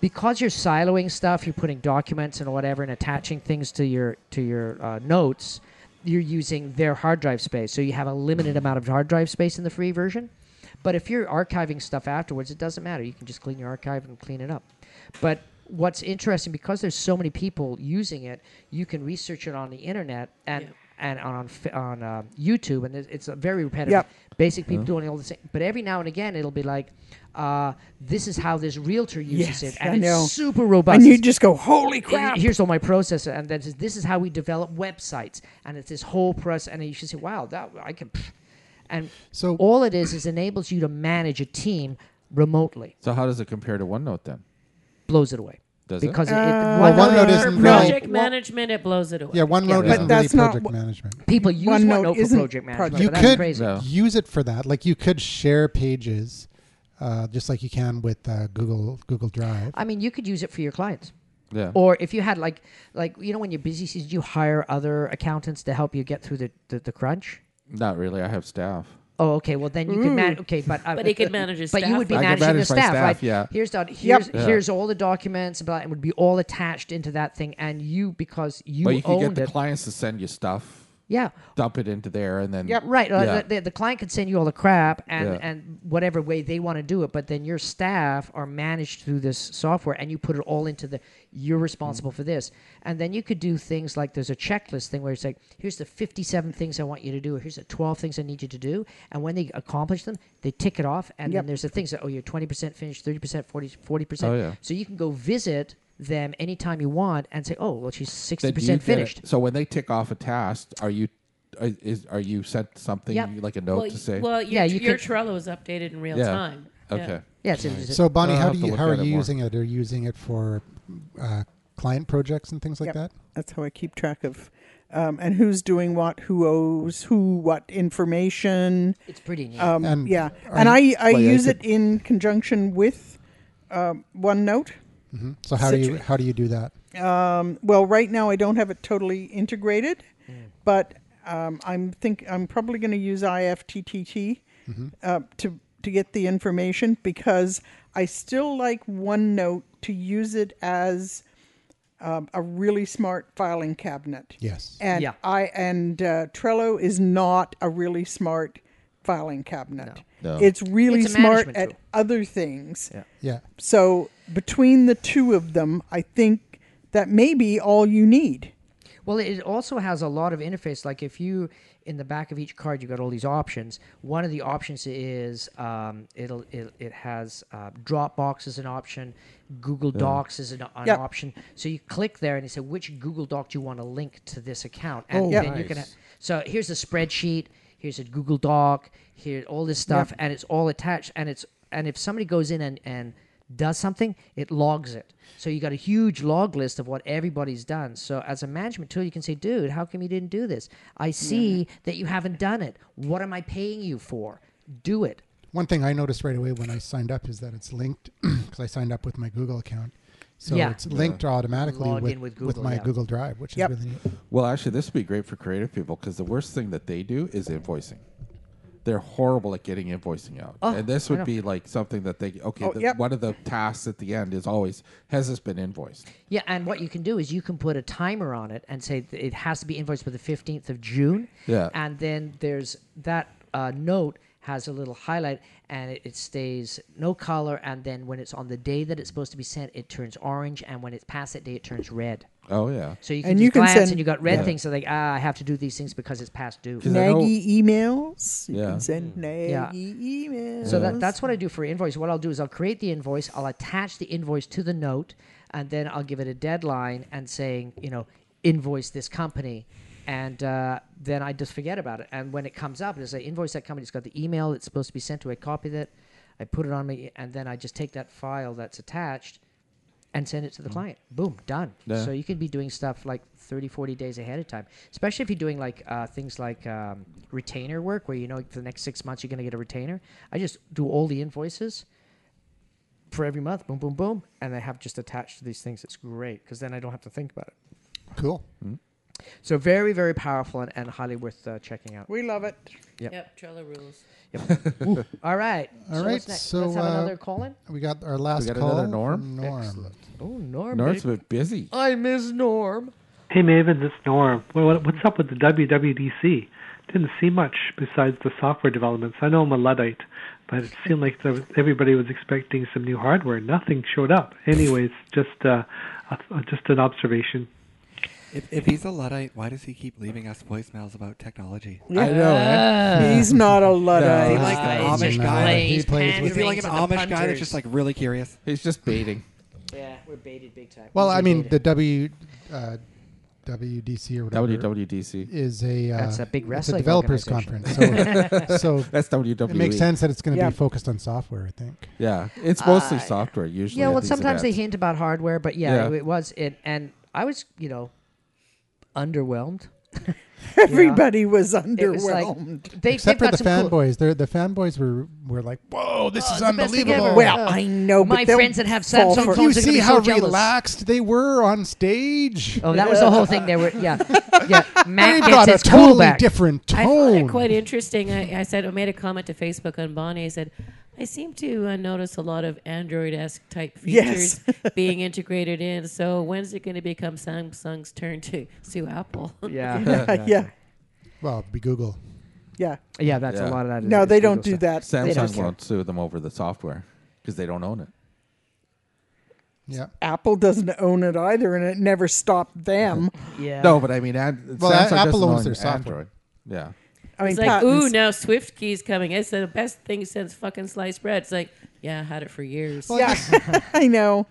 S2: because you're siloing stuff, you're putting documents and whatever, and attaching things to your to your uh, notes. You're using their hard drive space, so you have a limited amount of hard drive space in the free version. But if you're archiving stuff afterwards, it doesn't matter. You can just clean your archive and clean it up. But what's interesting because there's so many people using it, you can research it on the internet and
S4: Yeah.
S2: and on f- on uh, YouTube, and it's- it's a very repetitive.
S3: Yep.
S2: Basic people doing all the same. But every now and again, it'll be like, uh, "This is how this realtor uses
S3: Yes,
S2: it,"
S3: I
S2: and it's
S3: know.
S2: super robust.
S3: and you
S2: It's-
S3: just go, holy
S2: it-
S3: crap!
S2: Here's all my process, and then it says, this is how we develop websites, and it's this whole process. And you should say, "Wow, that I can." pff." And
S1: So-
S2: all it is is enables you to manage a team remotely.
S5: So how does it compare to OneNote then?
S2: Blows it away
S5: Does it?
S2: because it,
S1: Well,
S2: OneNote-
S1: OneNote
S4: For
S1: isn't really.
S4: project management, it blows it away.
S1: Yeah, OneNote
S2: but
S1: isn't really
S3: that's not
S1: project
S3: wha-
S1: management.
S2: people use
S3: OneNote
S2: OneNote, for
S3: isn't
S2: project management.
S3: project-
S2: but
S1: You
S2: that's
S1: could
S2: crazy.
S5: No.
S1: use it for that. Like you could share pages, uh, just like you can with uh, Google Google Drive.
S2: I mean, you could use it for your clients.
S5: Yeah.
S2: Or if you had like, like you know, when you're busy season, you hire other accountants to help you get through the, the, the crunch.
S5: Not really. I have staff.
S2: Oh, okay. Well, then you could manage. Okay, but uh,
S4: Mm. But he could manage his
S2: But you
S4: staff.
S2: would be
S5: I could
S2: managing
S5: manage
S2: the
S5: my
S2: staff,
S5: staff,
S2: right?
S5: yeah.
S2: Here's the, here's
S5: Yeah.
S2: here's all the documents, blah, it would be all attached into that thing, and you because you,
S5: but you can get
S2: owned
S5: the
S2: it.
S5: clients to send you stuff,
S2: yeah.
S5: dump it into there, and then
S2: Yep. Right. uh,
S5: Yeah.
S2: The, the, the client can send you all the crap and,
S5: Yeah.
S2: and whatever way they want to do it, but then your staff are managed through this software and you put it all into the, you're responsible
S5: Mm.
S2: for this. And then you could do things like there's a checklist thing where it's like, here's the 57 things I want you to do, or here's the 12 things I need you to do. And when they accomplish them, they tick it off. And then
S3: Yep.
S2: there's the things that, oh, you're 20% finished, 30%, 40, 40%.
S5: Oh, yeah.
S2: So you can go visit them anytime you want and say, oh, well, she's
S5: then
S2: 60%
S5: you get it.
S2: finished.
S5: So when they tick off a task, are you are- is are you sent something
S2: Yep.
S5: like a note
S4: well,
S5: to say?
S4: well,
S2: Yeah,
S4: your,
S2: you
S4: your
S2: could-
S4: Trello is updated in real
S5: Yeah.
S4: time. Yeah.
S5: okay.
S2: Yeah, it's, it's,
S1: So Bonnie,
S5: I'll
S1: how
S5: have
S1: do
S5: to
S1: you
S5: look
S1: how
S5: at
S1: are
S5: it
S1: you
S5: more.
S1: using it? Are you using it for uh, client projects and things like
S3: Yep.
S1: that?
S3: That's how I keep track of um, and who's doing what, who owes who what information.
S2: it's pretty neat.
S3: Um,
S1: And
S3: yeah,
S1: are
S3: and I
S1: you-
S3: I
S5: Well, yeah,
S3: use
S5: you
S3: it in conjunction with um, OneNote.
S1: hmm So how do you how do you do that?
S3: Um, well, right now I don't have it totally integrated, but um, I'm think I'm probably going to use IFTTT uh, to to get the information because I still like OneNote to use it as um, a really smart filing cabinet.
S1: Yes.
S3: And
S2: Yeah.
S3: I and uh, Trello is not a really smart filing cabinet.
S5: No. No.
S3: It's really
S2: It's a
S3: smart
S2: management
S3: at
S2: tool.
S3: other things.
S1: Yeah.
S3: So between the two of them, I think that may be all you need.
S2: Well, it also has a lot of interface. Like if you in the back of each card, you've got all these options. One of the options is um, it'll it, it has uh, Dropbox is an option, Google Docs is an, an
S3: Yep.
S2: option. So you click there and you say which Google Doc do you want to link to this account, and
S1: Oh,
S2: then
S1: Yep.
S2: you can. Ha-
S5: nice.
S2: so here's the spreadsheet. Here's a Google Doc. Here all this stuff, and it's all attached. And it's and if somebody goes in and and does something, it logs it. So you got a huge log list of what everybody's done. So as a management tool, you can say, "Dude, how come you didn't do this? I see that you haven't done it. What am I paying you for? Do it."
S1: One thing I noticed right away when I signed up is that it's linked because I signed up with my Google account. So
S2: Yeah.
S1: it's linked automatically
S2: Log
S1: with,
S2: in with
S1: with
S2: Google,
S1: my
S2: yeah.
S1: Google Drive, which
S3: Yep.
S1: is really neat.
S5: Well, actually, this would be great for creative people because the worst thing that they do is invoicing. They're horrible at getting invoicing out,
S2: Oh,
S5: and this
S2: I know.
S5: would be like something that they okay.
S3: Oh,
S5: the,
S3: yep.
S5: One of the tasks at the end is always has this been invoiced?
S2: Yeah, and what you can do is you can put a timer on it and say th- it has to be invoiced by the 15th of June.
S5: Yeah.
S2: And then there's that uh, note has a little highlight and it, it stays no color. And then when it's on the day that it's supposed to be sent, it turns orange. And when it's past that day, it turns red.
S5: Oh yeah,
S2: So you can
S3: And
S2: just
S3: you can
S2: glance
S3: send-
S2: and you got red
S5: Yeah.
S2: things. So like, ah, I have to do these things because it's past due.
S5: Is there no-
S3: Naggy emails. You
S5: Yeah.
S3: can send naggy
S2: Mm. Yeah.
S3: emails.
S2: So that, that's what I do for invoice. What I'll do is I'll create the invoice, I'll attach the invoice to the note, and then I'll give it a deadline and saying, you know, invoice this company. And uh, then I just forget about it. And when it comes up, it's like invoice that company. It's got the email it's supposed to be sent to. I copy that, I put it on me, and then I just take that file that's attached and send it
S1: Mm.
S2: to the client. Boom, done.
S5: Yeah.
S2: So you could be doing stuff like 30, 40 days ahead of time, especially if you're doing like uh, things like um, retainer work where you know for the next six months you're going to get a retainer. I just do all the invoices for every month, boom, boom, boom, and I have just attached to these things. It's great because then I don't have to think about it.
S1: Cool.
S2: So very, very powerful and, and highly worth uh, checking out.
S3: We love it.
S2: Yep.
S4: Yep, Trello rules.
S2: All right.
S1: All
S2: so
S1: right,
S2: What's next?
S1: so,
S2: Let's have
S1: uh,
S2: another call in.
S1: We got our last
S5: got
S1: call.
S5: another Norm?
S1: from Norm.
S2: Excellent. Oh, Norm.
S5: Norm's a bit busy.
S2: I miss Norm.
S7: Hey Maven, it's Norm. What- what- What's up with the WWDC? Didn't see much besides the software developments. I know I'm a Luddite, but it seemed like there was, everybody was expecting some new hardware. Nothing showed up. Anyways, just uh, a, a- just an observation.
S8: If, if he's a Luddite, why does he keep leaving us voicemails about technology?
S5: I know. eh?
S2: Uh,
S3: He's not a Luddite.
S8: He like
S1: Uh,
S8: an Amish
S1: no,
S8: guy?
S1: he plays
S8: Is he like an Amish guy that's just like really curious?
S5: He's just baiting.
S2: Yeah, we're baited big time.
S1: Well,
S2: We're
S1: I mean,
S2: baited.
S1: the W, uh, WDC or whatever
S5: WWDC.
S1: is a uh,
S2: That's a big
S1: it's a
S2: wrestling E.
S1: developers conference. So, so
S5: That's WWE.
S1: it makes sense that it's going to
S3: Yeah.
S1: be focused on software. I think.
S5: Yeah, it's mostly
S2: Uh,
S5: software usually.
S2: yeah,
S5: at
S2: well,
S5: these
S2: sometimes they
S5: events.
S2: hint about hardware, but yeah,
S5: Yeah.
S2: it was it, and I was, you know, underwhelmed.
S3: Everybody was
S2: It was like
S3: underwhelmed.
S2: they
S1: Except
S2: they've
S1: for
S2: got
S1: the
S2: some cool- Oh,
S1: fanboys, they're, the fanboys were were like, "Whoa, this is
S2: it's the best thing
S1: unbelievable!"
S2: ever.
S3: well,
S2: uh,
S3: I know, but
S2: my
S3: they'll
S2: friends that have
S3: fall
S2: Samsung
S3: for-
S2: phones-
S1: you
S2: Phones are gonna
S1: see
S2: be so
S1: how
S2: jealous.
S1: relaxed they were on stage.
S2: Oh, that was the whole thing. They were yeah, yeah.
S1: They've
S2: Matt
S1: got
S2: gets
S1: a
S2: his cool
S1: totally
S2: back.
S1: different
S4: I found
S1: tone.
S4: it quite interesting. I, I said I made a comment to Facebook on Bonnie. I said I seem to uh, notice a lot of Android-esque type
S3: Yes.
S4: features being integrated in. So when's it going to become Samsung's turn to sue Apple?
S2: Yeah,
S3: yeah,
S1: well, it'd be Google.
S3: yeah.
S2: yeah. That's
S5: Yeah.
S2: a lot of that. is-
S3: No,
S2: is
S3: they
S2: Google
S3: don't do
S2: stuff.
S3: that. They don't
S5: Samsung
S3: care.
S5: won't sue them over the software because they don't own it.
S1: Yeah.
S3: Apple doesn't own it either, and it never stopped them.
S2: Yeah.
S5: No, but I mean, and,
S1: Well,
S5: Samsung
S1: A- Apple
S5: doesn't
S1: owns
S5: own
S1: their software.
S5: Android. Yeah,
S3: I mean,
S4: It's like,
S3: patents-
S4: ooh, now Swift Key's coming. It's the best thing since fucking sliced bread. It's like, yeah, I had it for years.
S1: Well, I guess-
S3: yeah, I know.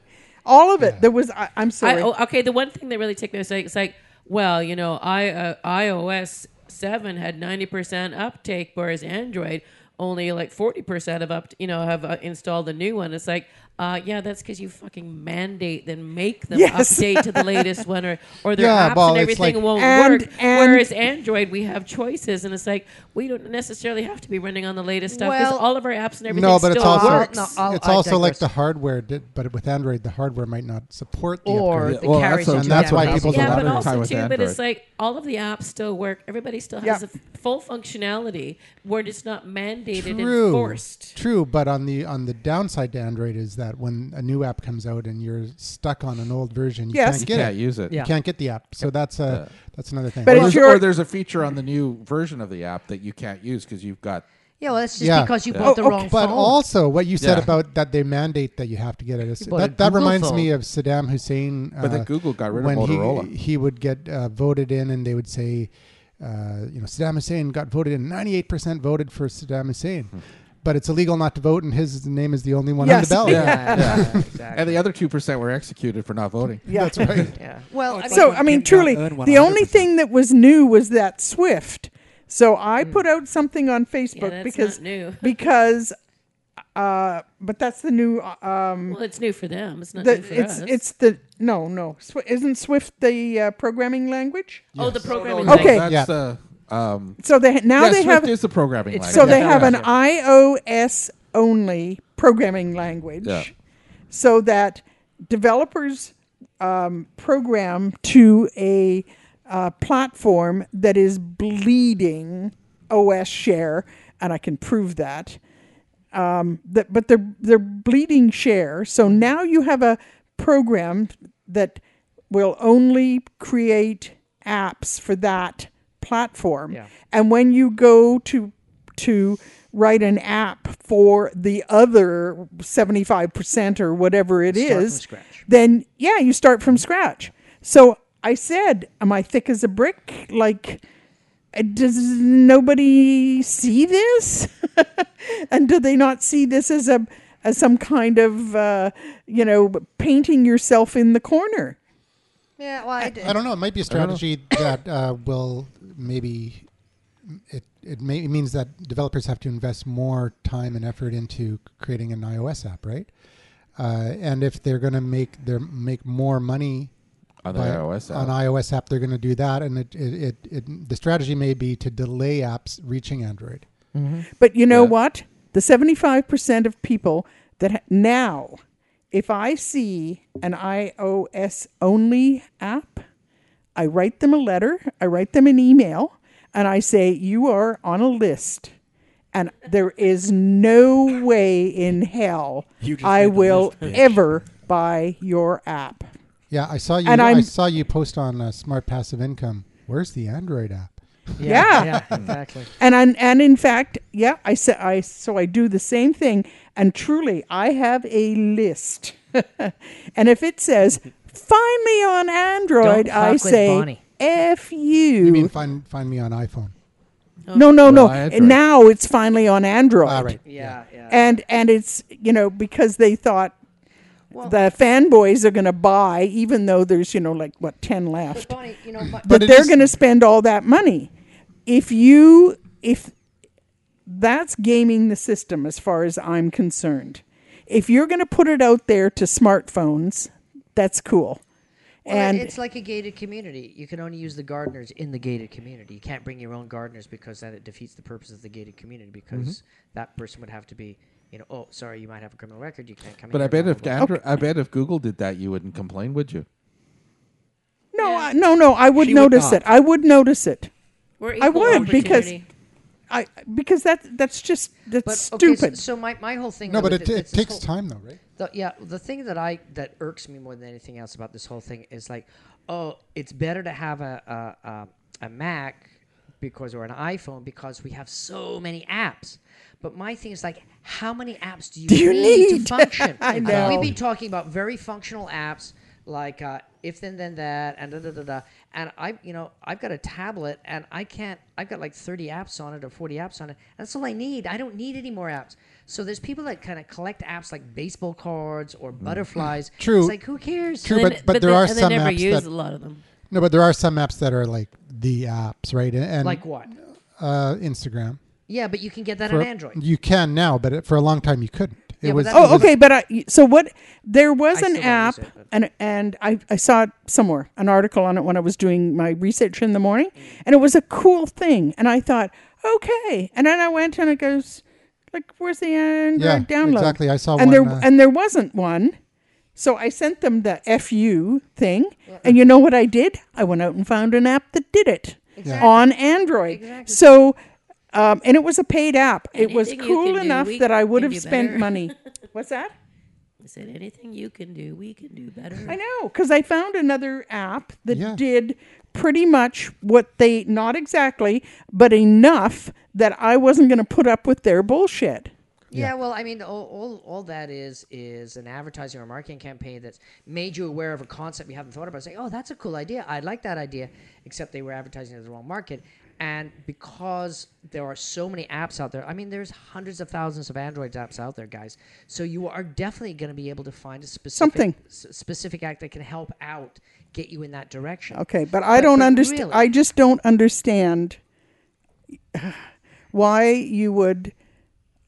S3: All of it. There was. I, I'm
S4: I,
S3: sorry.
S4: oh, okay, the one thing that really ticked me was like, it's like, well, you know, I uh, iOS seven had ninety percent uptake, whereas Android only like forty percent of up, you know, have uh, installed the new one. It's like, uh, yeah, that's because you fucking mandate then make them
S3: Yes.
S4: update to the latest one, or or their
S1: Yeah,
S4: apps
S1: well,
S4: and
S1: it's
S4: everything
S1: like-
S4: won't
S3: And-
S4: work.
S3: and-
S4: whereas Android, we have choices, and it's like we don't necessarily have to be running on the latest stuff because
S2: Well-
S4: all of our apps and everything
S1: No, but
S4: still
S1: it's also
S4: works.
S2: No, I'll-
S1: it's
S2: I
S1: also like
S2: digress.
S1: the hardware. Did, but with Android, the hardware might not support the
S2: Or
S1: upgrade.
S2: the
S5: well,
S2: carriage.
S5: that's a-
S2: into
S1: and that's
S2: that
S1: why
S2: house.
S1: people don't
S4: yeah,
S5: have
S4: but
S5: it.
S4: also
S5: Time
S4: too,
S5: with
S4: but it's
S5: Android.
S4: like all of the apps still work. Everybody still has
S3: Yeah.
S4: the f- full functionality where it's not mandated
S1: True.
S4: and forced.
S1: True, but on the on the downside to Android is that when a new app comes out and you're stuck on an old version, you
S3: Yes.
S1: can't
S5: yeah,
S1: get it.
S5: use it.
S2: Yeah.
S1: You can't get the app. So that's a that's another thing.
S3: But
S5: Or
S3: it's
S5: there's,
S3: your-
S5: or there's a feature on the new version of the app that you can't use because you've got.
S2: Yeah, well, that's just
S1: Yeah.
S2: because you
S5: Yeah.
S2: bought the
S3: Oh,
S2: wrong
S1: But
S2: phone.
S1: also, what you said
S5: Yeah.
S1: about that they mandate that you have to get it. Is,
S2: You bought a
S1: that that
S2: Google
S1: reminds me
S2: phone.
S1: of Saddam Hussein.
S5: But then
S1: uh,
S5: Google got rid of
S1: when
S5: Motorola.
S1: he he would get uh, voted in, and they would say, uh, you know, Saddam Hussein got voted in. Ninety-eight percent voted for Saddam Hussein,
S5: Hmm.
S1: but it's illegal not to vote, and his name is the only one
S3: Yes.
S1: on the ballot.
S5: Yeah.
S2: exactly.
S5: And the other two percent were executed for not voting.
S3: yeah.
S1: That's right.
S2: yeah. Well, I mean,
S3: so I mean,
S8: Kim
S3: truly,
S8: Jong Un
S3: the only
S8: 100%.
S3: thing that was new was that Swift. So I put out something on
S4: Mm. Yeah,
S3: Facebook
S4: that's
S3: because
S4: not new.
S3: because, uh, but that's the new. uh, Um,
S4: Well, it's new for them. It's not
S3: the,
S4: new for
S3: it's
S4: us.
S3: it's the no no Swi- isn't Swift the uh, programming language?
S4: oh, the programming.
S3: no, Okay.
S5: That's, uh, um,
S3: So they now
S5: yeah,
S3: they
S5: Swift
S3: have
S5: is the programming
S2: It's-
S5: language.
S3: so they
S2: Yeah.
S3: have an
S2: Yeah.
S3: iOS only programming language,
S5: Yeah.
S3: so that developers um, program to a uh, platform that is bleeding OS share, and I can prove that. Um, that but they're they're bleeding share, so
S2: Mm-hmm.
S3: now you have a program that will only create apps for that platform.
S2: Yeah.
S3: And when you go to to write an app for the other 75% or whatever it is,
S2: Start from scratch.
S3: then yeah, you start from scratch. So I said, am I thick as a brick? Like uh, does nobody see this? and do they not see this as a as some kind of uh, you know painting yourself in the corner?
S2: yeah, well, I,
S1: I don't know. It might be a strategy that uh, will maybe it it, may, it means that developers have to invest more time and effort into creating an iOS app, right? Uh, and if they're going to make their make more money
S5: on the
S1: by-
S5: iOS app.
S1: on iOS app, they're going to do that, and it, it, it, it the strategy may be to delay apps reaching Android.
S3: But you know
S5: Yeah.
S3: what? The 75% of people that ha- now, if I see an iOS only app, I write them a letter, I write them an email, and I say, You are on a list. And there is no way in hell
S8: You just
S3: I
S8: made the
S3: will
S8: list, bitch.
S3: ever buy your app.
S1: Yeah, I saw you.
S3: And
S1: I
S3: I'm-
S1: saw you post on uh, Smart Passive Income. Where's the Android app?
S3: Yeah.
S2: Yeah, exactly.
S3: And i and in fact, yeah, I said I so I do the same thing. And truly, I have a list. and if it says find me on Android,
S2: Don't fuck
S3: I
S2: with
S3: say
S2: Bonnie.
S3: f you.
S1: You mean find find me on iPhone?
S3: no, no, no.
S5: Well, Android.
S3: And now it's finally on Android.
S1: All right.
S2: Yeah, yeah.
S3: And and it's you know because they thought
S2: Well-
S3: the fanboys are going to buy, even though there's you know like what ten left.
S2: Bonnie, you know, Bo-
S1: But
S3: but
S1: it
S3: they're
S1: is-
S3: going to spend all that money if you if that's gaming the system as far as i'm concerned if you're going to put it out there to smartphones that's cool
S2: Well,
S3: and
S2: it's like a gated community. You can only use the gardeners in the gated community. You can't bring your own gardeners because then it defeats the purpose of the gated community because that person would have to be, you know, oh, sorry, you might have a criminal record. You can't come
S5: but
S2: in.
S5: I bet
S2: blah,
S5: if
S2: blah, blah."
S5: Andro- I bet if Google did that, you wouldn't complain, would you?
S3: no I, no no i would
S8: She would
S3: notice
S8: not.
S3: it i would notice it
S4: We're
S3: I
S4: equal
S3: would, because-
S4: opportunity.
S3: i because that that's just that's
S2: But, okay,
S3: stupid
S2: So, so my, my whole thing.
S1: No,
S2: with
S1: but it,
S2: it's
S1: it
S2: this
S1: takes
S2: whole-
S1: time though, right?
S2: The, yeah, the thing that I that irks me more than anything else about this whole thing is like, oh, it's better to have a a, a, a Mac because or an iPhone because we have so many apps. But my thing is like, how many apps do you,
S3: you
S2: need,
S3: need?
S2: to function?
S3: I know.
S2: We've been talking about very functional apps like uh, if then then that and da da da da. And I you know I've got a tablet and I can't. I've got like thirty apps on it or forty apps on it. That's all I need. I don't need any more apps. So there's people that kind of collect apps like baseball cards or butterflies.
S1: Mm. True.
S2: It's like who cares?
S1: True.
S4: And
S1: but-
S4: then-
S1: but there
S4: they-
S1: are
S4: and
S1: some
S4: they never
S1: apps
S4: use
S1: that-
S4: a lot of them.
S1: No, but there are some apps that are like the apps, right? And, and
S2: Like what?
S1: uh, Instagram.
S2: Yeah, but you can get that
S1: For-
S2: on Android.
S1: You can now, but it, for a long time you couldn't. It
S2: Yeah, but
S1: was.
S2: that's-
S1: it
S2: Because
S3: Oh,
S1: was-
S3: okay, but I so what? There was
S2: I still
S3: an
S2: don't
S3: app,
S2: use it, but-
S3: and and I I saw it somewhere an article on it when I was doing my research in the morning, and it was a cool thing, and I thought okay, and then I went and it goes like where's the Android
S1: Yeah,
S3: download?
S1: exactly. I saw
S3: and
S1: one,
S3: there
S1: uh,
S3: and there wasn't one, so I sent them the fu thing, and you know what I did? I went out and found an app that did it on Android. So. Um, and it was a paid app. It was
S4: Anything you
S3: cool
S4: can do,
S3: enough
S4: we
S3: that I would have
S4: can do
S3: spent
S4: better.
S3: money. What's that?
S4: I said anything you can do, we can do better.
S3: I know because I found another app that
S1: Yeah.
S3: did pretty much what they not exactly, but enough that I wasn't going to put up with their bullshit.
S2: Yeah, well, I mean, all, all, all that is is an advertising or marketing campaign that's made you aware of a concept you haven't thought about. Say, oh, that's a cool idea. I like that idea, except they were advertising to the wrong market. And because there are so many apps out there, I mean, there's hundreds of thousands of Android apps out there, guys. So you are definitely going to be able to find a specific
S3: Something.
S2: s- specific act that can help out get you in that direction.
S3: Okay, but I don't
S2: but
S3: understand.
S2: really-
S3: I just don't understand why you would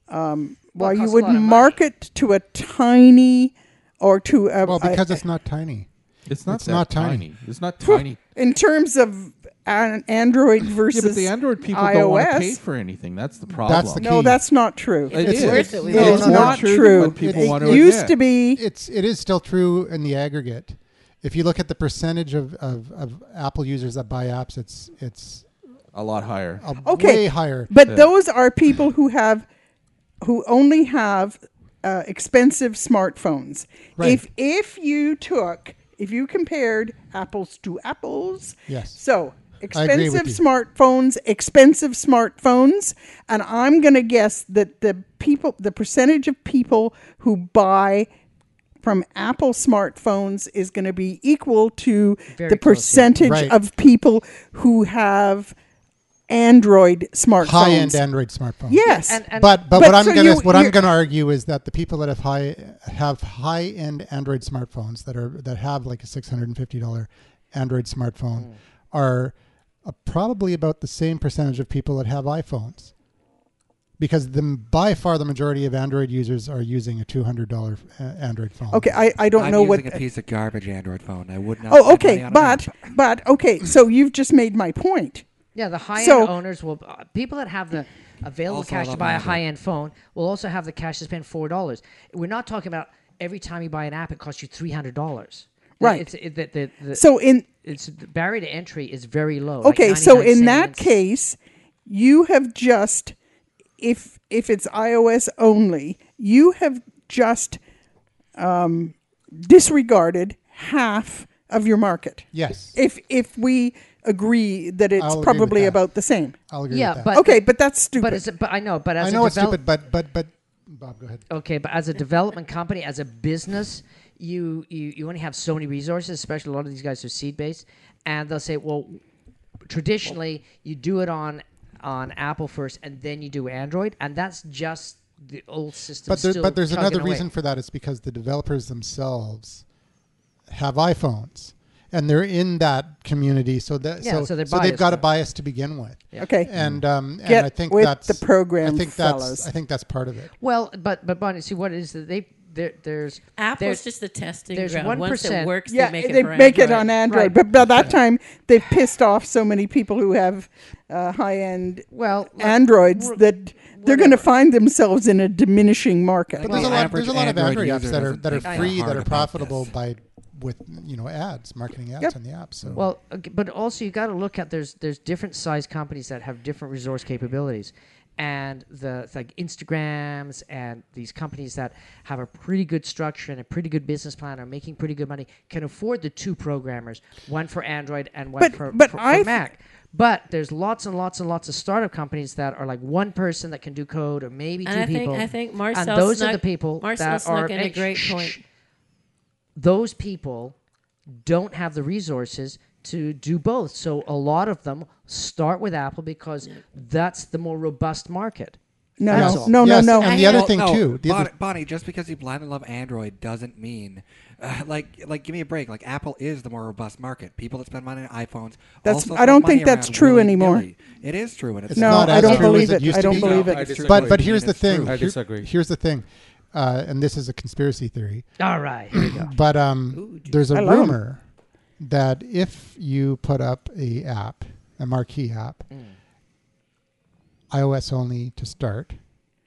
S3: um,
S2: Well,
S3: why
S2: it
S3: you
S2: costs a
S3: would
S2: lot of money.
S3: market to a tiny or to a,
S1: well,
S3: a-
S1: because it's not tiny.
S5: It's not
S1: It's
S5: that
S1: not tiny.
S5: tiny. It's not tiny.
S3: in terms of an Android
S5: yeah,
S3: versus
S5: but the Android people
S3: iOS.
S5: don't want to pay for anything. That's the problem.
S1: the key.
S3: no, that's not true.
S5: It
S1: It's
S5: is.
S1: worth
S4: it, we
S3: No,
S4: will.
S3: it's
S5: more
S3: not
S5: true than
S3: true.
S5: what people
S3: it
S5: want to
S3: used
S5: admit.
S3: to be.
S1: It's it is still true in the aggregate. If you look at the percentage of, of, of Apple users that buy apps, it's it's
S5: a lot higher.
S1: a
S3: Okay.
S1: way higher.
S3: But those are people who have, who only have uh, expensive smartphones.
S1: Right.
S3: If if you took, if you compared apples to apples,
S1: Yes.
S3: So
S1: I agree with
S3: expensive
S1: you.
S3: smartphones, expensive smartphones, and I'm going to guess that the people, the percentage of people who buy. From Apple smartphones is going to be equal to
S2: Very
S3: the
S2: close, yeah.
S3: percentage
S1: Right.
S3: of people who have Android smartphones.
S1: high end Android smartphones.
S3: Yes.
S2: And, and
S1: but but,
S3: But
S1: what I'm
S3: so
S1: gonna
S3: you-
S1: what I'm
S3: you-
S1: gonna argue is that the people that have high have high end Android smartphones that are that have like a six hundred and fifty dollar Android smartphone are uh, probably about the same percentage of people that have iPhones. because the by far the majority of Android users are using a two hundred dollar uh, Android phone.
S3: Okay, I, I don't
S8: I'm
S3: know
S8: using
S3: what.
S8: a piece of garbage Android phone. I would not.
S3: oh,
S8: spend money
S3: okay,
S8: on an
S3: but
S8: app.
S3: but okay. So you've just made my point.
S2: Yeah, the high end
S3: So-
S2: owners will uh, people that have the available
S8: Also, I
S2: cash to
S8: love
S2: buy a
S8: Android.
S2: high end phone will also have the cash to spend four dollars. We're not talking about every time you buy an app it costs you three hundred dollars.
S3: Right.
S2: It's it, the, the, the,
S3: So in
S2: it's the barrier to entry is very low. like
S3: okay, so
S2: 99
S3: in that
S2: cents.
S3: case, you have just if if it's iOS only, you have just um, disregarded half of your market.
S1: Yes,
S3: If if we agree that it's
S1: I'll agree with
S3: probably
S1: that.
S3: about the same.
S1: I'll agree
S2: yeah,
S1: with that.
S2: but
S3: Okay, but that's stupid.
S2: but it's but I know, but
S1: I
S2: as
S1: know
S2: a
S1: it's
S2: develop-
S1: stupid, but but but Bob, go ahead.
S2: okay, but as a development company, as a business, you, you you only have so many resources. Especially a lot of these guys are seed based, and they'll say, well, traditionally you do it on on Apple first, and then you do Android, and that's just the old system.
S1: But, there,
S2: still
S1: but there's
S2: chugging
S1: another
S2: away.
S1: reason for that. It's because the developers themselves have iPhones, and they're in that community, so that
S2: Yeah,
S1: so,
S2: so they're
S1: they've
S2: biased
S1: got a
S2: now.
S1: bias to begin with.
S3: okay.
S1: And um, and
S3: Get
S1: I think
S3: with
S1: that's
S3: the program,
S1: I think
S3: fellas.
S1: that's I think that's part of it.
S2: Well, but but Bonnie, see what it is that they there there's
S4: Apple's
S2: there's-
S4: just the testing
S2: there's
S4: ground. Once
S2: 1%.
S4: it works,
S3: yeah,
S4: they make it for Android.
S3: on Android,
S2: Right.
S3: but by that time they've pissed off so many people who have uh, high-end
S2: well like-
S3: Androids
S2: we're-
S3: that they're going to
S2: whatever.
S3: find themselves in a diminishing market.
S1: But
S8: Well,
S1: there's a lot
S8: average
S1: there's a lot of Android
S8: Android
S1: apps
S8: user
S1: that are
S8: doesn't
S1: that are
S8: think that
S1: free that
S8: hard
S1: are
S8: about
S1: profitable
S8: this.
S1: by with you know ads, marketing ads
S3: Yep.
S1: on the app. So
S2: Well, okay, but also you got to look at there's there's different size companies that have different resource capabilities, and the like Instagrams and these companies that have a pretty good structure and a pretty good business plan are making pretty good money can afford the two programmers, one for Android and one
S3: But-
S2: for,
S3: but
S2: for, for
S3: I-
S2: Mac. But there's lots and lots and lots of startup companies that are like one person that can do code or maybe
S4: And
S2: two
S4: I think-
S2: people.
S4: I think
S2: and
S4: Marcel
S2: those
S4: snuck-
S2: are the people
S4: Marcel
S2: that
S4: snuck
S2: are
S4: in a
S2: hey,
S4: great
S2: shh,
S4: point.
S2: shh, those people don't have the resources to do both. So a lot of them start with Apple because that's the more robust market.
S3: No,
S2: That's
S3: no,
S2: all.
S3: no,
S1: Yes,
S3: no, no.
S1: And the other
S8: Well,
S1: thing
S8: no,
S1: too, the
S8: Bonnie,
S1: other,
S8: Bonnie, just because you blindly love Android doesn't mean, uh, like, like give me a break. Like Apple is the more robust market. People that spend money on iPhones.
S3: That's-
S8: also
S3: I
S8: spend
S3: don't
S8: money
S3: think that's
S8: around
S3: true anymore.
S8: willy-nilly. It is true, and it's
S1: It's
S3: No,
S1: not
S3: I
S1: as
S3: don't
S1: true
S3: believe
S1: as it
S3: it.
S1: used
S3: I
S1: to
S3: don't
S1: be.
S3: believe
S6: I
S3: it.
S6: disagree.
S1: but but
S8: true.
S1: here's the
S8: It's true.
S1: thing.
S6: I
S1: Here-
S6: disagree.
S1: here's the thing, uh, and this is a conspiracy theory.
S2: All right, here we go.
S1: But um, there's a
S3: I love 'em.
S1: rumor that if you put up a app, a marquee app,
S3: Mm.
S1: iOS only to start,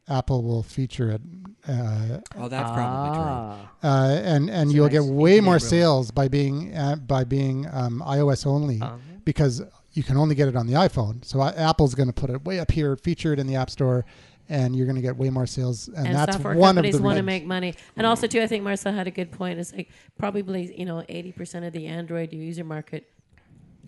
S1: Apple will feature it, uh,
S8: Oh, that's probably true.
S2: Ah.
S1: uh, and and
S2: So
S1: you'll
S2: nice.
S1: get way more
S8: rumor.
S1: sales by being uh, by being um, iOS only
S2: Uh-huh.
S1: because you can only get it on the iPhone. So I, Apple's going to put it way up here, featured in the App Store, and you're going to get way more sales. And,
S4: and
S1: that's
S4: software
S1: one of
S4: companies
S1: the
S4: want to
S1: reasons.
S4: make money. And also, too, I think Marcel had a good point. It's like probably you know eighty percent of the Android user market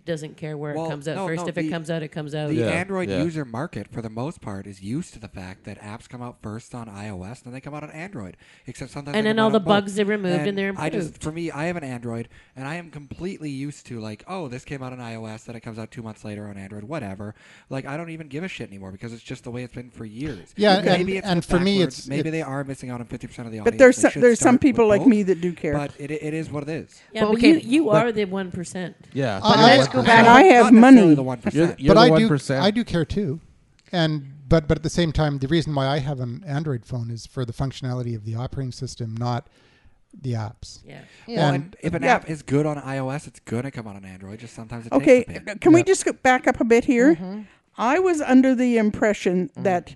S4: doesn't care where
S8: Well,
S4: it comes out
S8: no,
S4: first.
S8: no,
S4: if it
S8: the-
S4: comes out, it comes out.
S8: The
S5: Yeah,
S8: Android
S5: yeah.
S8: user market, for the most part, is used to the fact that apps come out first on iOS, then they come out on Android. Except sometimes,
S4: And
S8: they
S4: then
S8: come out
S4: all
S8: on
S4: the
S8: both.
S4: bugs are removed and they're
S8: I just,
S4: improved.
S8: for me, I have an Android, and I am completely used to like, oh, this came out on iOS, then it comes out two months later on Android, whatever. Like, I don't even give a shit anymore because it's just the way it's been for years.
S1: Yeah, and-
S8: maybe it's
S1: and
S8: been
S1: for me, it's-
S8: backwards. maybe
S1: it-
S8: they are missing out on fifty percent of the audience.
S3: But there's
S8: They
S3: some,
S8: should
S3: there's
S8: start
S3: some people
S8: with
S3: like
S8: both,
S3: me that do care.
S8: But it, it is what it is.
S4: yeah,
S2: Well,
S4: but
S2: okay,
S4: you you are the one percent.
S5: Yeah.
S1: But
S5: you're
S1: let's go
S5: the
S1: back-
S5: one-
S3: and I have
S8: Not necessarily
S3: money.
S8: The one
S5: You're,
S8: percent.
S5: you're
S1: but
S5: the
S1: I do,
S5: 1%.
S1: I do care too, and but but at the same time, the reason why I have an Android phone is for the functionality of the operating system, not the apps.
S4: Yeah,
S8: Well,
S1: And-
S8: and if an
S3: Yeah.
S8: app is good on iOS, it's gonna come out on Android. Just sometimes it
S3: Okay, uh,
S8: takes a bit.
S3: can we
S1: Yeah.
S3: just go back up a bit here?
S8: Mm-hmm.
S3: I was under the impression
S8: Mm.
S3: that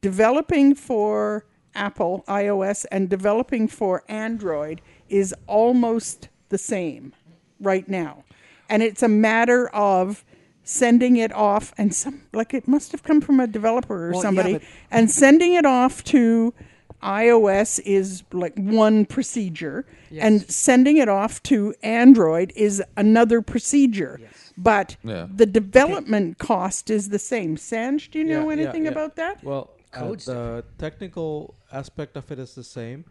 S3: developing for Apple iOS and developing for Android is almost the same right now. And it's a matter of sending it off and some like it must have come from a developer or
S8: Well, yeah,
S3: somebody
S8: but-
S3: and sending it off to iOS is like one procedure and sending it off to Android is another procedure. But
S5: Yeah.
S3: the development cost is the same. Sanj, do you know
S6: Yeah, yeah,
S3: anything
S6: yeah.
S3: about that?
S6: Well, uh,
S2: Code's
S6: the technical aspect of it is the same,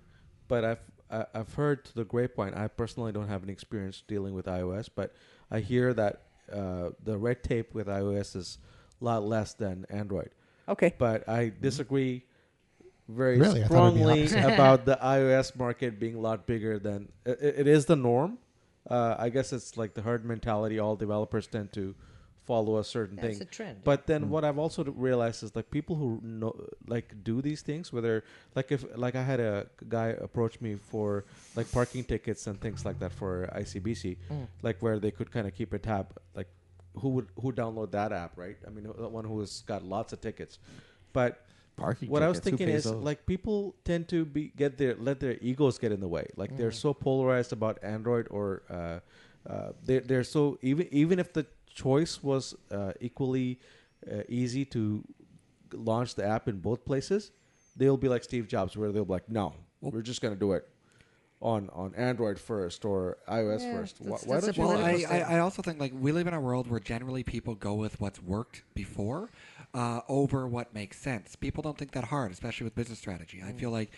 S6: but I've I- I've heard to the grapevine. I personally don't have any experience dealing with iOS, but I hear that uh, the red tape with iOS is a lot less than Android.
S3: Okay.
S6: But I disagree very
S1: Mm-hmm. Really? I thought it'd be
S6: strongly
S1: opposite.
S6: about the iOS market being a lot bigger than i- i it is the norm. Uh, I guess it's like the herd mentality. All developers tend to follow a certain
S2: That's
S6: thing.
S2: a trend, yeah.
S6: But then what I've also realized is like people who know like do these things, whether like if like I had a guy approach me for like parking tickets and things like that for ICBC,
S2: Mm.
S6: like where they could kind of keep a tab. Like who would who download that app, right? I mean, the one who's got lots of tickets, but
S5: Parking
S6: what I was
S5: tickets, who
S6: thinking
S5: pays
S6: is
S5: those?
S6: like people tend to be get their let their egos get in the way. Like they're so polarized about Android or uh, uh, they're they're so even even if the choice was uh, equally uh, easy to launch the app in both places, they'll be like Steve Jobs, where they'll be like, no, we're just gonna do it on on Android first or iOS
S2: Yeah,
S6: first. Why,
S2: that's-
S6: why
S2: that's
S6: don't
S2: a
S6: you?
S8: Well,
S2: political
S8: I, I,
S2: statement.
S8: I also think like we live in a world where generally people go with what's worked before uh, over what makes sense. People don't think that hard, especially with business strategy.
S2: Mm.
S8: I feel like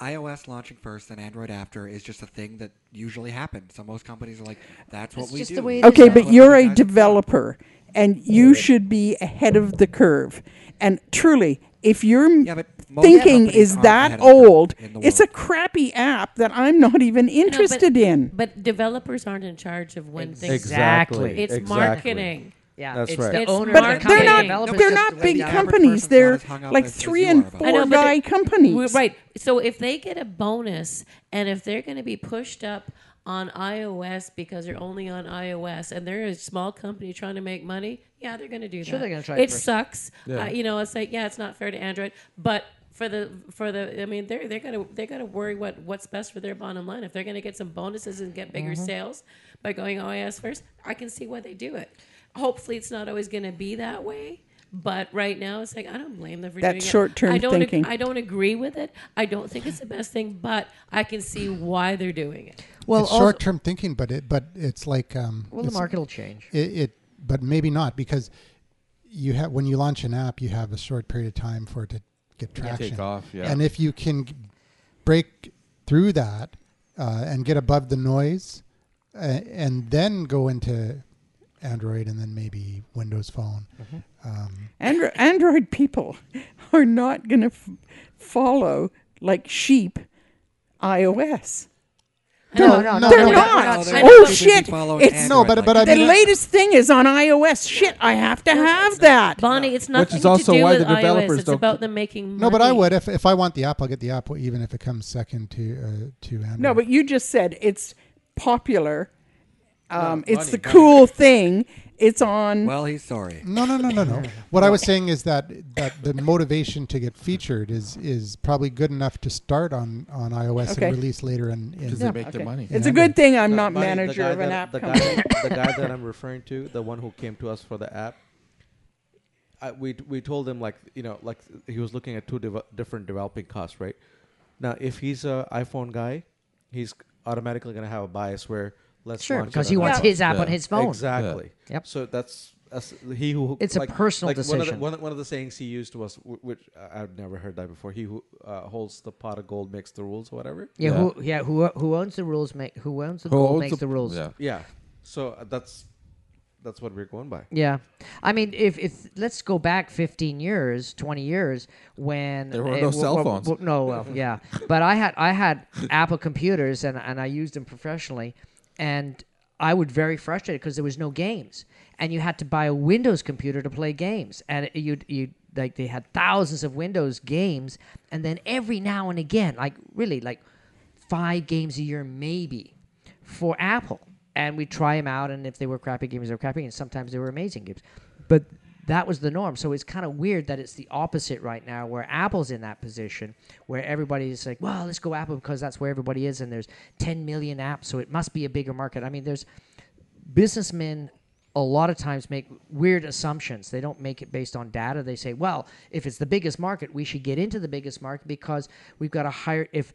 S8: iOS launching first and Android after is just a thing that usually happens. So most companies are like, "That's what
S2: It's
S8: we
S2: just
S8: do."
S2: the way it is
S8: That's
S3: Okay,
S2: Yeah.
S3: but
S8: what we
S3: you're a
S8: guys do."
S3: developer and you should be ahead of the curve. And truly, if your m-
S8: Yeah, but most
S3: thinking
S8: companies
S3: is
S8: aren't ahead
S3: that
S8: of the curve
S3: old,
S8: in the
S3: it's a
S8: world.
S3: crappy app that I'm not even
S4: No, but-
S3: interested in.
S4: But developers aren't in charge of when things.
S2: Exactly.
S4: It's
S6: Exactly.
S4: marketing.
S2: Yeah,
S6: That's
S2: it's
S6: right.
S2: the
S4: It's
S2: owner of the
S4: marketing.
S3: But they're
S2: company.
S3: not
S2: Developers
S3: they're
S2: just
S3: not
S2: do
S8: the
S2: it.
S3: big
S8: average
S3: companies.
S8: person's not
S3: They're
S8: as hung up
S3: like
S8: as- as
S3: three
S8: you
S3: and
S8: are about it.
S4: I
S3: four
S4: know, but
S3: guy
S4: they-
S3: companies.
S4: we- Right. So if they get a bonus and if they're going to be pushed up on iOS because they're only on iOS and they're a small company trying to make money, yeah, they're going to do
S2: Sure,
S4: that.
S2: they're gonna try
S4: It
S2: it first.
S4: sucks. Uh, you know, it's like yeah, it's not fair to Android, but for the for the I mean, they're they're gonna they're gonna worry what what's best for their bottom line. If they're gonna get some bonuses and get
S2: Mm-hmm.
S4: bigger sales by going iOS first, I can see why they do it. Hopefully, it's not always gonna be that way. But right now, it's like I don't blame them for
S3: That's
S4: doing it.
S3: short-term
S4: I don't ag-
S3: thinking.
S4: I don't agree with it. I don't think it's the best thing, but I can see why they're doing it.
S2: Well,
S1: it's
S2: also-
S1: short-term thinking, but it but it's like um,
S2: Well, the
S1: it's-
S2: market will change.
S1: It, it but maybe not because you have when you launch an app, you have a short period of time for it to get traction.
S5: Take off, yeah.
S1: And if you can g- break through that uh, and get above the noise, uh, and then go into Android and then maybe Windows Phone.
S5: Mm-hmm.
S1: Um,
S3: Andro- Android people are not going to f- follow like sheep iOS.
S1: No, no, no,
S3: they're
S1: no,
S3: not.
S1: we're
S2: not- we're not saying
S3: oh
S2: that.
S3: shit!
S8: Follow
S3: It's
S1: no, but but I
S3: the
S1: mean,
S3: latest thing is on iOS. Shit, I have to have that.
S4: Bonnie, it's nothing
S5: is also
S4: to do
S5: why
S4: with
S5: the developers
S4: iOS. It's
S5: don't-
S4: about them making money.
S1: no, but I would if if I want the app, I'll get the app even if it comes second to uh, to Android.
S3: No, but you just said it's popular. Um,
S6: No,
S3: it's the
S6: money,
S3: cool thing. It's on.
S8: Well, he's sorry.
S1: No, no, no, no, no. What I was saying is that that the motivation to get featured is is probably good enough to start on on iOS
S3: Okay.
S1: and release later in. in
S5: Because they make their money.
S3: it's a good thing I'm not
S6: Bunny, the
S3: manager
S6: guy
S3: of an
S6: that-
S3: app
S6: The
S3: company.
S6: guy, the guy that I'm referring to, the one who came to us for the app, I, we we told him like you know like he was looking at two deve- different developing costs, right? Now, if he's a iPhone guy, he's automatically going to have a bias where let's
S2: Sure,
S6: launch it
S2: because
S6: on
S2: he
S6: the
S2: wants
S6: iPhone.
S2: his app
S5: Yeah.
S2: on his phone.
S6: Exactly.
S2: Yeah. Yep.
S6: So that's as, he who.
S2: It's a personal
S6: like One of, the,
S2: decision.
S6: one, one of the sayings he used was, wh- which uh, I've never heard that before. He who uh, holds the pot of gold makes the rules, or whatever.
S2: Yeah,
S5: Yeah.
S2: who yeah who who owns the rules make who owns the
S5: Who
S2: gold
S5: owns
S2: makes the, rules.
S5: Yeah.
S6: Yeah. So uh, that's that's what we're going by.
S2: Yeah. I mean, if, if let's go back 15 years, 20 years when
S5: There were
S2: eh,
S5: no
S2: w-
S5: cell
S2: w-
S5: phones.
S2: w- no, well, yeah. But I had I had Apple computers and and I used them professionally, and I would very frustrated because there was no games, and you had to buy a Windows computer to play games, and you you like they had thousands of Windows games, and then every now and again, like really like five games a year maybe for Apple. And we try them out, and if they were crappy games, they were crappy, and sometimes they were amazing games. But that was the norm. So it's kind of weird that it's the opposite right now, where Apple's in that position, where everybody's like, well, let's go Apple because that's where everybody is, and there's 10 million apps, so it must be a bigger market. I mean, there's businessmen a lot of times make weird assumptions. They don't make it based on data. They say, well, if it's the biggest market, we should get into the biggest market because we've got a higher if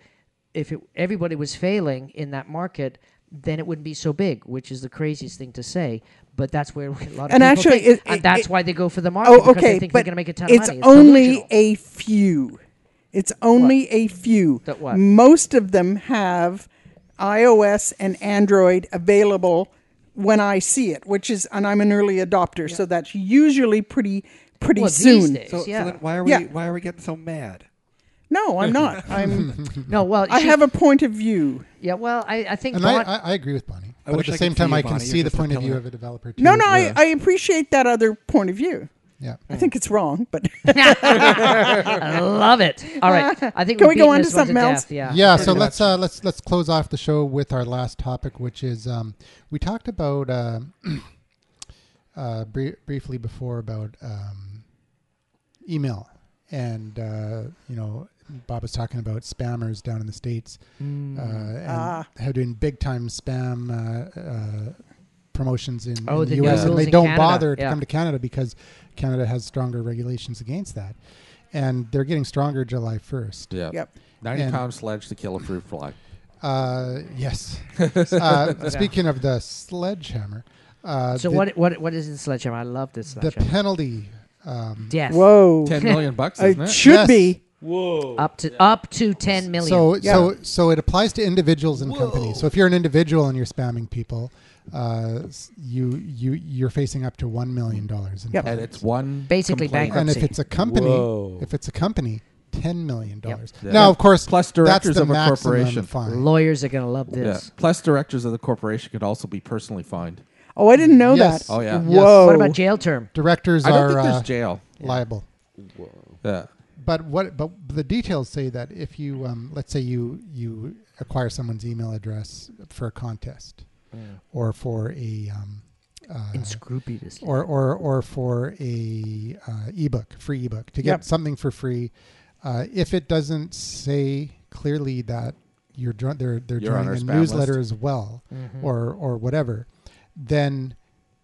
S2: if it, everybody was failing in that market, then it wouldn't be so big, which is the craziest thing to say. But that's where a lot of people
S3: And actually,
S2: think,
S3: it-
S2: and
S3: it-
S2: that's
S3: it-
S2: why they go for the market
S3: Oh,
S2: because
S3: okay,
S2: they think they're
S3: but
S2: going to make a ton of
S3: it's
S2: money. It's
S3: only
S2: delusional.
S3: a few. It's only a few.
S2: That what?
S3: Most of them have iOS and Android available when I see it, which is, and I'm an early adopter, so that's usually pretty pretty
S2: well,
S3: soon.
S2: These days,
S8: So, so
S2: yeah.
S8: then why are we
S3: Yeah.
S8: why are we getting so mad?
S3: No, I'm not. I'm.
S2: no, well,
S3: I
S2: she-
S3: have a point of view.
S2: yeah. Well, I, I think
S1: and
S2: Bon-
S1: I, I I agree with Bonnie. but
S8: I
S1: at
S8: wish
S1: the
S8: I could
S1: same time,
S8: you,
S1: I can
S8: Bonnie. You're
S1: see the
S8: just a
S1: point of view
S8: pillar.
S1: of a developer. Too.
S3: No, no, I,
S5: Yeah.
S3: I appreciate that other point of view.
S1: Yeah.
S3: I think it's wrong, but
S2: I love it. All right. I think
S3: Can
S2: we've
S3: we go
S2: beaten
S3: on to
S2: this one
S3: something else?
S2: death, Yeah.
S1: yeah so let's uh, let's let's close off the show with our last topic which is um, we talked about uh, uh, bri- briefly before about um, email and uh, you know bob was talking about spammers down in the states
S2: Mm.
S1: uh, and
S3: Ah.
S1: how doing big time spam uh, uh, promotions in,
S2: Oh,
S1: in the
S2: they got
S1: us and
S2: rules
S1: they
S2: in
S1: don't
S2: Canada,
S1: bother to
S2: yeah.
S1: come to canada because canada has stronger regulations against that and they're getting stronger july 1st
S5: Yeah.
S3: Yep.
S5: 90
S1: And-
S5: pound sledge to kill a fruit fly.
S1: uh, yes. uh, speaking of the sledgehammer, uh,
S2: So
S1: the,
S2: what what what is in sledgehammer? I love this
S1: the
S2: sledgehammer.
S1: penalty? Um,
S2: Death.
S3: whoa,
S5: 10 million bucks, isn't
S3: it
S5: it?
S3: should
S1: Yes.
S3: be.
S6: Whoa.
S2: Up to up to ten million.
S1: so
S3: Yeah.
S1: so so it applies to individuals and companies. So if you're an individual and you're spamming people, uh, s- you you you're facing up to one million dollars. in
S3: Yep.
S5: And
S1: penalty.
S5: it's one.
S2: Basically
S5: complaint.
S2: bankrupt.
S1: And if
S2: bankruptcy.
S1: it's a company,
S6: Whoa.
S1: if it's a company, ten million dollars.
S5: Yeah.
S1: Now, of course,
S5: Plus
S1: that's
S5: directors
S1: the
S5: of a
S1: maximum
S5: corporation.
S1: Fine.
S2: Lawyers are gonna love
S5: Yeah.
S2: this.
S5: Plus, directors of the corporation could also be personally fined.
S3: Oh, I didn't know
S1: Yes.
S3: that.
S5: Oh, yeah. Yes.
S3: Whoa.
S2: What about jail term?
S1: Directors
S5: I don't
S1: are
S5: think
S1: uh,
S5: there's jail.
S1: liable.
S5: Yeah.
S1: But what? But the details say that if you, um, let's say you you acquire someone's email address for a contest, or for a, um, uh,
S2: Inscrupulous.
S1: or or or for a uh, ebook, free ebook to get
S3: Yep.
S1: something for free, uh, if it doesn't say clearly that you're jo- they're they're
S5: You're on
S1: joining
S5: our
S1: a
S5: spam
S1: newsletter as well, or or whatever, then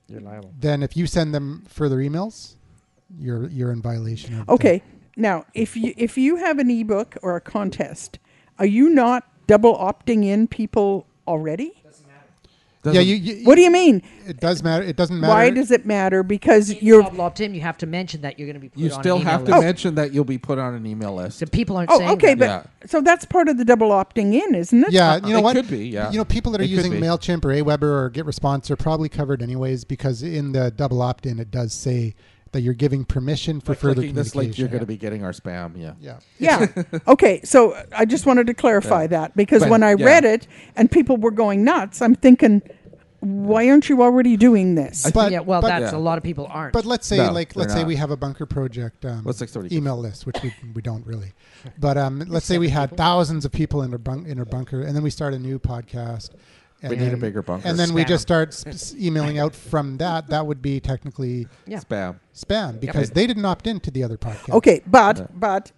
S2: You're liable.
S1: then if you send them further emails, you're you're in violation. of the-
S3: Okay. Now, if you if you have an ebook or a contest, are you not double opting in people already?
S1: Yeah, you, you,
S3: What do you mean?
S1: It does matter. It doesn't matter.
S3: Why does it matter? Because you're
S2: Bob lopped in. You have to mention that you're gonna be. Put
S5: You
S2: on
S5: still
S2: an
S5: have to
S2: email list.
S5: mention that you'll be put on an email list.
S2: So people aren't saying.
S3: Oh, okay,
S2: that.
S3: but
S5: Yeah.
S3: so that's part of the double opting in, isn't it?
S1: Yeah, you know
S5: Uh, it
S1: what?
S5: could be, yeah.
S1: You know, people that are
S5: It could
S1: using
S5: be.
S1: Mailchimp or Aweber or GetResponse are probably covered anyways because in the double opt-in it does say that you're giving permission for
S5: By
S1: further
S5: clicking this
S1: communication.
S5: link, you're going to be getting our spam. Yeah.
S1: yeah.
S3: Yeah. okay. So I just wanted to clarify that because
S5: But-
S3: when I
S5: yeah.
S3: read it and people were going nuts, I'm thinking, why aren't you already doing this?
S1: But,
S2: yeah, well,
S1: but,
S2: that's
S5: Yeah.
S2: a lot of people aren't.
S1: but let's say
S5: No,
S1: like
S5: they're
S1: let's say
S5: not.
S1: we have a bunker project um,
S5: Let's like somebody-
S1: email list, which we, we don't really. But um, let's say we had thousands of people in a bunk in a bunker, and then we start a new podcast. And
S5: We need a
S1: then-
S5: bigger bunker.
S1: And then we
S2: Spam.
S1: just start sp- s- emailing out from that. That would be technically
S2: Yeah.
S5: Spam.
S1: spam because they didn't opt into the other podcast.
S3: Okay, but but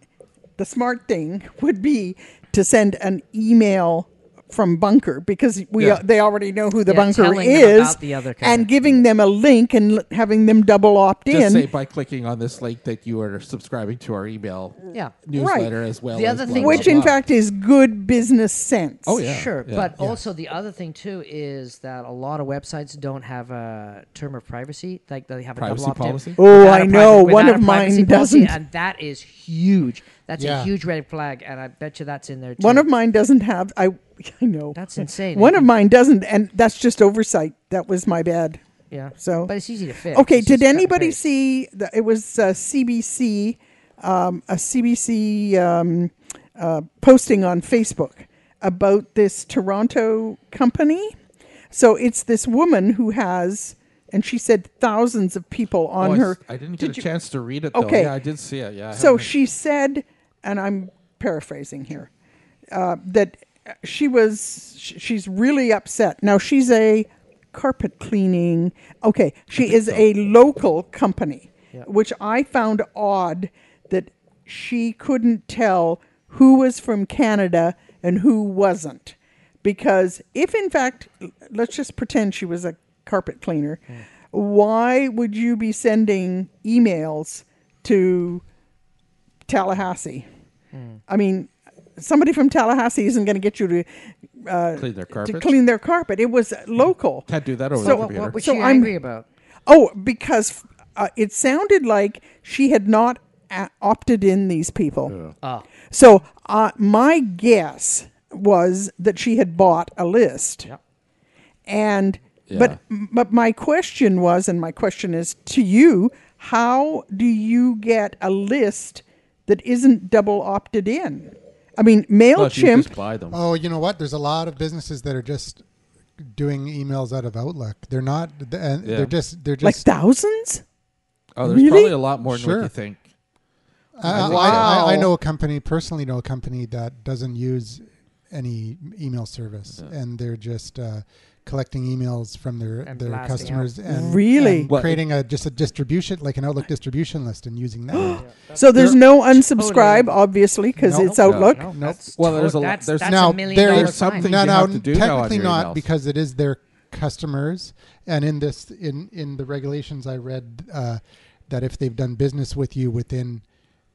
S3: the smart thing would be to send an email from bunker because we
S5: Yeah.
S3: they already know who the
S2: Yeah,
S3: bunker
S2: telling them
S3: is
S2: about the other kind
S3: and
S2: of-
S3: giving them a link and l- having them double opt
S5: Just say
S3: in.
S5: by clicking on this link that you are subscribing to our email
S2: Yeah.
S5: newsletter as well.
S2: The
S5: as
S2: other
S5: blah,
S2: thing
S5: blah,
S3: Which, in
S5: blah.
S3: fact, is good business sense.
S5: Oh, yeah.
S2: Sure,
S5: yeah.
S2: but also the other thing too is that a lot of websites don't have a term of privacy, like they have a
S5: Privacy
S2: double opt-in.
S5: policy?
S3: Oh,
S2: Without
S3: I
S2: a
S3: know.
S2: privacy-
S3: One
S2: without
S3: of
S2: a privacy
S3: mine
S2: policy,
S3: doesn't.
S2: and that is huge. That's
S1: Yeah.
S2: a huge red flag, and I bet you that's in there too.
S3: One of mine doesn't have. I I know.
S2: That's insane.
S3: One of mine doesn't, and that's just oversight. That was my bad.
S2: yeah,
S3: so-
S2: but it's easy to fix.
S3: Okay,
S2: It's just
S3: did
S2: cut and
S3: anybody
S2: paste.
S3: see? The, it was uh, CBC, um, a CBC um, uh, posting on Facebook about this Toronto company. So it's this woman who has, and she said thousands of people on
S5: Oh, I s-
S3: her.
S5: I didn't get a
S3: Did you-
S5: chance to read it though.
S3: Okay.
S5: Yeah, I did see it. Yeah. I
S3: So
S5: haven't-
S3: she said, and I'm paraphrasing here, uh, that she was sh- she's really upset. Now she's a carpet cleaning. Okay, she is a local company, which I found odd that she couldn't tell who was from Canada and who wasn't. Because if in fact, l- let's just pretend she was a carpet cleaner,
S5: Hmm.
S3: why would you be sending emails to Tallahassee.
S5: Hmm.
S3: I mean, somebody from Tallahassee isn't going to get you to uh,
S5: clean their
S3: to
S5: carpet. Hmm.
S3: clean their carpet. It was local.
S5: Can't do that over
S2: So
S5: the
S2: what,
S5: computer.
S2: what was
S3: So
S2: she
S3: I'm-
S2: angry about?
S3: Oh, because uh, it sounded like she had not a- opted in these people.
S1: Ah.
S2: Oh.
S3: So uh, my guess was that she had bought a list.
S2: Yep.
S3: And
S5: Yeah.
S3: but but my question was, and my question is to you: How do you get a list that isn't double opted in? I mean,
S5: Well, if you
S3: Mailchimp.
S5: just buy them.
S1: Oh, you know what? There's a lot of businesses that are just doing emails out of Outlook. They're not, th- and
S5: Yeah.
S1: they're just, they're
S3: like
S1: just.
S3: thousands?
S5: Oh, there's
S3: Really?
S5: probably a lot more than
S1: Sure.
S5: what you think.
S1: I,
S5: Wow.
S1: I, I, I know a company personally. Know a company that doesn't use any email service,
S5: Yeah.
S1: and they're just uh, collecting emails from their
S2: And
S1: their
S2: blasting out.
S1: customers and
S3: Really?
S1: and
S5: Well,
S1: creating a just a distribution like an Outlook distribution list and using that.
S3: So there's
S1: They're-
S3: no unsubscribe, obviously, because
S1: No.
S3: it's Outlook.
S2: No,
S1: Nope.
S2: that's
S5: Well, there's
S2: tot-
S5: a lot-
S2: that's,
S5: there's-
S2: that's
S1: now
S2: a million
S1: there
S2: dollar
S1: is
S2: fine.
S5: something-
S1: no,
S5: you
S1: no,
S5: have to do now on
S1: technically
S5: your
S1: not
S5: emails.
S1: because it is their customers, and in this in in the regulations I read uh, that if they've done business with you within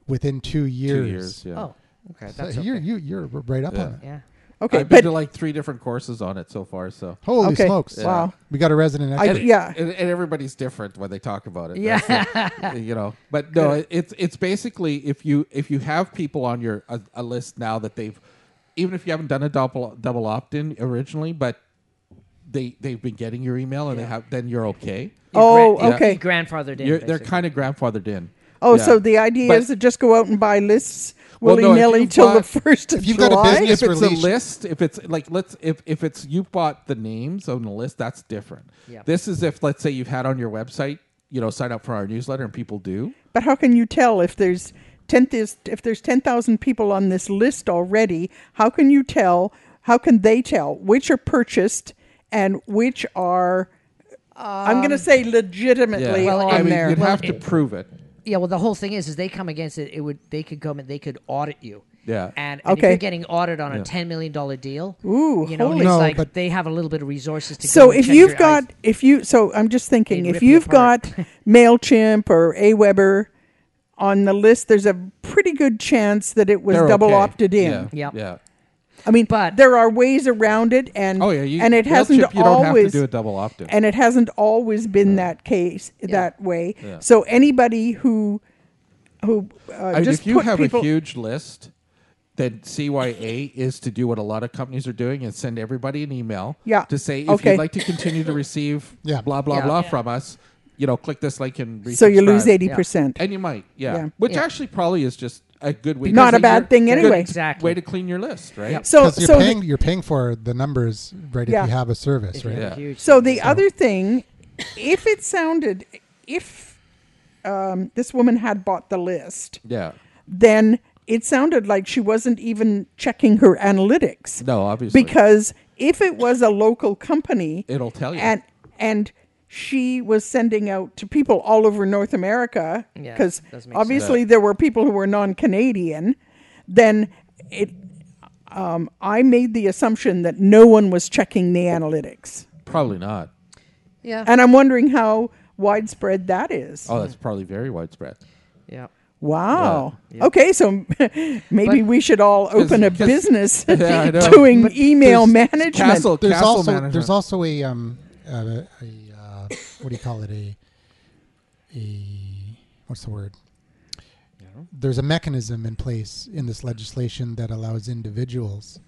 S1: within two years,
S5: Two years. Yeah.
S2: Oh, okay,
S1: So
S2: that's
S1: you're
S2: okay.
S1: you you're right up
S5: Yeah.
S1: on it.
S2: yeah.
S3: Okay,
S5: I've been
S3: but
S5: to like three different courses on it so far. So
S1: Holy
S3: okay,
S1: smokes!
S3: wow.
S1: We got a resident
S3: I-
S1: expert.
S3: yeah.
S5: and, and everybody's different when they talk about it.
S2: Yeah.
S5: That's the- you know, but no, it- it's it's basically if you if you have people on your a, a list now that they've even if you haven't done a double double opt in originally, but they they've been getting your email and they have then you're okay.
S3: Oh,
S2: Your gran-
S3: okay.
S2: your grandfather did.
S5: You're, they're kind of grandfathered in.
S3: Oh,
S5: Yeah.
S3: so the idea
S5: But-
S3: is to just go out and buy lists
S5: Well,
S3: willy
S5: no, if
S3: nilly
S5: you've
S3: till the
S5: got-
S3: first of
S1: if you've got a
S3: July.
S1: business-
S5: if it's a
S1: released-
S5: list, if it's like let's if if it's you bought the names on the list, that's different.
S2: Yeah.
S5: This is if let's say you've had on your website, you know, sign up for our newsletter and people do.
S3: But how can you tell if there's ten thous- if there's ten thousand people on this list already? How can you tell? How can they tell which are purchased and which are? I'm
S2: Um,
S3: going to say legitimately
S2: Well,
S3: on
S5: I mean,
S3: there.
S5: you'd
S2: Well,
S5: have to
S2: it-
S5: prove it.
S2: yeah. Well, the whole thing is, is they come against it. It would they could come and they could audit you.
S5: Yeah.
S2: And, and
S3: Okay.
S2: if you're getting audited on a ten million dollar deal, ooh, you know,
S3: holy-
S2: it's
S1: No,
S2: like
S1: but-
S2: they have a little bit of resources to.
S3: So
S2: go and
S3: if
S2: check
S3: you've
S2: your
S3: got
S2: eyes.
S3: if you so I'm just thinking
S2: They'd
S3: if
S2: rip you
S3: you've
S2: apart.
S3: got Mailchimp or AWeber on the list, there's a pretty good chance that it was
S5: They're
S3: double
S5: okay.
S3: opted in. Uh,
S5: Yeah.
S2: Yep.
S5: Yeah.
S3: I mean,
S2: But-
S3: there are ways around it, and
S5: Oh yeah. You,
S3: and it
S5: Mailchimp,
S3: hasn't
S5: You don't
S3: always
S5: have to do a double opt-in.
S3: and it hasn't always been that case that way.
S5: Yeah.
S3: So anybody who who uh,
S5: I mean,
S3: just
S5: if you
S3: put
S5: have
S3: people
S5: a huge list, then CYA is to do what a lot of companies are doing and send everybody an email.
S3: Yeah.
S5: To say if
S3: Okay.
S5: you'd like to continue to receive
S1: Yeah.
S5: blah blah
S2: Yeah.
S5: blah
S2: Yeah.
S5: from us, you know, click this link and
S3: so you lose
S5: resubscribe.
S3: eighty percent.
S5: And you might, yeah.
S3: Yeah.
S5: Which
S2: Yeah.
S5: actually probably is just a good way.
S3: Not
S5: to
S3: a bad thing
S5: good
S3: anyway.
S2: Exactly.
S5: Way to clean your list, right?
S2: Yep.
S3: So
S1: Because you're
S3: so the-
S1: paying, you're paying for the numbers, right?
S3: Yeah.
S1: If you have a service,
S2: If you
S1: right?
S2: have a
S5: Yeah.
S2: huge-
S3: So the other thing, if it sounded, if um, this woman had bought the list,
S5: Yeah.
S3: then it sounded like she wasn't even checking her analytics.
S5: No, obviously.
S3: Because if it was a local company,
S5: It'll tell you.
S3: and and she was sending out to people all over North America
S2: Yeah,
S3: because
S2: does make sense.
S3: obviously there were people who were non-Canadian. Then it, um, I made the assumption that no one was checking the analytics.
S5: Probably not.
S2: yeah,
S3: And I'm wondering how widespread that is.
S5: Oh, that's probably very widespread.
S2: yeah.
S3: wow. Okay, so maybe
S2: But-
S3: we should all open a
S5: 'cause-
S3: business
S5: Yeah, I know.
S3: doing
S1: But
S3: email
S1: there's-
S3: management.
S5: Castle,
S1: There's
S5: castle
S1: also
S5: management.
S1: there's also a um uh, a uh, what do you call it a a what's the word? There's a mechanism in place in this legislation that allows individuals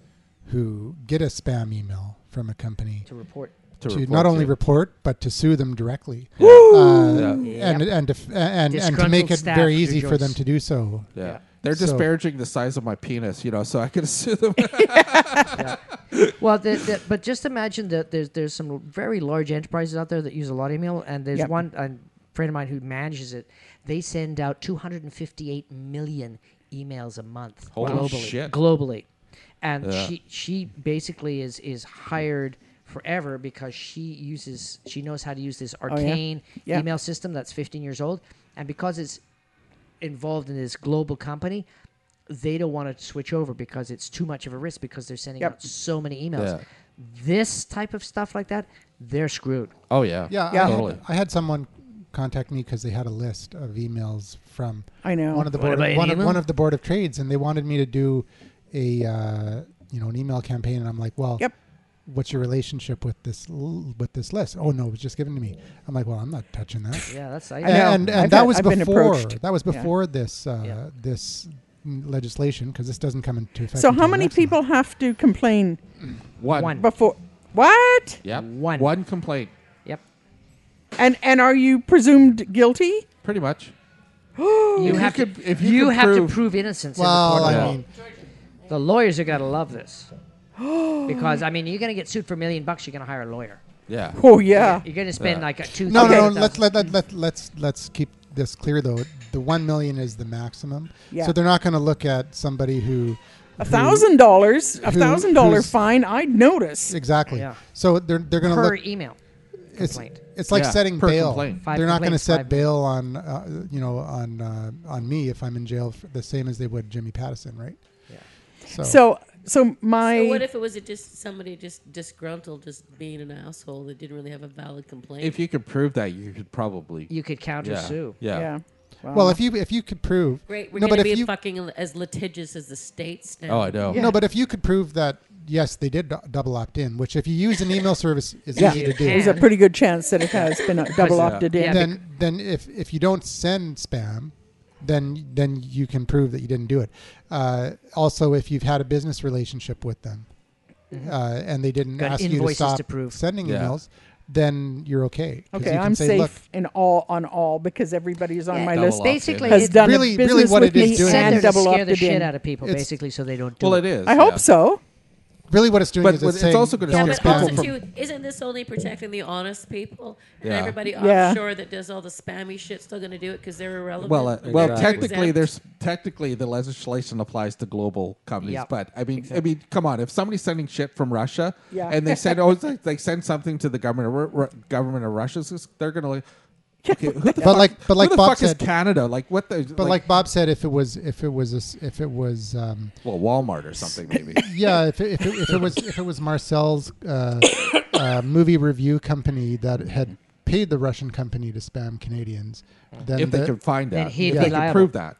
S1: who get a spam email from a company
S2: To report.
S5: to,
S1: to
S5: report
S1: not only
S5: to.
S1: report but to sue them directly.
S5: Yeah.
S1: Uh,
S5: Yeah.
S1: and and to, f- and and to
S2: Disgruntled
S1: make it
S2: staff
S1: very
S2: who
S1: easy for
S2: joins-
S1: them to do so.
S5: Yeah.
S2: Yeah.
S5: They're
S1: So-
S5: disparaging the size of my penis, you know, so I could sue them.
S2: Well, the, the, but just imagine that there's there's some very large enterprises out there that use a lot of email, and there's
S3: Yep.
S2: one a friend of mine who manages it. They send out 258 million emails a month
S5: Holy
S2: globally.
S5: shit.
S2: Globally, and
S5: Yeah.
S2: she she basically is is hired forever because she uses she knows how to use this arcane
S3: Oh, Yeah.
S2: email system that's 15 years old, and because it's involved in this global company, they don't want to switch over because it's too much of a risk because they're sending
S3: Yep.
S2: out so many emails.
S5: Yeah.
S2: This type of stuff like that, they're screwed.
S5: oh, yeah.
S1: Yeah, I,
S3: Yeah.
S1: had-
S5: Totally.
S1: I had someone contact me because they had a list of emails from
S3: I know.
S1: one of the
S2: What
S1: board
S2: about
S1: of,
S2: an
S1: one, of,
S2: email?
S1: one of the board of trades, and they wanted me to do a uh, you know an email campaign, and I'm like, well,
S3: Yep.
S1: what's your relationship with this l- with this list? Oh no, it was just given to me. I'm like, well, I'm not touching that.
S2: Yeah, that's I,
S3: know.
S1: and and,
S3: I've
S1: that
S3: had-
S1: was
S3: I've been
S1: before
S3: approached.
S1: that was
S3: Yeah.
S1: before this uh,
S2: Yeah.
S1: this legislation because this doesn't come into effect.
S3: So how
S1: until
S3: many
S1: next month.
S3: people have to complain
S5: One.
S2: One.
S3: before? What?
S5: Yep.
S2: One.
S5: One complaint,
S2: Yep.
S3: And and are you presumed guilty?
S5: pretty much.
S2: You
S5: you
S2: have
S5: could-
S2: to,
S5: if
S2: you,
S5: you could
S2: have
S5: prove-
S2: to prove innocence. in the
S1: Well,
S2: court of
S1: I
S2: law.
S1: mean,
S2: the lawyers are gonna love this. because I mean, you're gonna get sued for a million bucks. You're gonna hire a lawyer.
S5: Yeah.
S3: Oh yeah.
S2: You're gonna spend like a two.
S1: No,
S2: three
S1: no, no.
S2: hundred thou-
S1: Let's let, let, let, let's let's keep this clear though. The one million is the maximum.
S3: Yeah.
S1: So they're not going to look at somebody who
S3: A thousand dollars, a
S1: who-
S3: thousand dollar
S1: who's-
S3: fine. I'd notice.
S1: exactly.
S2: Yeah.
S1: So they're they're going to
S2: per
S1: look.
S2: email.
S1: It's
S2: complaint.
S1: it's like
S5: Yeah,
S1: setting
S5: per
S1: bail.
S5: complaint.
S2: Five
S1: they're not going to
S2: complaints,
S1: set
S2: five
S1: bail on uh, you know on uh, on me if I'm in jail for the same as they would Jimmy Patterson, right?
S2: Yeah.
S1: So,
S3: So so my
S4: So what if it was just somebody just disgruntled, just being an asshole that didn't really have a valid complaint?
S5: If you could prove that, you could probably.
S2: You could counter
S5: yeah.
S2: sue.
S5: Yeah.
S3: yeah. Wow.
S2: um,
S1: well, if you if you could prove
S4: Great, we're
S1: no, but
S4: gonna
S1: if
S4: be
S1: you
S4: fucking as litigious as the states now.
S5: Oh, I know.
S1: no, but if you could prove that yes, they did do- double opt in, which if you use an email service is
S3: Yeah.
S1: easy to do.
S3: there's a pretty good chance that it has been uh, double opted in.
S2: Yeah,
S1: then then if if you don't send spam then then you can prove that you didn't do it uh, also if you've had a business relationship with them uh, and they didn't
S2: Mm-hmm. Got
S1: ask you to
S2: invoices
S1: stop
S2: to prove.
S1: sending
S5: Yeah.
S1: emails then you're okay 'Cause
S3: Okay,
S1: you can
S3: I'm
S1: say,
S3: safe
S1: "Look,
S3: in all on all because everybody's on
S2: Yeah.
S3: my
S5: Double
S3: list.
S5: opt in.
S2: Basically,
S3: Has
S2: it's
S3: done a
S1: Really- really
S3: business
S1: what
S3: with
S1: it is
S3: me
S1: doing
S2: sent
S3: and
S2: there to
S3: double
S2: scare the
S3: opted
S2: shit
S3: in.
S2: out of people,
S1: It's-
S2: basically, so they don't do
S5: Well,
S2: it.
S5: it is.
S3: I hope
S5: yeah.
S3: so.
S1: really what it's doing
S5: But
S1: is
S5: what-
S1: it's,
S5: it's
S1: saying,
S5: also gonna
S1: don't
S4: Yeah,
S5: Don't
S4: but
S5: spam
S1: spam
S4: also
S5: people.
S4: too, isn't this only protecting the honest people? And
S5: Yeah.
S4: everybody
S3: Yeah.
S4: offshore that does all the spammy shit still going to do it because they're irrelevant.
S5: Well, uh, well,
S4: They're
S5: technically,
S4: exempt.
S5: there's technically the legislation applies to global companies,
S2: Yep.
S5: but I mean, I mean, come on, if somebody's sending shit from Russia,
S3: Yeah.
S5: and they send oh, they- they send something to the government of, Ru- Ru- government of Russia, so they're gonna like, okay, who the fuck,
S1: like- but like
S5: who the
S1: Bob
S5: fuck
S1: said-
S5: is Canada? Like what the?
S1: but like bob said if it was if it was a s if it was um,
S5: well, Walmart or something maybe.
S1: yeah, if it, if, it, if it was if it was Marcel's uh, uh, movie review company that had paid the Russian company to spam Canadians, then
S5: if they
S1: the-
S5: could find
S2: Then
S5: out,
S2: he'd
S5: if
S2: be
S5: they could
S2: liable.
S5: prove that.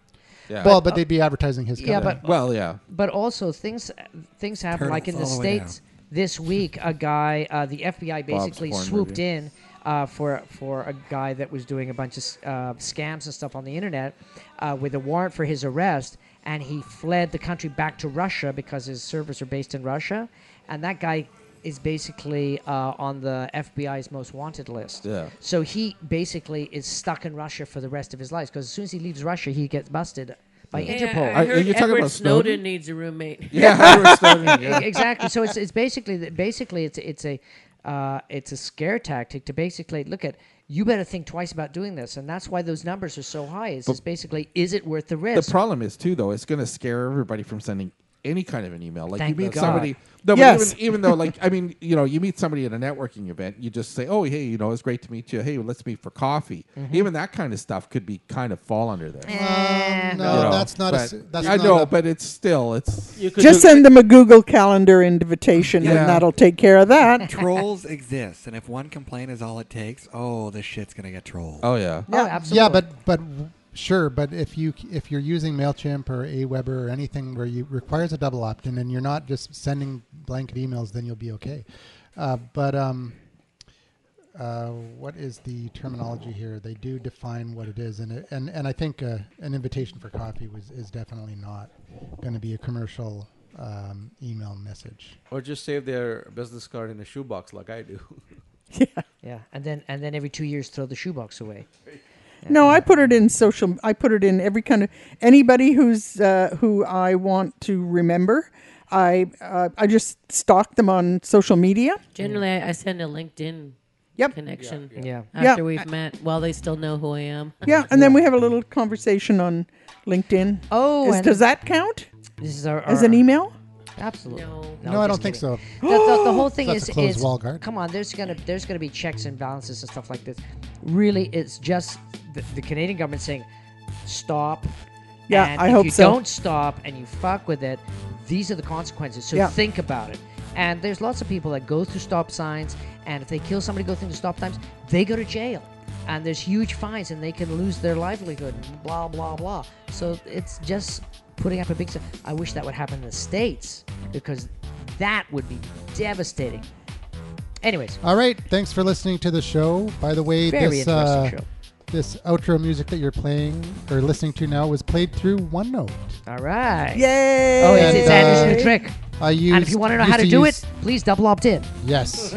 S5: Yeah.
S1: well, but they'd be advertising his company.
S2: Yeah, but
S5: well, yeah.
S2: but also things things happen
S8: Turtle
S2: like in the
S8: all the way
S2: states this week a guy uh, the fbi basically
S5: porn
S2: swooped
S5: movie.
S2: in uh, for for a guy that was doing a bunch of uh, scams and stuff on the internet uh, with a warrant for his arrest and he fled the country back to russia because his servers are based in russia and that guy is basically uh, on the FBI's most wanted list.
S5: Yeah.
S2: So he basically is stuck in Russia for the rest of his life because as soon as he leaves Russia, he gets busted by
S4: Hey,
S2: Interpol.
S4: I, I
S5: Are-
S4: heard
S5: Uh, you're talking
S4: Edward
S5: about
S4: Snowden?
S5: Snowden?
S4: needs a roommate.
S5: Yeah, Edward Snowden, yeah.
S2: E- exactly. So it's it's basically that- basically it's it's a uh, it's a scare tactic to basically look at you better think twice about doing this, and that's why those numbers are so high. Is it's basically is it worth the
S5: The
S2: risk?
S5: problem is too, though, it's going to scare everybody from sending any kind of an email. Like
S2: Thank
S5: you meet
S2: God.
S5: somebody, no, but
S3: Yes.
S5: even, even though, like, I mean, you know, you meet somebody at a networking event, you just say, "Oh, hey, you know, it's great to meet you. Hey, let's meet for coffee."
S2: Mm-hmm.
S5: Even that kind of stuff could be kind of fall under this. you
S1: Um, no,
S5: know,
S1: that's not a.
S5: but-
S1: s- That's
S5: I
S1: not
S5: know,
S1: a-
S5: but it's still it's.
S6: You could
S3: Just
S6: do-
S3: send them a Google Calendar invitation,
S5: Yeah.
S3: and that'll take care of that.
S8: Trolls exist, and if one complaint is all it takes, oh, this shit's gonna get trolled.
S5: Oh yeah,
S2: Oh, absolutely.
S1: yeah, but but w- sure, but if you if you're using Mailchimp or AWeber or anything where you requires a double opt-in and you're not just sending blanket emails, then you'll be okay. Uh, but um, uh, what is the terminology here? They do define what it is, and it, and and I think uh, an invitation for coffee was is definitely not going to be a commercial um, email message.
S6: or just save their business card in a shoebox like I do.
S2: yeah, and then and then every two years throw the shoebox away.
S3: No, I put it in social. I put it in every kind of anybody who's uh, who I want to remember. I uh, I just stalk them on social media.
S4: Generally, I, I send a LinkedIn
S3: Mm. Yep.
S4: connection
S2: Yeah.
S4: after
S3: Yeah.
S4: we've met while they still know who I am.
S3: Yeah, and then we have a little conversation on LinkedIn.
S2: Oh,
S3: Is-
S2: and Oh,
S3: does that count
S2: this is our,
S3: as
S2: our-
S3: an email?
S2: Absolutely.
S4: No.
S1: No, I don't think so.
S2: The, the, the whole thing
S1: That's
S2: is,
S1: a closed
S2: is
S1: wall garden.
S2: come on. There's gonna there's gonna be checks and balances and stuff like this. Really, it's just the, the Canadian government saying stop.
S3: Yeah,
S2: and
S3: I
S2: if
S3: hope
S2: you
S3: so.
S2: don't stop and you fuck with it, these are the consequences. So
S3: Yeah.
S2: think about it. And there's lots of people that go through stop signs, and if they kill somebody, go through the stop times, they go to jail, and there's huge fines, and they can lose their livelihood. Blah blah blah. So it's just putting up a big. s- I wish that would happen in the states because that would be devastating. Anyways,
S1: All right, thanks for listening to the show. By the way,
S2: Very
S1: this
S2: interesting
S1: uh,
S2: show.
S1: this outro music that you're playing or listening to now was played through OneNote.
S2: all right.
S3: Yay!
S2: Oh, it's, it's
S1: And,
S2: Andrew's
S1: uh,
S2: new trick.
S1: I used,
S2: and if you want to know how to
S1: used
S2: do
S1: use-
S2: it, please double opt in.
S1: yes,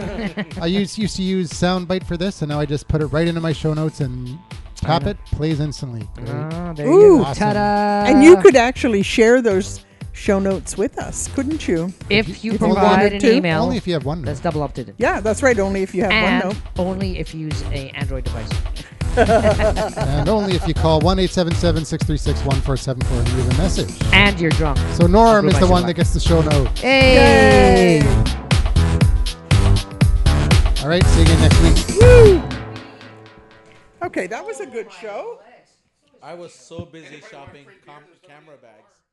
S1: I used used to use Soundbite for this, and now I just put it right into my show notes and tap it, plays instantly. Great.
S2: Ah, there
S3: Ooh.
S2: you go.
S1: Awesome.
S2: Ta-da.
S3: and you could actually share those show notes with us, couldn't you?
S2: If you
S3: If you wanted
S2: provide an
S3: to,
S2: email
S1: Only if you have one.
S2: that's
S1: note.
S2: double updated.
S3: Yeah, that's right. Only if you have
S2: And
S3: OneNote.
S2: only if you use a Android device.
S1: and only if you call 1 877 636 1474 and leave a message.
S2: And you're drunk.
S1: So Norm is
S2: Goodbye,
S1: the one
S2: goodbye.
S1: that gets the show note.
S2: Hey!
S1: All right, see you again next week.
S3: Okay, that was a good show.
S6: I was so busy shopping com- camera bags.